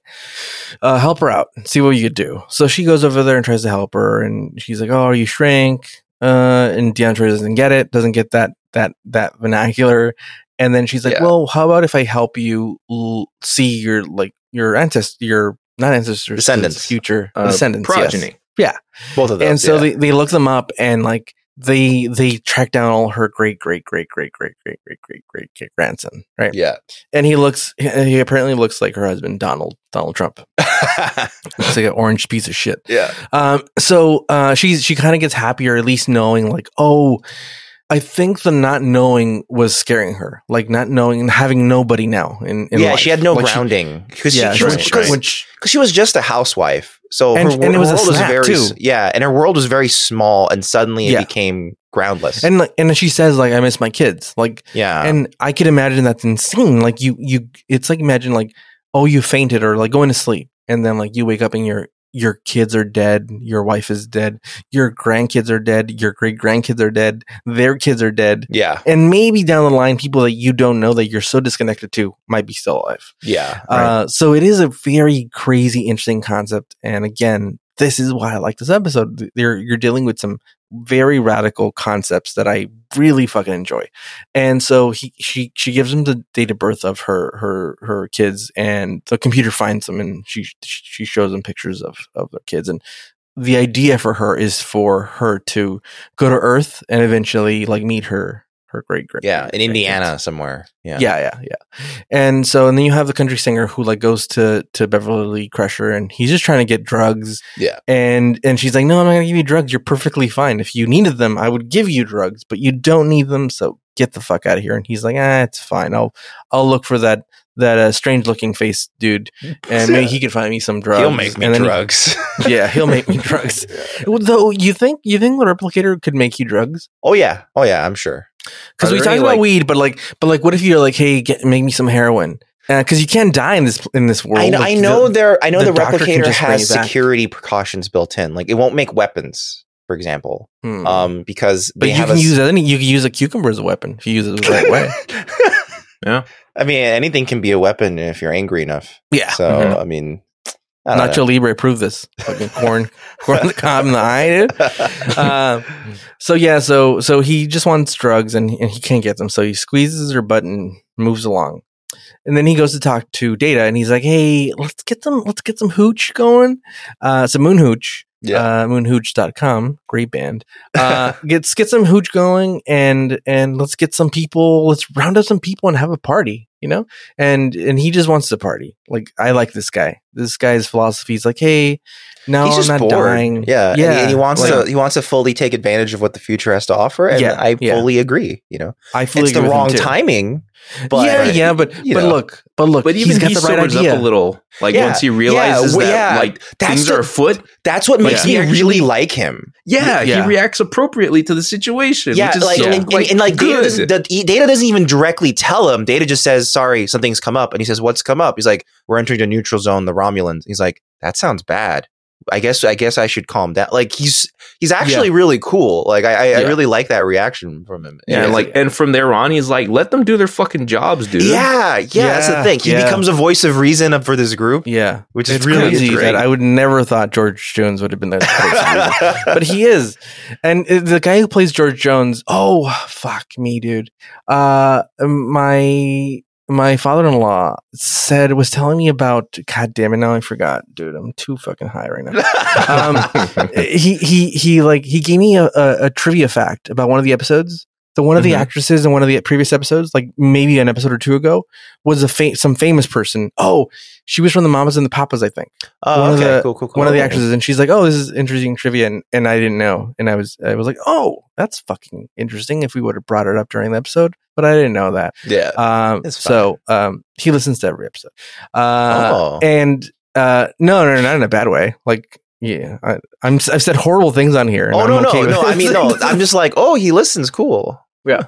Speaker 2: Uh, help her out. See what you could do. So she goes over there and tries to help her. And she's like, oh, you shrink. Uh, and Deanna Troy doesn't get it, doesn't get that, that, that vernacular. And then she's like,
Speaker 3: Yeah.
Speaker 2: well, how about if I help you l- see your, like, your ancestors, your, not ancestors,
Speaker 1: Descendants.
Speaker 2: future
Speaker 3: Uh,
Speaker 2: descendants, yes
Speaker 3: progeny.
Speaker 1: Both of
Speaker 2: and so they, they look them up and like they they track down all her great great great great great great great great great great grandson right
Speaker 1: yeah.
Speaker 2: and he looks he apparently looks like her husband donald donald trump looks like an orange piece of shit
Speaker 1: yeah.
Speaker 2: um so uh she's she kind of gets happier at least knowing like oh i think the not knowing was scaring her like not knowing and having nobody now in, in
Speaker 1: yeah,
Speaker 2: life.
Speaker 1: she had no
Speaker 2: Like,
Speaker 1: grounding because
Speaker 2: yeah,
Speaker 1: she, she was
Speaker 2: right,
Speaker 1: because
Speaker 2: right.
Speaker 1: because she was just a housewife. So
Speaker 2: And-
Speaker 1: her, wor-
Speaker 2: and it was
Speaker 1: her
Speaker 2: a
Speaker 1: world was
Speaker 2: snap,
Speaker 1: very
Speaker 2: too.
Speaker 1: s- yeah, and her world was very small, and suddenly
Speaker 2: Yeah.
Speaker 1: it became groundless.
Speaker 2: and like, and she says like I miss my kids. Like
Speaker 1: yeah,
Speaker 2: and I could imagine that's insane. Like you, you, it's like imagine like, oh, you fainted or like going to sleep, and then like you wake up and your your kids are dead, your wife is dead, your grandkids are dead, your great grandkids are dead, their kids are dead,
Speaker 1: yeah,
Speaker 2: and maybe down the line, people that you don't know that you're so disconnected to might be still alive.
Speaker 1: yeah. right.
Speaker 2: Uh, so it is a very crazy, interesting concept. And again, this is why I like this episode. Th- You're you're dealing with some very radical concepts that I really fucking enjoy. And so he she she gives him the date of birth of her her her kids, and the computer finds them, and she she shows them pictures of of their kids, and the idea for her is for her to go to Earth and eventually like meet her her great great
Speaker 1: yeah, in
Speaker 2: grandkids
Speaker 1: Indiana somewhere. Yeah,
Speaker 2: yeah yeah yeah and so and then you have the country singer who like goes to to beverly crusher and he's just trying to get drugs
Speaker 1: Yeah.
Speaker 2: and and she's like no i'm not gonna give you drugs you're perfectly fine if you needed them i would give you drugs but you don't need them so get the fuck out of here and he's like ah it's fine i'll i'll look for that that uh, strange looking face dude and maybe he could find me some drugs
Speaker 1: he'll make me
Speaker 2: and then he-
Speaker 1: drugs.
Speaker 2: yeah he'll make me drugs Well, though you think you think the replicator could make you drugs
Speaker 1: oh yeah, oh yeah, I'm sure. Are
Speaker 2: because we
Speaker 1: there
Speaker 2: talked
Speaker 1: any,
Speaker 2: about
Speaker 1: like-
Speaker 2: weed, but like, but like, what if you're like, hey, get, make me some heroin? Because you can't die in this in this world.
Speaker 1: I know,
Speaker 2: Like,
Speaker 1: I know
Speaker 2: the-
Speaker 1: there. I know
Speaker 2: the
Speaker 1: the,
Speaker 2: doctor can
Speaker 1: replicator
Speaker 2: just bring
Speaker 1: has
Speaker 2: it back.
Speaker 1: security precautions built in. Like it won't make weapons, for example,
Speaker 2: Hmm.
Speaker 1: um, because
Speaker 2: but
Speaker 1: they
Speaker 2: you
Speaker 1: have
Speaker 2: can
Speaker 1: a,
Speaker 2: use any. You can use a cucumber as a weapon if you use it the right way.
Speaker 3: Yeah.
Speaker 1: I mean, anything can be a weapon if you're angry enough.
Speaker 2: Yeah. Mm-hmm.
Speaker 1: So
Speaker 3: Mhm.
Speaker 1: I mean, I don't
Speaker 2: Nacho Libre proved this. Fucking corn, corn in the cob in the eye, dude.
Speaker 1: know.
Speaker 2: Uh, so yeah, so so he just wants drugs and and he can't get them. So he squeezes her button, moves along, and then he goes to talk to Data, and he's like, "Hey, let's get some let's get some hooch going. Uh, it's a moon hooch,
Speaker 1: Yeah.
Speaker 2: uh, moonhooch.com, great band. Uh, gets get some hooch going, and and let's get some people. Let's round up some people and have a party. You know, and and he just wants to party. Like I like this guy. This guy's philosophy is like, hey, now
Speaker 1: He's
Speaker 2: I'm
Speaker 1: just
Speaker 2: not
Speaker 1: bored.
Speaker 2: dying.
Speaker 1: Yeah, and he- And, he, wants
Speaker 2: like-
Speaker 1: to he wants to fully take advantage of what the future has to offer. And
Speaker 2: Yeah,
Speaker 1: I
Speaker 2: yeah.
Speaker 1: fully agree. You know,
Speaker 2: I fully
Speaker 1: it's the
Speaker 2: agree with him
Speaker 1: wrong
Speaker 2: too.
Speaker 1: timing, but
Speaker 2: yeah, yeah, but
Speaker 1: you
Speaker 2: but
Speaker 1: know.
Speaker 2: look, but look,
Speaker 3: But even
Speaker 2: he's got
Speaker 3: he
Speaker 2: the right
Speaker 3: sobers
Speaker 2: idea.
Speaker 3: up a little. Like
Speaker 1: Yeah,
Speaker 3: once he
Speaker 1: yeah,
Speaker 3: realizes
Speaker 1: well,
Speaker 3: that
Speaker 1: yeah.
Speaker 3: like
Speaker 1: That's
Speaker 3: things
Speaker 1: the-
Speaker 3: are afoot.
Speaker 1: that's what
Speaker 3: Like,
Speaker 1: makes
Speaker 3: he
Speaker 1: me really
Speaker 3: actually-
Speaker 1: like him.
Speaker 3: Yeah,
Speaker 2: Yeah.
Speaker 3: he reacts appropriately to the situation.
Speaker 1: Yeah,
Speaker 3: which is
Speaker 1: like,
Speaker 3: so,
Speaker 1: and, and- and, like data
Speaker 3: good.
Speaker 1: doesn't, the- he- data doesn't even directly tell him. Data just says, "Sorry, something's come up," and he says, "What's come up?" He's like, "We're entering the neutral zone, the Romulans." He's like, "That sounds bad." I guess I guess I should calm down. Like he's he's actually really cool. Like I I, I
Speaker 3: Yeah.
Speaker 1: really like that reaction from him.
Speaker 3: yeah,
Speaker 1: And it's
Speaker 3: like and from there on, he's like, let them do their fucking jobs, dude.
Speaker 1: Yeah, yeah, that's the
Speaker 2: Yeah,
Speaker 1: thing. He
Speaker 2: yeah.
Speaker 1: becomes a voice of reason up for this group,
Speaker 2: Yeah,
Speaker 1: which is
Speaker 2: it's
Speaker 1: really
Speaker 2: crazy
Speaker 1: great.
Speaker 2: that I would never thought George Jones would have been that, but he is, and uh, the guy who plays George Jones. Oh fuck me, dude. Uh, my my father in law said was telling me about. God damn it! Now I forgot, dude. I'm too fucking high right now. Um, he he he like he gave me a, a, a trivia fact about one of the episodes. The one of the
Speaker 3: Mhm.
Speaker 2: actresses in one of the previous episodes, like maybe an episode or two ago, was a fa- some famous person. Oh, she was from the Mamas and the Papas, I think.
Speaker 1: Oh,
Speaker 2: one of
Speaker 1: okay,
Speaker 2: the-
Speaker 1: cool, cool, cool.
Speaker 2: One of the
Speaker 1: Okay.
Speaker 2: actresses, and she's like, "Oh, this is interesting trivia," and, and I didn't know, and I was I was like, "Oh, that's fucking interesting." If we would have brought it up during the episode, but I didn't know that.
Speaker 1: Yeah.
Speaker 2: Um,
Speaker 1: It's fine.
Speaker 2: so um, he listens to every episode. Uh,
Speaker 1: oh.
Speaker 2: and uh no no no, not in a bad way like yeah I, i'm i've said horrible things on here and
Speaker 1: Oh
Speaker 2: I'm
Speaker 1: no
Speaker 2: okay
Speaker 1: no
Speaker 2: with
Speaker 1: no!
Speaker 2: it.
Speaker 1: I mean no. I'm just like oh he listens. Cool.
Speaker 2: Yeah.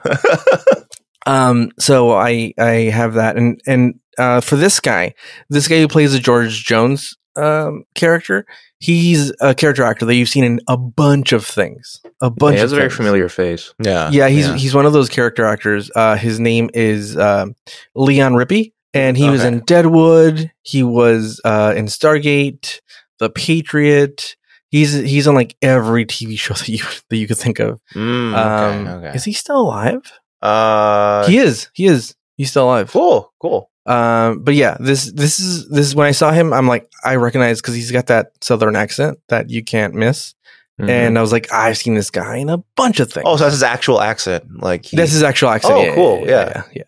Speaker 2: um so i i have that and and uh for this guy this guy who plays the george jones um character he's a character actor that you've seen in a bunch of things a bunch
Speaker 3: he
Speaker 2: of
Speaker 3: has a very
Speaker 2: things.
Speaker 3: familiar face.
Speaker 1: yeah.
Speaker 2: yeah he's he's one of those character actors uh his name is um leon rippey and he was
Speaker 1: Okay.
Speaker 2: in deadwood he was uh in stargate the patriot he's he's on like every tv show that you that you could think of
Speaker 1: Mm,
Speaker 2: um
Speaker 1: okay. Okay.
Speaker 2: is he still alive
Speaker 1: Uh.
Speaker 2: he is he is he's still alive
Speaker 1: cool. Cool.
Speaker 2: um but yeah this this is this is when i saw him i'm like i recognize because he's got that southern accent that you can't miss
Speaker 3: Mm-hmm.
Speaker 2: and i was like i've seen this guy in a bunch of things
Speaker 1: Mm-hmm. Oh, so that's his actual accent. Like he,
Speaker 2: That's his actual accent.
Speaker 1: Oh, cool.
Speaker 2: yeah, yeah.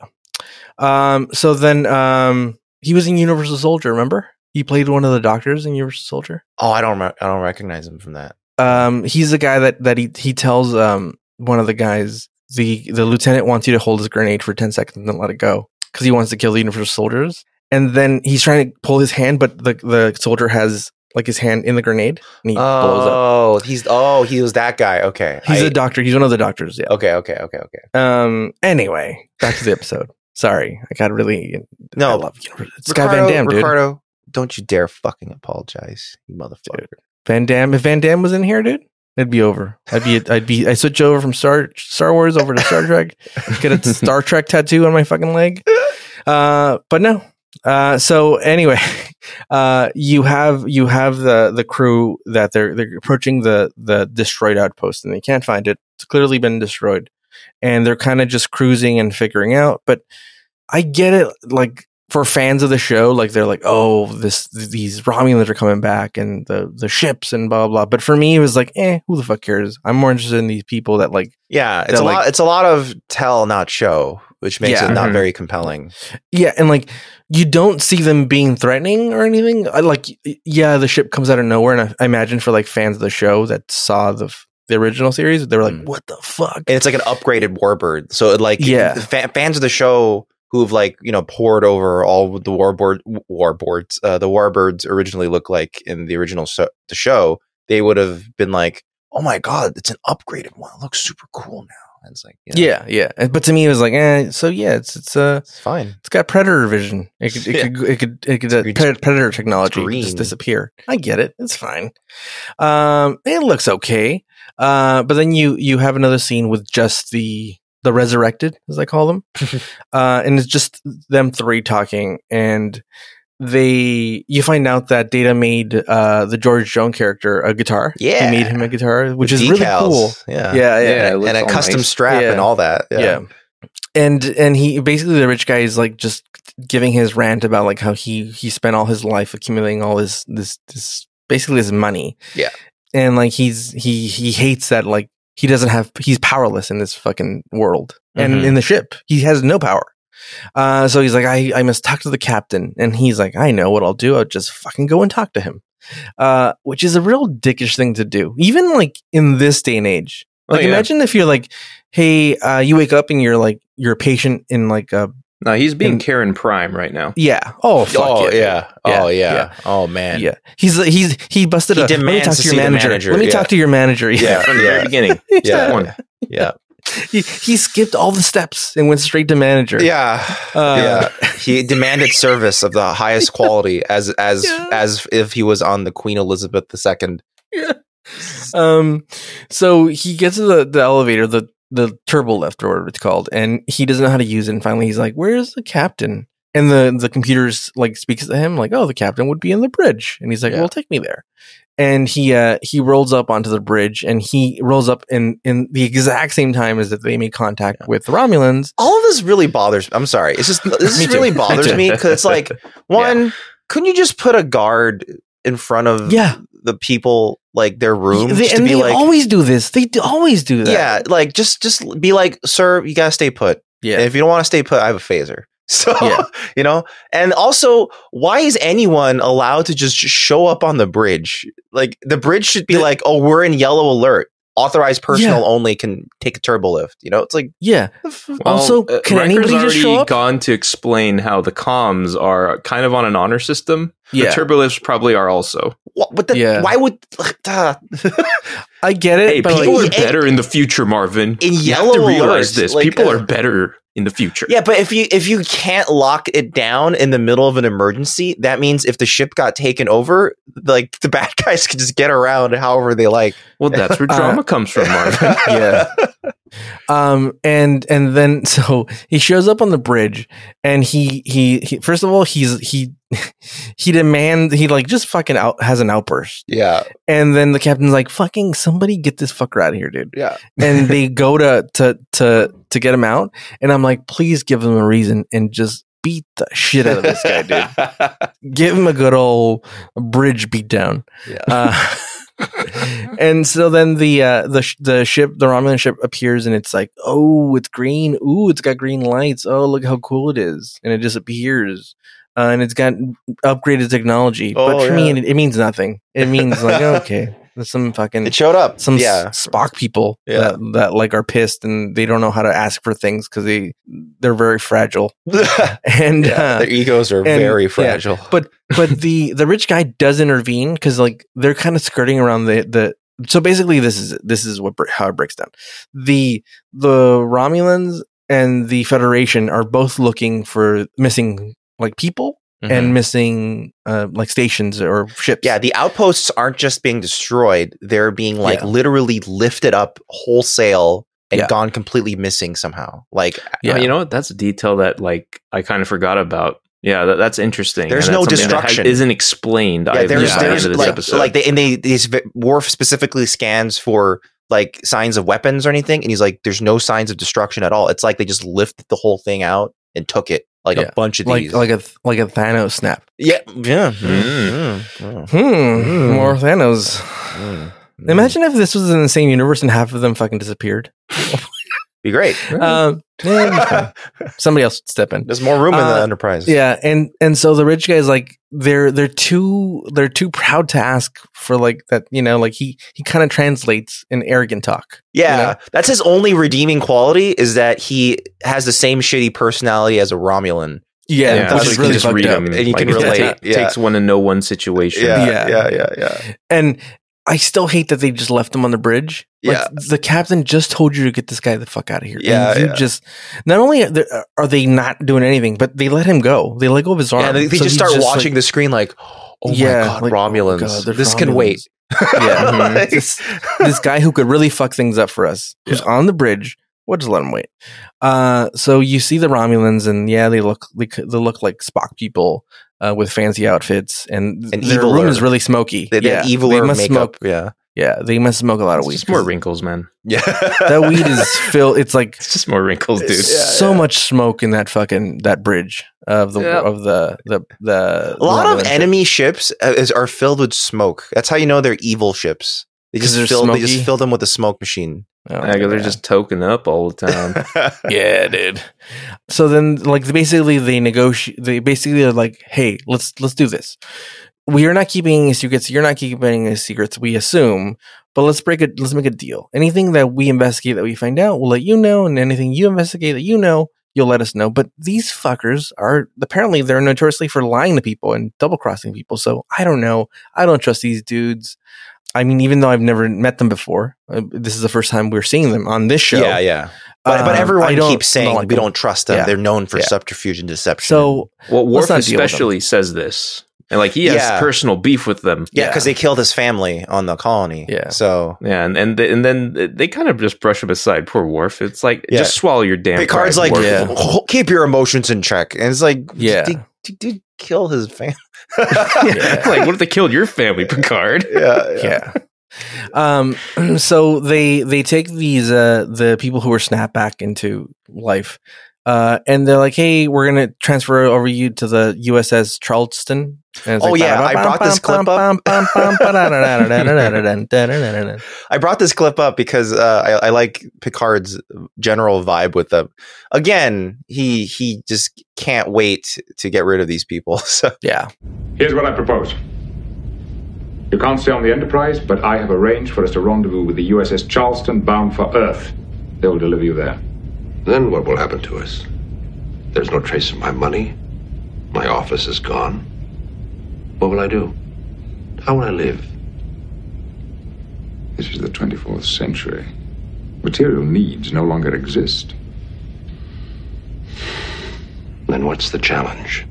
Speaker 2: yeah. Um, so then, um, he was in Universal Soldier. Remember, he played one of the doctors in Universal Soldier.
Speaker 1: Oh, I don't. Re- I don't recognize him from that.
Speaker 2: Um, he's the guy that that he he tells um one of the guys the the lieutenant wants you to hold his grenade for ten seconds and then let it go because he wants to kill the Universal soldiers. And then he's trying to pull his hand, but the the soldier has like his hand in the grenade and he blows up.
Speaker 1: Oh, he's oh he was that guy. Okay,
Speaker 2: He's
Speaker 1: Oh, I-
Speaker 2: a doctor. He's one of the doctors. Yeah.
Speaker 1: okay, okay, okay, okay.
Speaker 2: Um. Anyway, back to the episode. Sorry, I got really
Speaker 1: No,
Speaker 2: I love you. know, It's Guy Van Damme, dude.
Speaker 1: Ricardo, don't you dare fucking apologize, you motherfucker.
Speaker 2: Van Damme. If Van Damme was in here, dude, it'd be over. I'd be. I'd be. I switch over from Star Star Wars over to Star Trek. Get a Star Trek tattoo on my fucking leg. Uh. But no. Uh. So anyway, uh. You have you have the the crew that they're they're approaching the the destroyed outpost and they can't find it. It's clearly been destroyed, and they're kind of just cruising and figuring out. But I get it. Like for fans of the show, like they're like, oh, this these Romulans are coming back and the the ships and blah blah. But for me, it was like, eh, who the fuck cares? I'm more interested in these people that like,
Speaker 1: Yeah, it's
Speaker 2: They're
Speaker 1: a lot.
Speaker 2: like-
Speaker 1: It's a lot of tell, not show, which makes
Speaker 2: Yeah. Mm-hmm.
Speaker 1: it not
Speaker 3: Mhm.
Speaker 1: very compelling.
Speaker 2: yeah, and like you don't see them being threatening or anything. I like, yeah, the ship comes out of nowhere, and I, I imagine for like fans of the show that saw the f- the original series, they were like,
Speaker 1: Mm.
Speaker 2: what the fuck?
Speaker 1: And it's like an upgraded Warbird. So it, like,
Speaker 2: Yeah.
Speaker 1: the fa- fans of the show who've like you know poured over all the Warboard Warboards, uh, the Warbirds originally look like in the original so- the show, they would have been like, oh my god, it's an upgraded one. It looks super cool now. And it's like, you know,
Speaker 2: yeah, yeah. And- But to me, it was like, eh. So yeah, it's it's uh,
Speaker 1: it's fine.
Speaker 2: it's got predator vision. It could, it
Speaker 1: Yeah.
Speaker 2: could, it could, it could uh,
Speaker 1: Green
Speaker 2: pre-
Speaker 1: sc-
Speaker 2: predator technology
Speaker 1: green.
Speaker 2: just disappear. I get it. It's fine. Um, it looks okay. Uh, but then you you have another scene with just the the resurrected, as I call them, uh, and it's just them three talking, and they you find out that Data made uh the George Jones character a guitar.
Speaker 1: Yeah.
Speaker 2: he made him a guitar, which
Speaker 1: With
Speaker 2: is
Speaker 1: decals. Uh,
Speaker 2: really cool.
Speaker 1: Yeah,
Speaker 2: Yeah, yeah,
Speaker 3: Yeah, it looks
Speaker 1: and a
Speaker 3: all
Speaker 1: custom
Speaker 3: nice.
Speaker 1: strap
Speaker 2: Yeah.
Speaker 1: and all that.
Speaker 2: yeah. And and he basically the rich guy is like just giving his rant about like how he he spent all his life accumulating all his this this basically his money.
Speaker 1: Yeah.
Speaker 2: And like he's he he hates that like he doesn't have he's powerless in this fucking world and
Speaker 1: Mhm.
Speaker 2: in the ship he has no power. Uh, so he's like, I, I must talk to the captain, and he's like, I know what I'll do. I'll just fucking go and talk to him, uh, which is a real dickish thing to do, even like in this day and age.
Speaker 3: Oh,
Speaker 2: Like,
Speaker 3: yeah.
Speaker 2: imagine if you're like, hey, uh, you wake up and you're like, you're a patient in like a
Speaker 3: No, he's being
Speaker 2: And-
Speaker 3: Karen Prime right now.
Speaker 2: yeah. Oh, fuck
Speaker 1: oh
Speaker 2: yeah.
Speaker 1: yeah.
Speaker 2: Yeah,
Speaker 1: Oh yeah.
Speaker 2: yeah.
Speaker 1: Oh man.
Speaker 2: Yeah. He's he's he busted
Speaker 1: He
Speaker 2: up. Let me
Speaker 1: demands
Speaker 2: talk
Speaker 1: to
Speaker 2: to your
Speaker 1: see the
Speaker 2: manager.
Speaker 1: manager,
Speaker 2: Let me
Speaker 1: yeah.
Speaker 2: talk to your manager.
Speaker 1: Yeah,
Speaker 3: From the
Speaker 1: yeah.
Speaker 3: very beginning.
Speaker 1: Yeah.
Speaker 3: Step one.
Speaker 1: Yeah.
Speaker 2: he, he skipped all the steps and went straight to manager.
Speaker 1: Yeah.
Speaker 2: Uh,
Speaker 1: yeah. He demanded service of the highest quality as as
Speaker 2: Yeah.
Speaker 1: as if he was on the Queen Elizabeth II.
Speaker 2: Um, so he gets to the, the elevator, the the turbo lift or whatever it's called, and he doesn't know how to use it. And finally, he's like, "Where's the captain?" And the the computer's like speaks to him, like, "Oh, the captain would be in the bridge." And he's like,
Speaker 1: Yeah.
Speaker 2: "Well, take me there." And he uh he rolls up onto the bridge, and he rolls up in in the exact same time as that they make contact with the Romulans.
Speaker 1: All of this really bothers I'm sorry. It's just this
Speaker 2: Me
Speaker 1: just
Speaker 2: too.
Speaker 1: really
Speaker 2: Me
Speaker 1: bothers
Speaker 3: too.
Speaker 1: me because it's like one, couldn't you just put a guard in front of
Speaker 2: Yeah,
Speaker 1: the people like their room
Speaker 2: They-
Speaker 1: just to
Speaker 2: and
Speaker 1: be
Speaker 2: they
Speaker 1: like
Speaker 2: always do this. They do, always do that.
Speaker 1: Yeah, like just just be like, sir, you gotta stay put.
Speaker 2: yeah.
Speaker 1: And if you don't want to stay put, I have a phaser. So,
Speaker 2: Yeah.
Speaker 1: you know, and also, why is anyone allowed to just show up on the bridge? Like, the bridge should be
Speaker 2: The-
Speaker 1: like, oh, we're in yellow alert. Authorized personnel
Speaker 2: Yeah.
Speaker 1: only can take a turbo lift. You know, it's like,
Speaker 2: yeah. Also, can
Speaker 3: Riker's
Speaker 2: anybody just
Speaker 3: uh, already
Speaker 2: show up?
Speaker 3: gone to explain how the comms are kind of on an honor system.
Speaker 2: Yeah.
Speaker 3: The turbolifts probably are also.
Speaker 1: what, what the,
Speaker 2: Yeah.
Speaker 1: why would, ugh, duh.
Speaker 2: I get it.
Speaker 3: Hey,
Speaker 2: but, like-
Speaker 3: people are
Speaker 1: Yeah.
Speaker 3: better in the future, Marvin.
Speaker 1: In
Speaker 3: you
Speaker 1: yellow
Speaker 3: have to realize
Speaker 1: alerts,
Speaker 3: this.
Speaker 1: like,
Speaker 3: people
Speaker 1: uh,
Speaker 3: are better in the future.
Speaker 1: yeah, but if you, if you can't lock it down in the middle of an emergency, that means if the ship got taken over, like, the bad guys could just get around however they like.
Speaker 3: Well, that's where
Speaker 2: Uh,
Speaker 3: drama comes from, Marvin.
Speaker 2: yeah. Um and and then so he shows up on the bridge and he he, he first of all he's he he demand he like just fucking out has an outburst
Speaker 1: Yeah.
Speaker 2: and then the captain's like fucking somebody get this fucker out of here dude
Speaker 1: Yeah.
Speaker 2: and they go to to to to get him out and I'm like please give him a reason and just beat the shit out of this guy dude give him a good old bridge beat down.
Speaker 1: Yeah.
Speaker 2: Uh, and so then the uh, the sh- the ship, the Romulan ship appears, and it's like, oh, it's green. Ooh, it's got green lights. Oh, look how cool it is, and it disappears. Uh, and it's got upgraded technology, but
Speaker 1: Oh,
Speaker 2: for me,
Speaker 1: yeah.
Speaker 2: it, it means nothing. It means like okay, There's some fucking
Speaker 1: It showed up.
Speaker 2: Mm. some s-
Speaker 1: yeah.
Speaker 2: Spock people
Speaker 1: Yeah.
Speaker 2: that, that like are pissed and they don't know how to ask for things because they they're very fragile and
Speaker 1: Yeah,
Speaker 2: uh,
Speaker 1: their egos are
Speaker 2: and-
Speaker 1: very
Speaker 2: yeah.
Speaker 1: fragile.
Speaker 2: but but the the rich guy does intervene because like they're kind of skirting around the the so basically this is this is what bre- how it breaks down the the romulans and the federation are both looking for missing like people
Speaker 3: Mm-hmm.
Speaker 2: and missing uh like stations or ships
Speaker 1: Mm-hmm. Yeah, the outposts aren't just being destroyed; they're being like
Speaker 2: Yeah.
Speaker 1: literally lifted up wholesale and
Speaker 2: Yeah.
Speaker 1: gone completely missing somehow. Like
Speaker 2: Yeah.
Speaker 3: Yeah, you know what? That's a detail that like I kind of forgot about. Yeah, that, that's interesting.
Speaker 1: There's
Speaker 3: And
Speaker 1: no
Speaker 3: that's something that ha-
Speaker 1: destruction.
Speaker 3: isn't explained. I
Speaker 1: yeah, there's,
Speaker 3: there's,
Speaker 2: at the
Speaker 1: there's
Speaker 3: end of this
Speaker 1: like
Speaker 3: episode.
Speaker 1: like they and they these v- Worf specifically scans for like signs of weapons or anything, and he's like, "There's no signs of destruction at all." It's like they just lifted the whole thing out and took it like
Speaker 2: Yeah.
Speaker 1: a bunch of
Speaker 2: like
Speaker 1: these.
Speaker 2: like a like a thanos snap
Speaker 1: yeah, yeah.
Speaker 3: Mm.
Speaker 1: Mm.
Speaker 2: hmm more thanos
Speaker 1: Mm. Mm.
Speaker 2: imagine if this was in the same universe and half of them fucking disappeared
Speaker 1: be great.
Speaker 2: um yeah, it'd be fine. somebody else would step in
Speaker 1: There's more room in the
Speaker 2: Uh,
Speaker 1: Enterprise.
Speaker 2: Yeah, and and so the rich guy's like they're they're too they're too proud to ask for like that you know like he he kind of translates in arrogant talk.
Speaker 1: Yeah,
Speaker 2: You know?
Speaker 1: that's his only redeeming quality is that he has the same shitty personality as a Romulan.
Speaker 2: Yeah,
Speaker 1: Yeah,
Speaker 2: which
Speaker 1: so
Speaker 2: is
Speaker 1: you
Speaker 2: really
Speaker 1: can just
Speaker 2: fucked
Speaker 1: read
Speaker 2: up.
Speaker 1: 'em. and you can
Speaker 3: it
Speaker 1: relate,
Speaker 3: ta-
Speaker 1: yeah.
Speaker 3: Takes one to know one situation.
Speaker 2: Yeah.
Speaker 1: yeah, yeah.
Speaker 2: And I still hate that they just left him on the bridge. Like,
Speaker 1: Yeah.
Speaker 2: the captain just told you to get this guy the fuck out of here. and
Speaker 1: Yeah,
Speaker 2: you
Speaker 1: yeah.
Speaker 2: just not only are they, are they not doing anything, but they let him go. They let go of his arm.
Speaker 1: And they, they
Speaker 2: So
Speaker 1: just
Speaker 2: he
Speaker 1: start
Speaker 2: like-
Speaker 1: watching the screen like, oh
Speaker 2: Yeah,
Speaker 1: my god,
Speaker 2: like,
Speaker 1: Romulans.
Speaker 2: oh God, they're
Speaker 1: this can
Speaker 2: Romulans.
Speaker 1: wait. mm-hmm.
Speaker 2: Yeah.
Speaker 3: Mhm.
Speaker 1: Like-
Speaker 2: This- this guy who could really fuck things up for us, who's on the bridge. We'll just let him wait. Uh, so you see the Romulans, and yeah, they look they, c- they look like Spock people uh, with fancy outfits, and
Speaker 1: And
Speaker 2: their
Speaker 1: eviler.
Speaker 2: room is really smoky.
Speaker 1: they, they
Speaker 2: yeah,
Speaker 1: have evil
Speaker 2: they
Speaker 1: or
Speaker 2: must
Speaker 1: makeup.
Speaker 2: smoke.
Speaker 1: Yeah,
Speaker 2: Yeah, they must smoke a lot of
Speaker 3: It's
Speaker 2: weed.
Speaker 3: just more wrinkles, man.
Speaker 1: yeah.
Speaker 2: that weed is fill. It's like
Speaker 3: It's just more wrinkles, dude.
Speaker 1: It's- Yeah,
Speaker 2: so
Speaker 1: yeah.
Speaker 2: much smoke in that fucking that bridge of the
Speaker 3: Yeah.
Speaker 2: of the the the
Speaker 1: a lot
Speaker 2: Romulan
Speaker 1: of
Speaker 2: ship.
Speaker 1: enemy ships uh, is, are filled with smoke. That's how you know they're evil ships. They
Speaker 2: 'Cause they're
Speaker 1: just fill they
Speaker 2: smoky?
Speaker 1: just fill them with a smoke machine.
Speaker 2: Oh,
Speaker 3: Yeah, 'cause they're
Speaker 2: yeah.
Speaker 3: just token up all the time.
Speaker 2: yeah, dude. So then, like, basically, they negotiate. They basically are like, "Hey, let's let's do this. We are not keeping any secrets. You're not keeping any secrets. We assume, but let's break it. Let's make a deal. Anything that we investigate that we find out, we'll let you know, and anything you investigate that you know, you'll let us know. But these fuckers are apparently they're notoriously for lying to people and double crossing people. So I don't know. I don't trust these dudes. I mean, even though I've never met them before, uh, this is the first time we're seeing them on this show.
Speaker 1: yeah, yeah. But but
Speaker 2: Um, I
Speaker 1: everyone
Speaker 2: don't-
Speaker 1: keeps saying
Speaker 2: not like
Speaker 1: we
Speaker 2: them.
Speaker 1: don't trust them.
Speaker 2: Yeah.
Speaker 1: They're known for
Speaker 2: Yeah.
Speaker 1: subterfuge and deception.
Speaker 2: So
Speaker 3: well, Worf
Speaker 2: not deal with
Speaker 3: especially says this, and like he has
Speaker 1: Yeah.
Speaker 3: personal beef with them.
Speaker 1: Yeah,
Speaker 2: Yeah.
Speaker 1: because they killed his family on the colony.
Speaker 2: Yeah.
Speaker 1: So
Speaker 3: Yeah, and and, th- and then th- they kind of just brush him aside. Poor Worf. It's like
Speaker 1: Yeah.
Speaker 3: just swallow your damn.
Speaker 1: Picard's like,
Speaker 3: pride, Worf.
Speaker 2: Yeah.
Speaker 1: "Ho- keep your emotions in check. And it's like,
Speaker 2: Yeah.
Speaker 1: did, did, did kill his family?
Speaker 3: It's like what if they killed your family, Picard?
Speaker 1: yeah,
Speaker 2: yeah. um so they they take these uh the people who were snapped back into life uh and they're like hey we're gonna transfer over you to the uss charleston and it's
Speaker 1: Oh,
Speaker 2: like,
Speaker 1: yeah, I brought this clip
Speaker 2: up
Speaker 1: I brought this clip up because uh, I, I like Picard's general vibe with them. Again, he he just can't wait to get rid of these people. So
Speaker 2: yeah
Speaker 4: Here's what I propose. You can't stay on the Enterprise, but I have arranged for us to rendezvous with the USS Charleston bound for Earth. They will deliver you there.
Speaker 7: Then what will happen to us? There's no trace of my money. My office is gone. What will I do? How will I live?
Speaker 4: This is the 24th century. Material needs no longer exist.
Speaker 7: Then what's the challenge?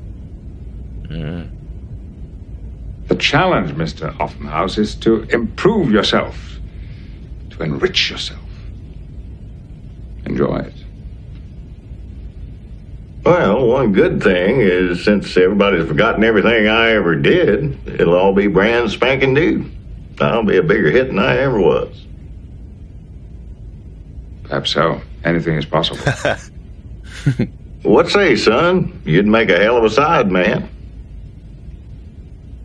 Speaker 4: The challenge, Mr. Offenhouse, is to improve yourself, to enrich yourself. Enjoy it.
Speaker 8: Well, one good thing is since everybody's forgotten everything I ever did, it'll all be brand spanking new. I'll be a bigger hit than I ever was.
Speaker 4: Perhaps so. Anything is possible.
Speaker 8: What say, son? You'd make a hell of a side man.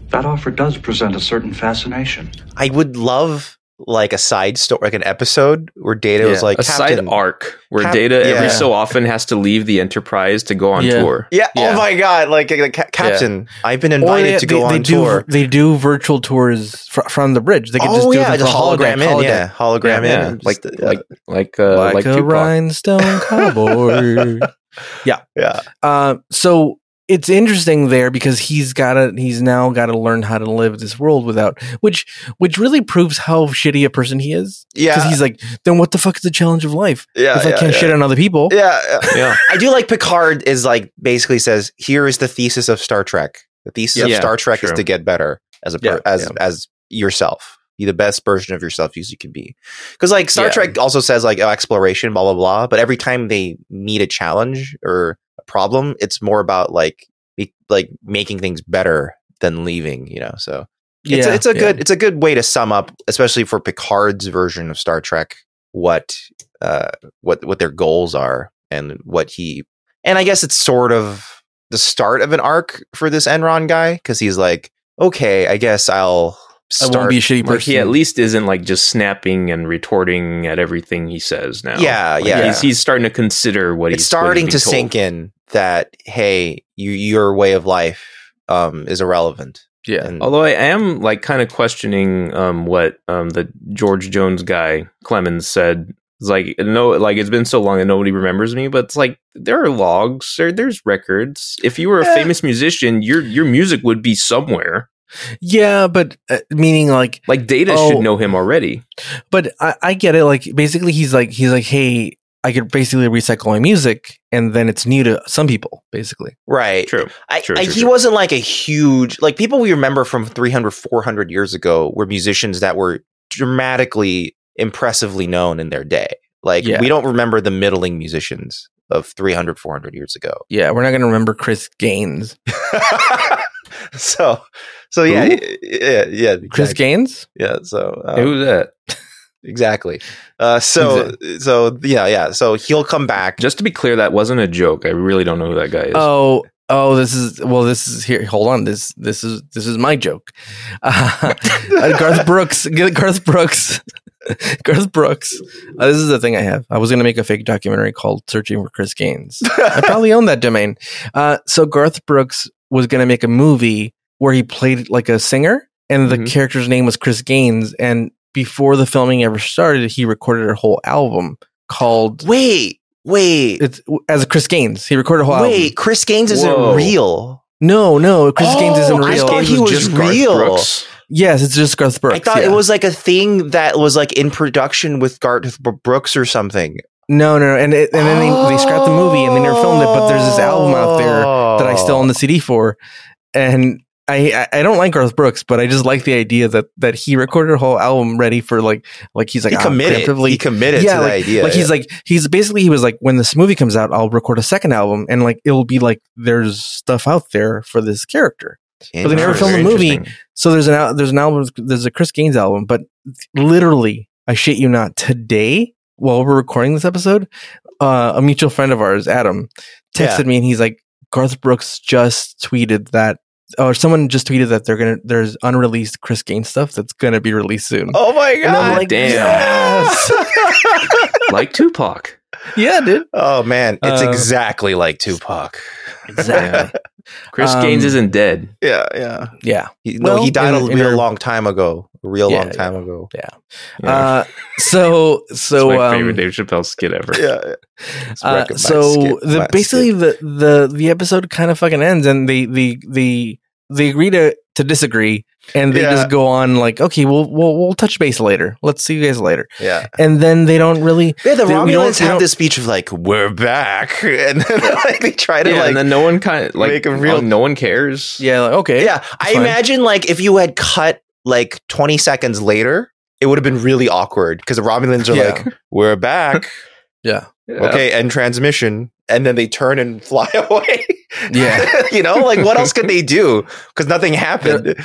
Speaker 5: That offer does present a certain fascination.
Speaker 1: I would love like a side story, like an episode where Data was
Speaker 3: Yeah,
Speaker 1: like
Speaker 3: a
Speaker 1: Captain.
Speaker 3: side arc where
Speaker 1: Cap-
Speaker 3: Data
Speaker 1: yeah.
Speaker 3: every so often has to leave the Enterprise to go on
Speaker 2: Yeah.
Speaker 3: tour.
Speaker 1: Yeah,
Speaker 2: Yeah.
Speaker 1: Oh my god! Like, like, Ca- Captain, I've been invited to go on tour.
Speaker 2: Do, they do virtual tours fr- from the bridge. They can
Speaker 1: oh
Speaker 2: just do
Speaker 1: yeah,
Speaker 2: them
Speaker 1: just
Speaker 2: from
Speaker 1: hologram,
Speaker 2: holodeck,
Speaker 1: in,
Speaker 2: holodeck.
Speaker 1: yeah, hologram in,
Speaker 3: Yeah,
Speaker 1: and
Speaker 3: like
Speaker 1: just-
Speaker 3: like like uh,
Speaker 2: like,
Speaker 3: like,
Speaker 2: a
Speaker 3: Tupac.
Speaker 2: rhinestone cowboy.
Speaker 1: yeah,
Speaker 2: uh, so it's interesting there because he's gotta he's now gotta learn how to live this world without which which really proves how shitty a person he is. Because
Speaker 1: yeah,
Speaker 2: he's like, then what the fuck is the challenge of life?
Speaker 1: yeah.
Speaker 2: if I
Speaker 1: yeah,
Speaker 2: can't
Speaker 1: yeah.
Speaker 2: shit on other people.
Speaker 1: Yeah, yeah.
Speaker 3: Yeah,
Speaker 1: I do like Picard is like basically says here is the thesis of Star Trek. The thesis of
Speaker 3: Yeah,
Speaker 1: Star Trek is
Speaker 3: true.
Speaker 1: to get better as a per-
Speaker 3: Yeah,
Speaker 1: as
Speaker 3: yeah.
Speaker 1: as yourself. Be the best version of yourself as you can be. Because like Star
Speaker 3: Yeah.
Speaker 1: Trek also says like oh, exploration, blah blah blah. But every time they meet a challenge or a problem, it's more about like be- like making things better than leaving. You know, so it's a, it's a
Speaker 2: yeah.
Speaker 1: good it's a good way to sum up, especially for Picard's version of Star Trek, what uh what what their goals are and what he and I guess it's sort of the start of an arc for this Enron guy because he's like, okay, I guess I'll
Speaker 2: I
Speaker 1: start.
Speaker 2: won't be a shitty
Speaker 3: like
Speaker 2: person.
Speaker 3: he at least isn't like just snapping and retorting at everything he says now.
Speaker 1: Yeah,
Speaker 3: Like,
Speaker 1: yeah.
Speaker 3: He's, he's starting to consider what
Speaker 1: it's
Speaker 3: he's what
Speaker 1: starting
Speaker 3: he's
Speaker 1: to
Speaker 3: being told.
Speaker 1: sink in that hey, you, your way of life um is irrelevant.
Speaker 2: yeah.
Speaker 1: And-
Speaker 3: Although I am like kind of questioning um, what um, the George Jones guy Clemens said. It's like no, like it's been so long and nobody remembers me. But it's like there are logs, there, there's records. If you were a
Speaker 1: Yeah.
Speaker 3: famous musician, your your music would be somewhere.
Speaker 2: Yeah, but uh, meaning like,
Speaker 3: Like Data
Speaker 2: Oh.
Speaker 3: should know him already.
Speaker 2: but I, I get it. Like, basically, he's like, he's like, hey, I could basically recycle my music, and then it's new to some people, basically.
Speaker 1: right.
Speaker 3: True.
Speaker 1: I,
Speaker 3: Sure,
Speaker 1: I,
Speaker 3: sure,
Speaker 1: he
Speaker 3: sure.
Speaker 1: wasn't like a huge like people we remember from 300 400 years ago were musicians that were dramatically impressively known in their day like
Speaker 2: Yeah.
Speaker 1: we don't remember the middling musicians of 300 400 years ago
Speaker 2: Yeah, we're not gonna remember Chris Gaines.
Speaker 1: so so yeah
Speaker 3: Who?
Speaker 1: yeah yeah
Speaker 2: Chris
Speaker 1: exactly.
Speaker 2: Gaines?
Speaker 1: yeah so um,
Speaker 3: Who's that?
Speaker 1: exactly uh so so yeah yeah so he'll come back
Speaker 3: Just to be clear, that wasn't a joke. I really don't know who that guy is.
Speaker 2: Oh, oh, this is well, this is here. Hold on, this this is this is my joke. Uh, Garth Brooks, Garth Brooks, Garth Brooks. Uh, this is the thing I have. I was gonna make a fake documentary called "Searching for Chris Gaines." I probably own that domain. Uh, so Garth Brooks was going to make a movie where he played like a singer, and the
Speaker 1: Mm-hmm.
Speaker 3: Mhm.
Speaker 2: character's name was Chris Gaines. And before the filming ever started, he recorded a whole album called
Speaker 1: wait wait
Speaker 2: it's as Chris Gaines. He recorded a whole album.
Speaker 1: wait chris gaines isn't
Speaker 3: Whoa.
Speaker 1: real
Speaker 2: No, no, Chris Gaines isn't
Speaker 1: Oh, I
Speaker 2: real.
Speaker 1: thought he was real.
Speaker 2: yes, it's just Garth Brooks.
Speaker 1: I thought
Speaker 2: yeah.
Speaker 1: it was like a thing that was like in production with Garth B- Brooks or something.
Speaker 2: no, no, no. and it, and then they, they scrapped the movie and they never filmed it. But there's this album out there that I
Speaker 1: Oh.
Speaker 2: still own the CD for, and I I I don't like Garth Brooks, but I just like the idea that that he recorded a whole album ready for like like he's like
Speaker 1: He
Speaker 2: ah,
Speaker 1: committed.
Speaker 2: preemptively-
Speaker 1: He committed
Speaker 2: yeah,
Speaker 1: to
Speaker 2: like,
Speaker 1: the idea.
Speaker 2: like he's like he's basically he was like when this movie comes out, I'll record a second album, and like it'll be like there's stuff out there for this character. but they never filmed the movie. So there's an al- there's an album there's a Chris Gaines album, but literally I shit you not today while we're recording this episode, uh, a mutual friend of ours, Adam, texted me and he's like, Garth Brooks just tweeted that, or someone just tweeted that they're gonna there's unreleased Chris Gaines stuff that's gonna be released soon.
Speaker 1: Oh my
Speaker 2: And
Speaker 1: god!
Speaker 2: I'm like,
Speaker 3: damn.
Speaker 2: yes!
Speaker 3: like Tupac.
Speaker 2: yeah, dude.
Speaker 1: oh man, it's
Speaker 2: Uh,
Speaker 1: exactly like Tupac.
Speaker 2: Exactly.
Speaker 3: Chris
Speaker 2: Um,
Speaker 3: Gaines isn't dead.
Speaker 1: Yeah, yeah.
Speaker 2: Yeah.
Speaker 1: He, no,
Speaker 2: Well,
Speaker 1: he died
Speaker 2: in-
Speaker 1: a
Speaker 2: in
Speaker 1: real
Speaker 2: our-
Speaker 1: long time ago. A real
Speaker 2: Yeah,
Speaker 1: long time ago.
Speaker 3: Yeah.
Speaker 2: Uh, so so
Speaker 3: it's my
Speaker 2: um,
Speaker 3: favorite Dave Chappelle skit ever.
Speaker 1: Yeah. yeah. It's
Speaker 2: Uh,
Speaker 1: recognized
Speaker 2: so
Speaker 1: skit,
Speaker 2: the
Speaker 1: flat
Speaker 2: basically
Speaker 1: skit.
Speaker 2: the the the episode kind of fucking ends and they the the they agree to to disagree and they
Speaker 1: Yeah.
Speaker 2: just go on like okay we'll we'll we'll touch base later let's see you guys later
Speaker 1: yeah.
Speaker 2: and then they don't really
Speaker 1: Yeah, the
Speaker 2: we don't-
Speaker 1: Romulans
Speaker 2: we
Speaker 1: have
Speaker 2: don't-
Speaker 1: this speech of like, "We're back," and then like they try to
Speaker 3: Yeah,
Speaker 1: like
Speaker 3: and then no one kind of like
Speaker 1: make
Speaker 3: make
Speaker 1: a real-
Speaker 3: no one cares.
Speaker 2: yeah like, okay
Speaker 1: Yeah, I
Speaker 2: fine.
Speaker 1: imagine like if you had cut like 20 seconds later, it would have been really awkward because the Romulans are
Speaker 2: Yeah.
Speaker 1: like, "We're back,
Speaker 2: yeah
Speaker 1: okay, end transmission," and then they turn and fly away.
Speaker 2: yeah
Speaker 1: you know, like what else could they do? Because nothing happened.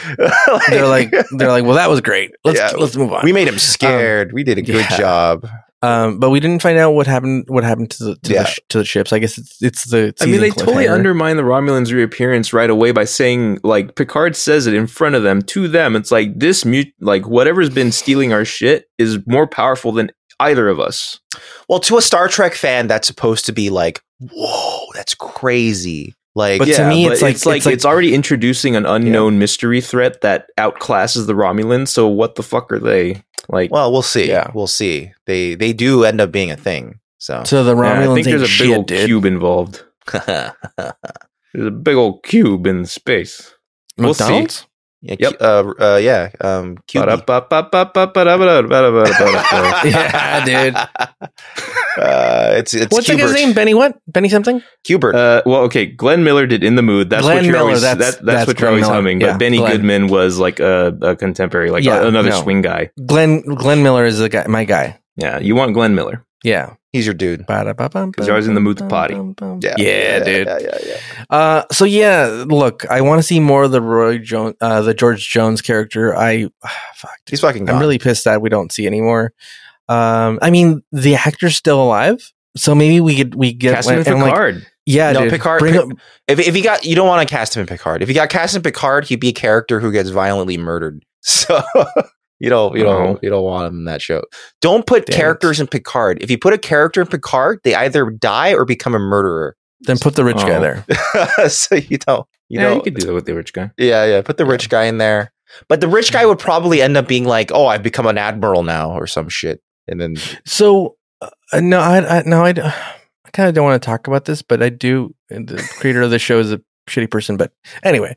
Speaker 2: they're like they're like well that was great let's
Speaker 1: Yeah.
Speaker 2: let's move on
Speaker 1: we made him scared. we did a good
Speaker 2: yeah.
Speaker 1: job.
Speaker 2: Um, but we didn't find out what happened. What happened to the to,
Speaker 1: Yeah.
Speaker 2: the, sh- to the ships? I guess it's, it's the.
Speaker 3: I mean,
Speaker 2: season
Speaker 3: they totally
Speaker 2: cliffhanger.
Speaker 3: undermine the Romulans' reappearance right away by saying, like, Picard says it in front of them to them. It's like this, mut- like, whatever's been stealing our shit is more powerful than either of us.
Speaker 1: Well, to a Star Trek fan, that's supposed to be like, whoa, that's crazy. Like,
Speaker 2: But to me, it's like-
Speaker 3: it's like,
Speaker 2: it's like-
Speaker 3: it's already introducing an unknown mystery threat that outclasses the Romulans. So what the fuck are they like?
Speaker 1: well, we'll see.
Speaker 2: Yeah.
Speaker 1: We'll see. They they do end up being a thing. So
Speaker 2: So the
Speaker 3: Yeah,
Speaker 2: Romulans
Speaker 3: I think
Speaker 2: ain't
Speaker 3: there's a big
Speaker 2: shit,
Speaker 3: old
Speaker 2: dude.
Speaker 3: cube involved. There's a big old cube in space. We'll see.
Speaker 2: McDonald's?
Speaker 1: yeah,
Speaker 3: Yep.
Speaker 1: uh, uh, yeah, um, QB.
Speaker 3: Ba-da-ba-ba-ba-ba-da-ba-da-ba-da-ba-da.
Speaker 2: yeah, dude.
Speaker 1: Uh, it's it's
Speaker 2: What's that
Speaker 1: Qbert.
Speaker 2: guy's name? Benny what? Benny something?
Speaker 1: Qbert.
Speaker 3: Uh, well, okay, Glenn Miller did in the mood. That's
Speaker 2: Glenn
Speaker 3: what you're
Speaker 2: Miller,
Speaker 3: always.
Speaker 2: that's-
Speaker 3: that- that's,
Speaker 2: that's
Speaker 3: what
Speaker 2: Glenn
Speaker 3: you're always
Speaker 2: Miller.
Speaker 3: humming.
Speaker 2: Yeah,
Speaker 3: but Benny
Speaker 2: Glenn.
Speaker 3: Goodman was like a, a contemporary, like
Speaker 2: Yeah,
Speaker 3: a- another
Speaker 2: no.
Speaker 3: swing guy.
Speaker 2: Glenn Glenn Miller is the guy. My guy.
Speaker 3: Yeah, you want Glenn Miller.
Speaker 2: Yeah.
Speaker 1: He's your dude.
Speaker 2: Because
Speaker 3: you're always in the mood to potty.
Speaker 1: Yeah,
Speaker 2: Yeah, dude.
Speaker 1: Yeah, yeah, yeah.
Speaker 2: Uh, so yeah, look, I want to see more of the Roy Jones, uh, the George Jones character. I, fuck, dude.
Speaker 1: He's fucking. Gone.
Speaker 2: I'm really pissed that we don't see anymore. Um, I mean, the actor's still alive, so maybe we could we get
Speaker 3: Cast him in
Speaker 2: and, like,
Speaker 3: Picard.
Speaker 2: yeah,
Speaker 1: No,
Speaker 2: dude,
Speaker 1: Picard-
Speaker 2: Bring
Speaker 1: Pic-
Speaker 2: up,
Speaker 1: If if he got, you don't want to cast him in Picard. If he got cast in Picard, he'd be a character who gets violently murdered. So you don't, you don't,
Speaker 3: Oh.
Speaker 1: you don't want him in that show. Don't put
Speaker 2: Uh-huh. Damn it.
Speaker 1: characters in Picard. If you put a character in Picard, they either die or become a murderer.
Speaker 2: then put the rich guy
Speaker 3: Oh.
Speaker 2: there.
Speaker 1: so you don't, you
Speaker 3: yeah,
Speaker 1: know,
Speaker 3: you could do that with the rich guy.
Speaker 1: yeah, yeah. Put the rich guy in there, but the rich guy would probably end up being like, "Oh, I've become an admiral now" or some shit, and then
Speaker 2: So uh, no, I, I no, I, d- I kind of don't want to talk about this, but I do. and The creator of the show is a shitty person, but anyway.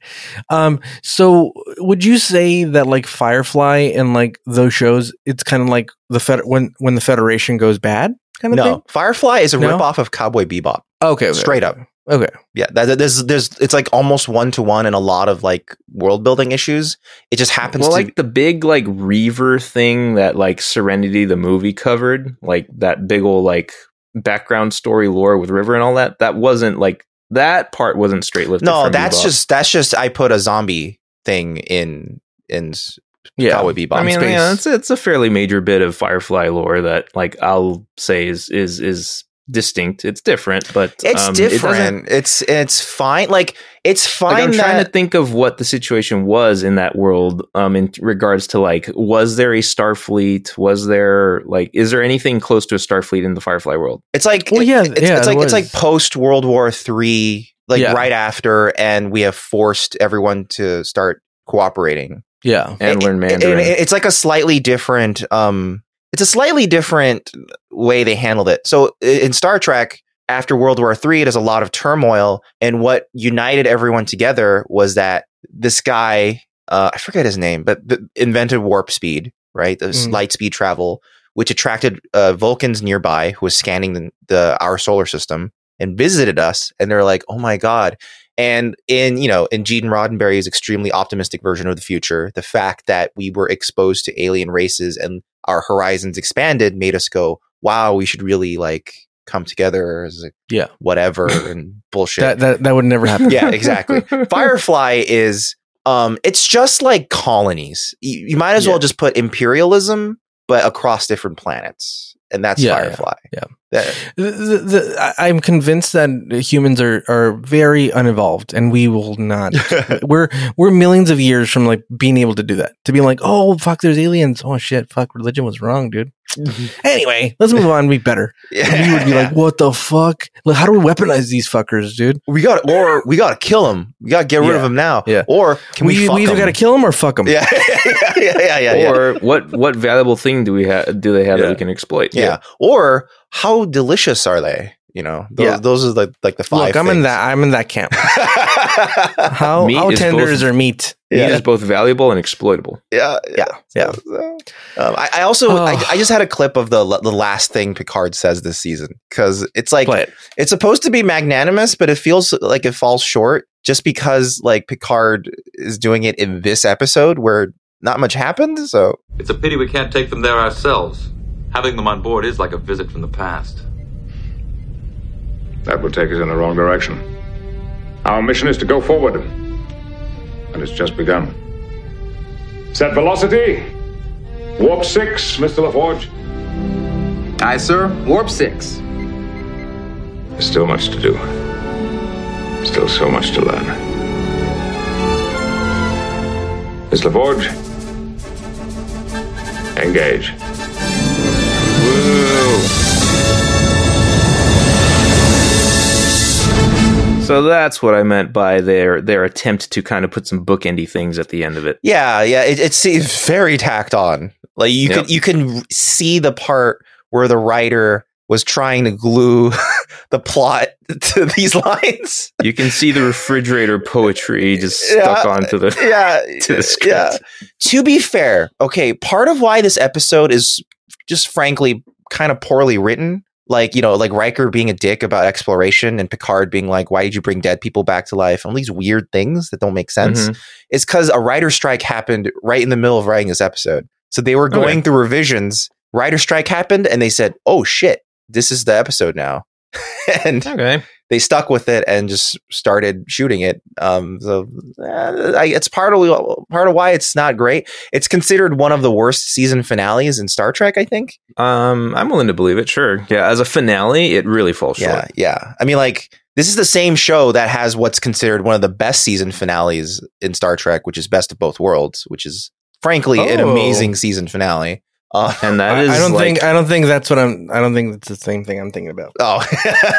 Speaker 2: Um, so would you say that like Firefly and like those shows, it's kind of like the fed when when the Federation goes bad, kind of
Speaker 1: no,
Speaker 2: thing.
Speaker 1: Firefly is a
Speaker 2: No?
Speaker 1: ripoff of Cowboy Bebop.
Speaker 2: Okay, okay,
Speaker 1: Straight up.
Speaker 2: Okay,
Speaker 1: Yeah, that, that- there's there's it's like almost one to one in a lot of like world building issues. It just happens
Speaker 3: Well,
Speaker 1: to
Speaker 3: like the big like Reaver thing that like Serenity the movie covered, like that big old like background story lore with River and all that. That wasn't like that part wasn't straight lifted.
Speaker 1: no,
Speaker 3: from
Speaker 1: that's
Speaker 3: Bebop.
Speaker 1: just that's just I put a zombie thing in in s-
Speaker 2: yeah.
Speaker 1: Cowboy Bebop.
Speaker 3: I mean,
Speaker 2: space.
Speaker 3: yeah, it's it's a fairly major bit of Firefly lore that, like, I'll say is is is distinct. It's different, but
Speaker 1: it's
Speaker 3: um, it doesn't-
Speaker 1: different. it's it's fine. Like it's fine
Speaker 3: like, I'm
Speaker 1: that
Speaker 3: trying to think of what the situation was in that world, um, in regards to like, was there a Starfleet? Was there like, is there anything close to a Starfleet in the Firefly world?
Speaker 1: It's like
Speaker 2: Well,
Speaker 1: it-
Speaker 2: yeah,
Speaker 1: it's,
Speaker 2: yeah,
Speaker 1: it's
Speaker 2: it
Speaker 1: like it's like
Speaker 2: was.
Speaker 1: post World War Three, like
Speaker 2: Yeah.
Speaker 1: right after, and we have forced everyone to start cooperating
Speaker 2: yeah.
Speaker 3: And
Speaker 1: It-
Speaker 3: learn
Speaker 1: And
Speaker 3: Mandarin.
Speaker 1: it- it's like a slightly different. um It's a slightly different way they handled it. So i- in Star Trek, after World War Three, it is a lot of turmoil, and what united everyone together was that this guy, uh, I forget his name, but th- invented warp speed, right? This
Speaker 2: Mm.
Speaker 1: light speed travel, which attracted uh, Vulcans nearby who was scanning the, the our solar system and visited us, and they're like, "Oh my god." And in you know in Gene Roddenberry's extremely optimistic version of the future, the fact that we were exposed to alien races and our horizons expanded made us go, "Wow, we should really like come together as a
Speaker 2: Yeah.
Speaker 1: whatever and bullshit."
Speaker 2: That that that would never happen.
Speaker 1: yeah, exactly. Firefly is um it's just like colonies. You, you might as well
Speaker 3: Yeah.
Speaker 1: just put imperialism but across different planets. And that's
Speaker 2: Yeah, yeah,
Speaker 1: Firefly.
Speaker 2: yeah.
Speaker 1: That-
Speaker 2: The, the, the, I- I'm convinced that humans are are very uninvolved, and we will not we're we're millions of years from like being able to do that to be like oh fuck there's aliens oh shit fuck religion was wrong dude
Speaker 1: Mm-hmm.
Speaker 2: anyway let's move on be better And we would be like what the fuck like how do we weaponize these fuckers dude
Speaker 1: we got or we got to kill him. We got to get rid of
Speaker 2: Yeah,
Speaker 1: him now.
Speaker 2: yeah.
Speaker 1: Or can we,
Speaker 2: we,
Speaker 1: fuck
Speaker 2: we either
Speaker 1: him?
Speaker 2: got to kill them or fuck them
Speaker 1: Yeah. yeah, yeah, yeah, yeah, yeah.
Speaker 3: or what what valuable thing do we have? Do they have
Speaker 1: Yeah.
Speaker 3: that we can exploit?
Speaker 1: yeah. Or how delicious are they? You know, those,
Speaker 2: Yeah.
Speaker 1: those are the, like the five.
Speaker 2: look I'm in
Speaker 1: things.
Speaker 2: that I'm in that camp how
Speaker 3: Meat
Speaker 2: how
Speaker 3: is
Speaker 2: tender
Speaker 3: both-
Speaker 2: is their meat
Speaker 1: Yeah.
Speaker 3: Meat is both valuable and exploitable.
Speaker 1: yeah,
Speaker 2: yeah yeah
Speaker 1: Um, I, I also I,
Speaker 2: Oh.
Speaker 1: I just had a clip of the the last thing Picard says this season because it's like
Speaker 2: play it
Speaker 1: it's supposed to be magnanimous, but it feels like it falls short just because like Picard is doing it in this episode where not much happened. So
Speaker 9: It's a pity we can't take them there ourselves. Having them on board is like a visit from the past.
Speaker 4: That will take us in the wrong direction. Our mission is to go forward, and it's just begun. Set velocity. Warp six, Mr. LaForge.
Speaker 10: Aye, sir. Warp 6.
Speaker 4: There's still much to do. Still so much to learn. Is Lavorge? Engage.
Speaker 3: So that's what I meant by their their attempt to kind of put some bookendy things at the end of it.
Speaker 1: Yeah, yeah, it, it seems very tacked on. Like you
Speaker 3: Yep.
Speaker 1: can you can see the part where the writer was trying to glue the plot to these lines.
Speaker 3: You can see the refrigerator poetry just stuck
Speaker 1: Yeah,
Speaker 3: onto the
Speaker 1: yeah,
Speaker 3: to the script.
Speaker 1: To be fair, okay, part of why this episode is just frankly kind of poorly written, like you know, like Riker being a dick about exploration and Picard being like, "Why did you bring dead people back to life?" and all these weird things that don't make sense,
Speaker 3: Mhm.
Speaker 1: is because a writer strike happened right in the middle of writing this episode. So they were
Speaker 3: Okay.
Speaker 1: going through revisions. Writer strike happened, and they said, "Oh shit, this is the episode now," and
Speaker 3: Okay.
Speaker 1: they stuck with it and just started shooting it. Um, so uh, I, it's part of part of why it's not great. It's considered one of the worst season finales in Star Trek. I think.
Speaker 3: Um, I'm willing to believe it. Sure. Yeah. As a finale, it really falls short.
Speaker 1: Yeah, yeah. I mean, like this is the same show that has what's considered one of the best season finales in Star Trek, which is Best of Both Worlds, which is frankly an
Speaker 2: Oh.
Speaker 1: amazing season finale. Uh,
Speaker 3: And that
Speaker 2: I,
Speaker 3: is
Speaker 2: I don't
Speaker 3: like-
Speaker 2: think I don't think that's what I'm. I don't think that's the same thing I'm thinking about.
Speaker 1: oh,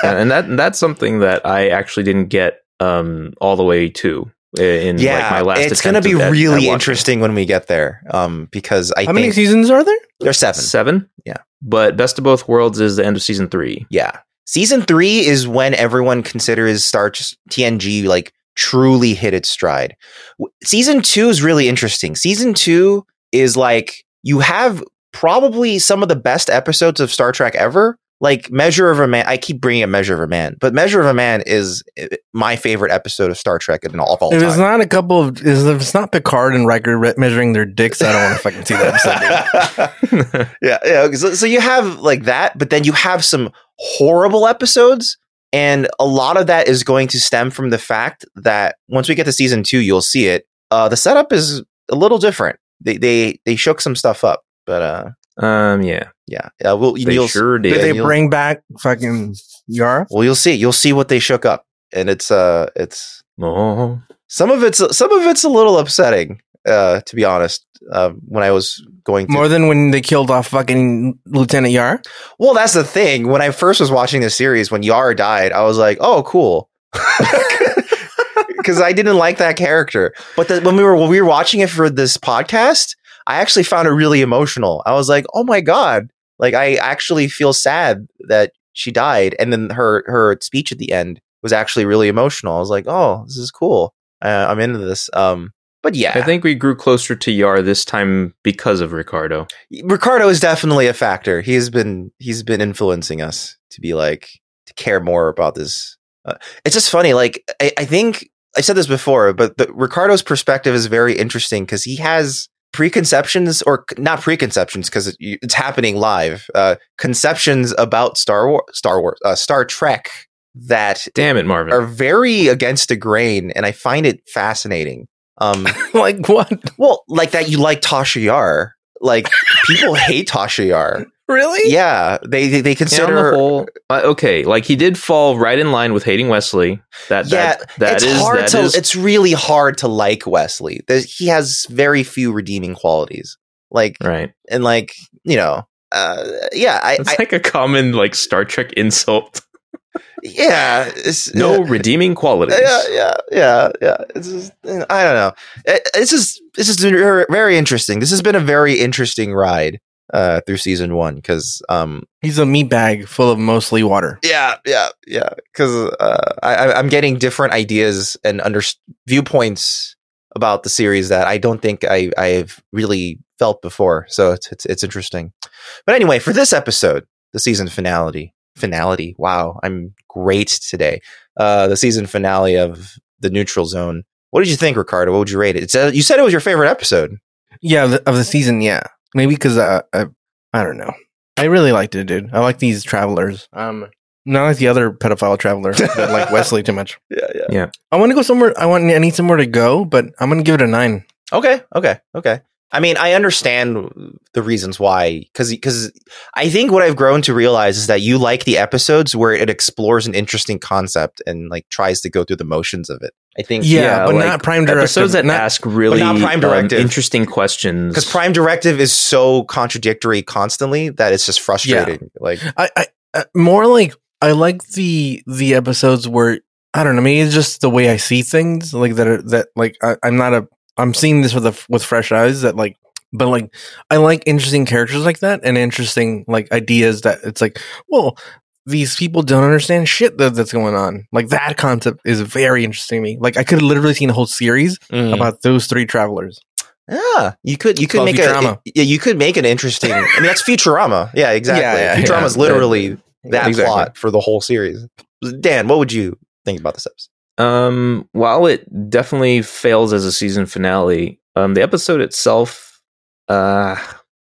Speaker 3: and and that and that's something that I actually didn't get um all the way to in like my
Speaker 1: yeah.
Speaker 3: last.
Speaker 1: it's going to
Speaker 3: attempt
Speaker 1: be
Speaker 3: at- at
Speaker 1: really
Speaker 3: watching.
Speaker 1: interesting when we get there, um, because I
Speaker 2: How many
Speaker 1: think
Speaker 2: seasons are there?
Speaker 1: there's seven.
Speaker 3: Seven.
Speaker 1: Yeah.
Speaker 3: But best of both worlds is the end of season three.
Speaker 1: Yeah. Season three is when everyone considers Star TNG like truly hit its stride. W- Season two is really interesting. Season two is like you have probably some of the best episodes of Star Trek ever. Like Measure of a Man, I keep bringing up Measure of a Man, but Measure of a Man is uh, my favorite episode of Star Trek in all of all
Speaker 2: If
Speaker 1: time.
Speaker 2: it's not a couple of, if it's not Picard and Riker re- measuring their dicks, I don't want to fucking see that episode. dude.
Speaker 1: yeah, yeah. So, so you have like that, but then you have some horrible episodes, and a lot of that is going to stem from the fact that once we get to season two, you'll see it. Uh, the setup is a little different. They they they shook some stuff up, but uh,
Speaker 3: um. Yeah.
Speaker 1: yeah, yeah. Well,
Speaker 3: They
Speaker 1: you'll
Speaker 3: sure did.
Speaker 2: Did they
Speaker 1: you'll-
Speaker 2: bring back fucking Yara?
Speaker 1: well you'll see you'll see what they shook up, and it's uh it's
Speaker 3: Oh.
Speaker 1: some of it's some of it's a little upsetting. Uh, to be honest, uh, when I was going through
Speaker 2: More than when they killed off fucking Lieutenant Yara?
Speaker 1: Well, that's the thing. When I first was watching this series, when Yara died, I was like, "Oh, cool," because I didn't like that character. But the, when we were when we were watching it for this podcast, I actually found it really emotional. I was like, "Oh my god!" Like I actually feel sad that she died, and then her her speech at the end was actually really emotional. I was like, "Oh, this is cool. Uh, I'm into this." Um, but yeah,
Speaker 3: I think we grew closer to Yar this time because of Ricardo.
Speaker 1: Ricardo is definitely a factor. He has been he's been influencing us to be like to care more about this. Uh, it's just funny. Like I, I think I said this before, but the, Ricardo's perspective is very interesting because he has preconceptions or c- not preconceptions because it, you- it's happening live. Uh, conceptions about Star War, Star Wars, uh, Star Trek that
Speaker 3: Damn it, Marvin.
Speaker 1: are very against the grain, and I find it fascinating. Um,
Speaker 2: like what?
Speaker 1: well, like that you like Tasha Yar. Like people hate Tasha Yar.
Speaker 2: Really?
Speaker 1: Yeah, they they, they
Speaker 3: Yeah, on
Speaker 1: consider
Speaker 3: the whole, uh, okay, like he did fall right in line with hating Wesley. That
Speaker 1: yeah,
Speaker 3: that, that
Speaker 1: it's
Speaker 3: is-
Speaker 1: hard
Speaker 3: that
Speaker 1: to.
Speaker 3: is-
Speaker 1: It's really hard to like Wesley. There's, he has very few redeeming qualities. Like
Speaker 3: right.
Speaker 1: and like you know, uh, yeah, I,
Speaker 3: It's
Speaker 1: I
Speaker 3: like a common like Star Trek insult.
Speaker 1: yeah, it's, uh,
Speaker 3: No redeeming qualities.
Speaker 1: yeah, yeah, yeah, yeah. It's just, I don't know. Eh, It, it's just it's just very very interesting. This has been a very interesting ride uh, through season one because um,
Speaker 2: He's a meat bag full of mostly water.
Speaker 1: Yeah, yeah, yeah. Because uh, I, I- I'm getting different ideas and under viewpoints about the series that I don't think I I've really felt before. So it's it's, it's interesting. But anyway, for this episode, the season finality finality. Wow, I'm great today. Uh, the season finale of the Neutral Zone. What did you think, Ricardo? What would you rate it? it said, you said it was your favorite episode.
Speaker 2: Yeah, of the, of the season, yeah. Maybe because uh, I, I don't know. I really liked it, dude. I like these travelers. Um, not like the other pedophile traveler that like Wesley too much.
Speaker 1: Yeah, yeah.
Speaker 2: I want to go somewhere. I want. I need somewhere to go, but I'm gonna give it a nine.
Speaker 1: Okay, okay, okay. I mean, I understand the reasons why, because I think what I've grown to realize is that you like the episodes where it explores an interesting concept and like tries to go through the motions of it. I think
Speaker 2: Yeah, but not Prime Directive.
Speaker 3: Episodes that
Speaker 2: Not-
Speaker 3: ask really
Speaker 1: not Prime
Speaker 3: um,
Speaker 1: Directive.
Speaker 3: interesting questions.
Speaker 1: because Prime Directive is so contradictory constantly that it's just frustrating. Like,
Speaker 2: I, I uh, more like I like the the episodes where I don't know. Maybe it's just the way I see things. Like that. Are, that like I, I'm not a. I'm seeing this with a with fresh eyes. That like, but like I like interesting characters like that and interesting like ideas that it's like, well, these people don't understand shit that, that's going on. Like that concept is very interesting to me. Like I could have literally seen a whole series
Speaker 1: Mm.
Speaker 2: about those three travelers.
Speaker 1: yeah, you could you could
Speaker 2: Called
Speaker 1: make
Speaker 2: Futurama.
Speaker 1: a yeah you could make an interesting. I mean, that's Futurama. Yeah, exactly.
Speaker 2: yeah,
Speaker 1: Futurama
Speaker 3: yeah.
Speaker 1: is literally that
Speaker 3: Exactly.
Speaker 1: plot for the whole series. Dan, what would you think about this episode?
Speaker 3: Um, while it definitely fails as a season finale, um, the episode itself, uh,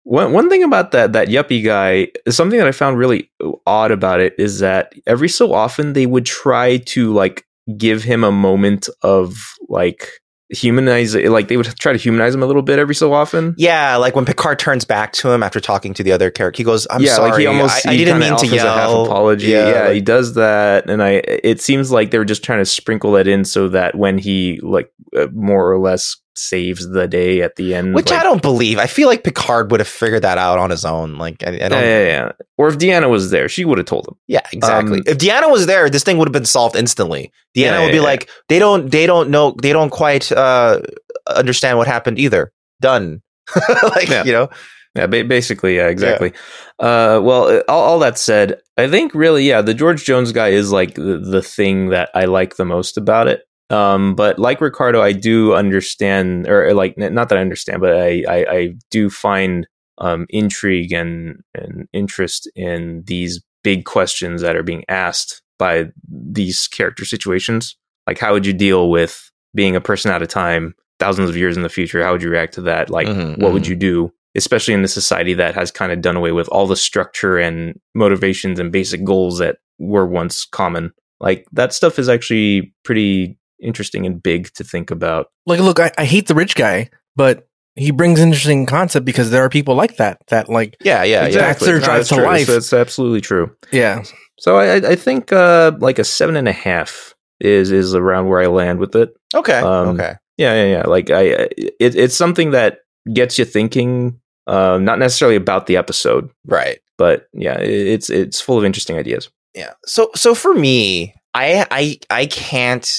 Speaker 3: one one thing about that that yuppie guy, something that I found really odd about it is that every so often they would try to like give him a moment of like humanize, like they would try to humanize him a little bit every so often.
Speaker 1: Yeah, like when Picard turns back to him after talking to the other character, he goes, "I'm
Speaker 3: yeah,
Speaker 1: sorry,
Speaker 3: like he almost
Speaker 1: I, I
Speaker 3: he
Speaker 1: didn't
Speaker 3: kinda
Speaker 1: mean to
Speaker 3: offers
Speaker 1: yell."
Speaker 3: a half apology. Yeah, he does that, and I. It seems like they were just trying to sprinkle that in so that when he like uh, more or less saves the day at the end,
Speaker 1: which
Speaker 3: like-
Speaker 1: I don't believe. I feel like Picard would have figured that out on his own. Like, I, I don't.
Speaker 3: Yeah, yeah, yeah. Or if Deanna was there, she would have told him.
Speaker 1: Yeah, exactly.
Speaker 3: Um,
Speaker 1: if Deanna was there, this thing would have been solved instantly. Deanna
Speaker 3: Yeah,
Speaker 1: would be
Speaker 3: yeah,
Speaker 1: like, "They don't, they don't know, they don't quite uh, understand what happened either." Done. like
Speaker 3: Yeah.
Speaker 1: you know,
Speaker 3: Yeah, ba- basically, yeah, exactly. Uh, well, uh, all, all that said, I think really, yeah, the George Jones guy is like the, the thing that I like the most about it. Um, but like Ricardo, I do understand, or or, like n- not that I understand, but I I, I do find um, intrigue and and interest in these big questions that are being asked by these character situations. Like, how would you deal with being a person out of time, thousands of years in the future? How would you react to that?
Speaker 7: Mm-hmm.
Speaker 3: Like,
Speaker 1: Mhm,
Speaker 3: what would you do, especially in the society that has kind of done away with all the structure and motivations and basic goals that were once common? Like, that stuff is actually pretty interesting and big to think about.
Speaker 2: like look I, I hate the rich guy but he brings interesting concept because there are people like that that like
Speaker 1: yeah, yeah,
Speaker 2: Exactly. That's their drive
Speaker 3: that's
Speaker 2: to
Speaker 3: true.
Speaker 2: life.
Speaker 3: That's absolutely true.
Speaker 2: yeah
Speaker 3: So I, I- I think uh, like a seven and a half is is around where I land with it.
Speaker 1: yeah. Okay,
Speaker 3: Um,
Speaker 1: okay.
Speaker 3: Yeah, yeah, yeah. Like I, I- it, it's something that gets you thinking. Um, not necessarily about the episode,
Speaker 1: Right.
Speaker 3: but yeah, it, it's it's full of interesting ideas.
Speaker 1: yeah so so for me i i i can't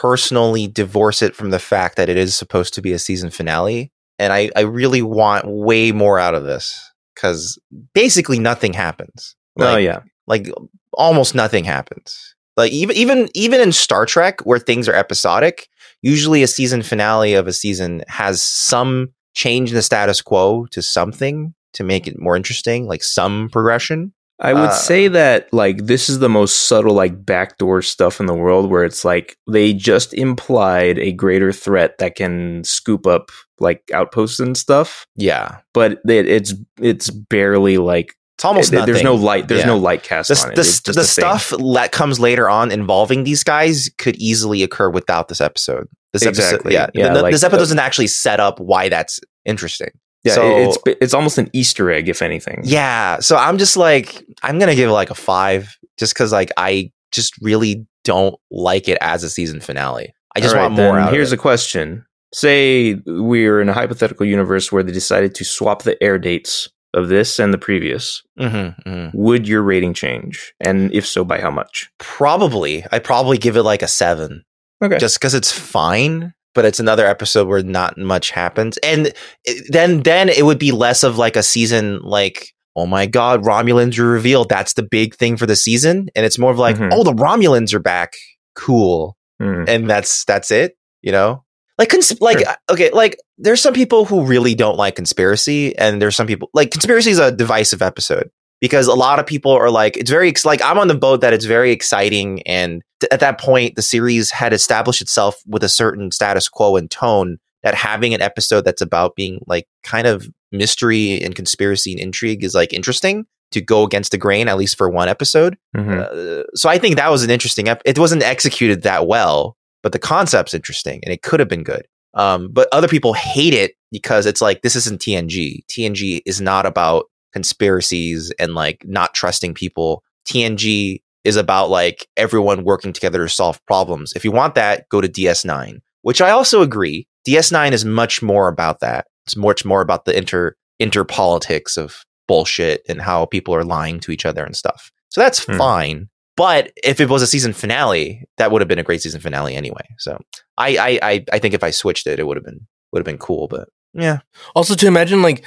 Speaker 1: personally divorce it from the fact that it is supposed to be a season finale and i i really want way more out of this because basically nothing happens
Speaker 3: oh
Speaker 1: Like,
Speaker 3: yeah,
Speaker 1: like almost nothing happens like even even even in star trek where things are episodic usually a season finale of a season has some change in the status quo to something to make it more interesting like some progression
Speaker 3: I would
Speaker 1: uh,
Speaker 3: say that like this is the most subtle like backdoor stuff in the world, where it's like they just implied a greater threat that can scoop up like outposts and stuff,
Speaker 1: yeah
Speaker 3: but it, it's it's barely like
Speaker 1: it's almost
Speaker 3: there-
Speaker 1: nothing.
Speaker 3: there's no light. There's
Speaker 1: Yeah.
Speaker 3: no light cast
Speaker 1: the,
Speaker 3: on it.
Speaker 1: the,
Speaker 3: It's just
Speaker 1: the
Speaker 3: a thing.
Speaker 1: stuff that comes later on involving these guys could easily occur without this episode. This
Speaker 3: Exactly.
Speaker 1: episode, yeah,
Speaker 3: Yeah,
Speaker 1: The- the-
Speaker 3: like
Speaker 1: this episode
Speaker 3: the-
Speaker 1: doesn't actually set up why that's interesting.
Speaker 3: Yeah,
Speaker 1: So-
Speaker 3: it- it's it's almost an Easter egg, if anything.
Speaker 1: Yeah, so I'm just like I'm gonna give it like a five, just because like I just really don't like it as a season finale. I just
Speaker 3: All right,
Speaker 1: want more.
Speaker 3: then
Speaker 1: Out
Speaker 3: here's
Speaker 1: of
Speaker 3: a question: Say we're in a hypothetical universe where they decided to swap the air dates of this and the previous.
Speaker 1: it. hmm
Speaker 3: Would your rating change, and if so, by how much?
Speaker 1: Probably, I probably give it like a seven.
Speaker 3: Okay.
Speaker 1: just because it's fine but it's another episode where not much happens and it- then then it would be less of like a season like oh my god romulans are revealed that's the big thing for the season and it's more of like
Speaker 3: Mhm.
Speaker 1: oh the romulans are back cool
Speaker 3: Hmm.
Speaker 1: and that's that's it you know like cons- like
Speaker 3: Sure.
Speaker 1: uh, okay like there's some people who really don't like conspiracy and there's some people like conspiracy is a divisive episode because a lot of people are like it's very ex- like i'm on the boat that it's very exciting and th- at that point the series had established itself with a certain status quo and tone that having an episode that's about being like kind of mystery and conspiracy and intrigue is like interesting to go against the grain at least for one episode
Speaker 3: Mhm.
Speaker 1: uh, so I think that was an interesting. Ep- it wasn't executed that well, but the concept's interesting, and it could have been good. Um, but other people hate it because it's like this isn't TNG. TNG is not about conspiracies and like not trusting people. TNG is about like everyone working together to solve problems. If you want that, go to DS9, which I also agree. DS9 is much more about that. It's much more about the inter interpolitics of bullshit and how people are lying to each other and stuff. So that's
Speaker 3: Hmm.
Speaker 1: fine. But if it was a season finale, that would have been a great season finale anyway. So I I I, I think if I switched it, it would have been would have been cool. But yeah,
Speaker 2: Also, to imagine like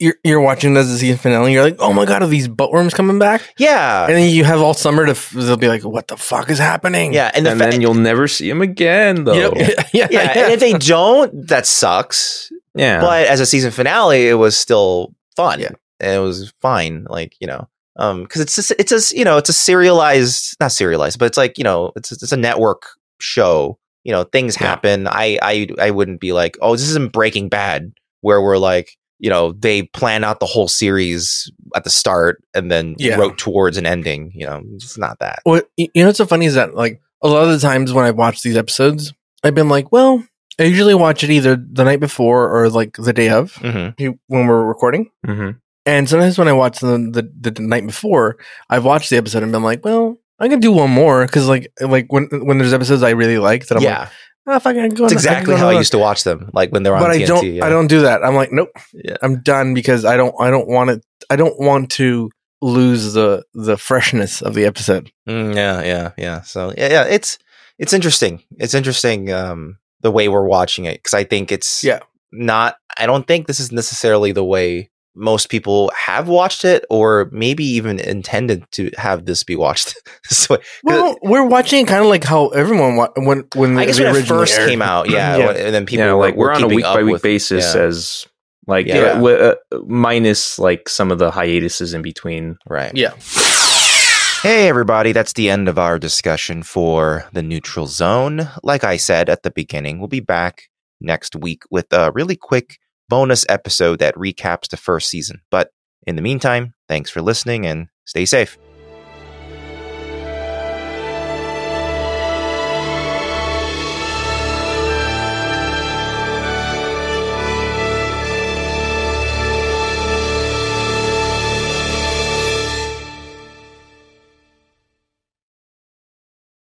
Speaker 2: you're you're watching this as a season finale, and you're like, oh my god, are these buttworms coming back?
Speaker 1: yeah,
Speaker 2: And then you have all summer to f- they'll be like, what the fuck is happening?
Speaker 1: yeah. And, the
Speaker 3: and
Speaker 1: fa-
Speaker 3: then you'll never see him again,
Speaker 2: You know?
Speaker 3: though.
Speaker 2: yeah, yeah,
Speaker 1: yeah, and if they don't, that sucks.
Speaker 3: Yeah.
Speaker 1: But as a season finale, it was still fun.
Speaker 2: Yeah.
Speaker 1: And it was fine, like, you know, um, cause it's just, it's a, you know, it's a serialized, not serialized, but it's like, you know, it's, it's a network show, you know, things
Speaker 3: Yeah.
Speaker 1: happen. I, I, I wouldn't be like, oh, this isn't breaking bad where we're like, you know, they plan out the whole series at the start and then
Speaker 2: Yeah.
Speaker 1: wrote towards an ending, you know, it's not that.
Speaker 2: What you know? What's so funny is that like a lot of the times when I watch these episodes, I've been like, well, I usually watch it either the night before or like the day of
Speaker 1: hmm
Speaker 2: you- when we're recording.
Speaker 3: Mhm.
Speaker 2: And sometimes when I watch them the, the, the night before, I've watched the episode and been like, well, I can do one more because like like when when there's episodes I really like that I'm
Speaker 1: Yeah.
Speaker 2: like, oh, fuck, I can go.
Speaker 1: it's
Speaker 2: on- I can
Speaker 1: exactly
Speaker 2: go
Speaker 1: how I
Speaker 2: on-
Speaker 1: used to watch them. Like when they're on
Speaker 2: But
Speaker 1: TNT.
Speaker 2: I don't
Speaker 1: yeah.
Speaker 2: I don't do that. I'm like, nope,
Speaker 1: Yeah.
Speaker 2: I'm done because I don't I don't want it. I don't want to lose the the freshness of the episode.
Speaker 1: Mm, yeah, yeah, yeah. So yeah, yeah, it's it's interesting. It's interesting um the way we're watching it because I think it's
Speaker 2: Yeah.
Speaker 1: not I don't think this is necessarily the way most people have watched it or maybe even intended to have this be watched this way. 'Cause
Speaker 2: Well, we're watching kind of like how everyone wa- when when
Speaker 1: I guess
Speaker 2: the
Speaker 1: when it
Speaker 2: original
Speaker 1: first
Speaker 2: aired.
Speaker 1: came out, yeah,
Speaker 2: Yeah.
Speaker 1: when- and then people
Speaker 3: yeah,
Speaker 1: were,
Speaker 3: like we're,
Speaker 1: were
Speaker 3: on a
Speaker 1: keeping
Speaker 3: week
Speaker 1: up
Speaker 3: by week
Speaker 1: with-
Speaker 3: basis
Speaker 1: yeah,
Speaker 3: as like
Speaker 1: Yeah.
Speaker 3: uh, w- uh, minus like some of the hiatuses in between.
Speaker 1: right.
Speaker 2: Yeah.
Speaker 1: Hey, everybody, that's the end of our discussion for the neutral zone. Like I said at the beginning, we'll be back next week with a really quick bonus episode that recaps the first season. But in the meantime, thanks for listening and stay safe.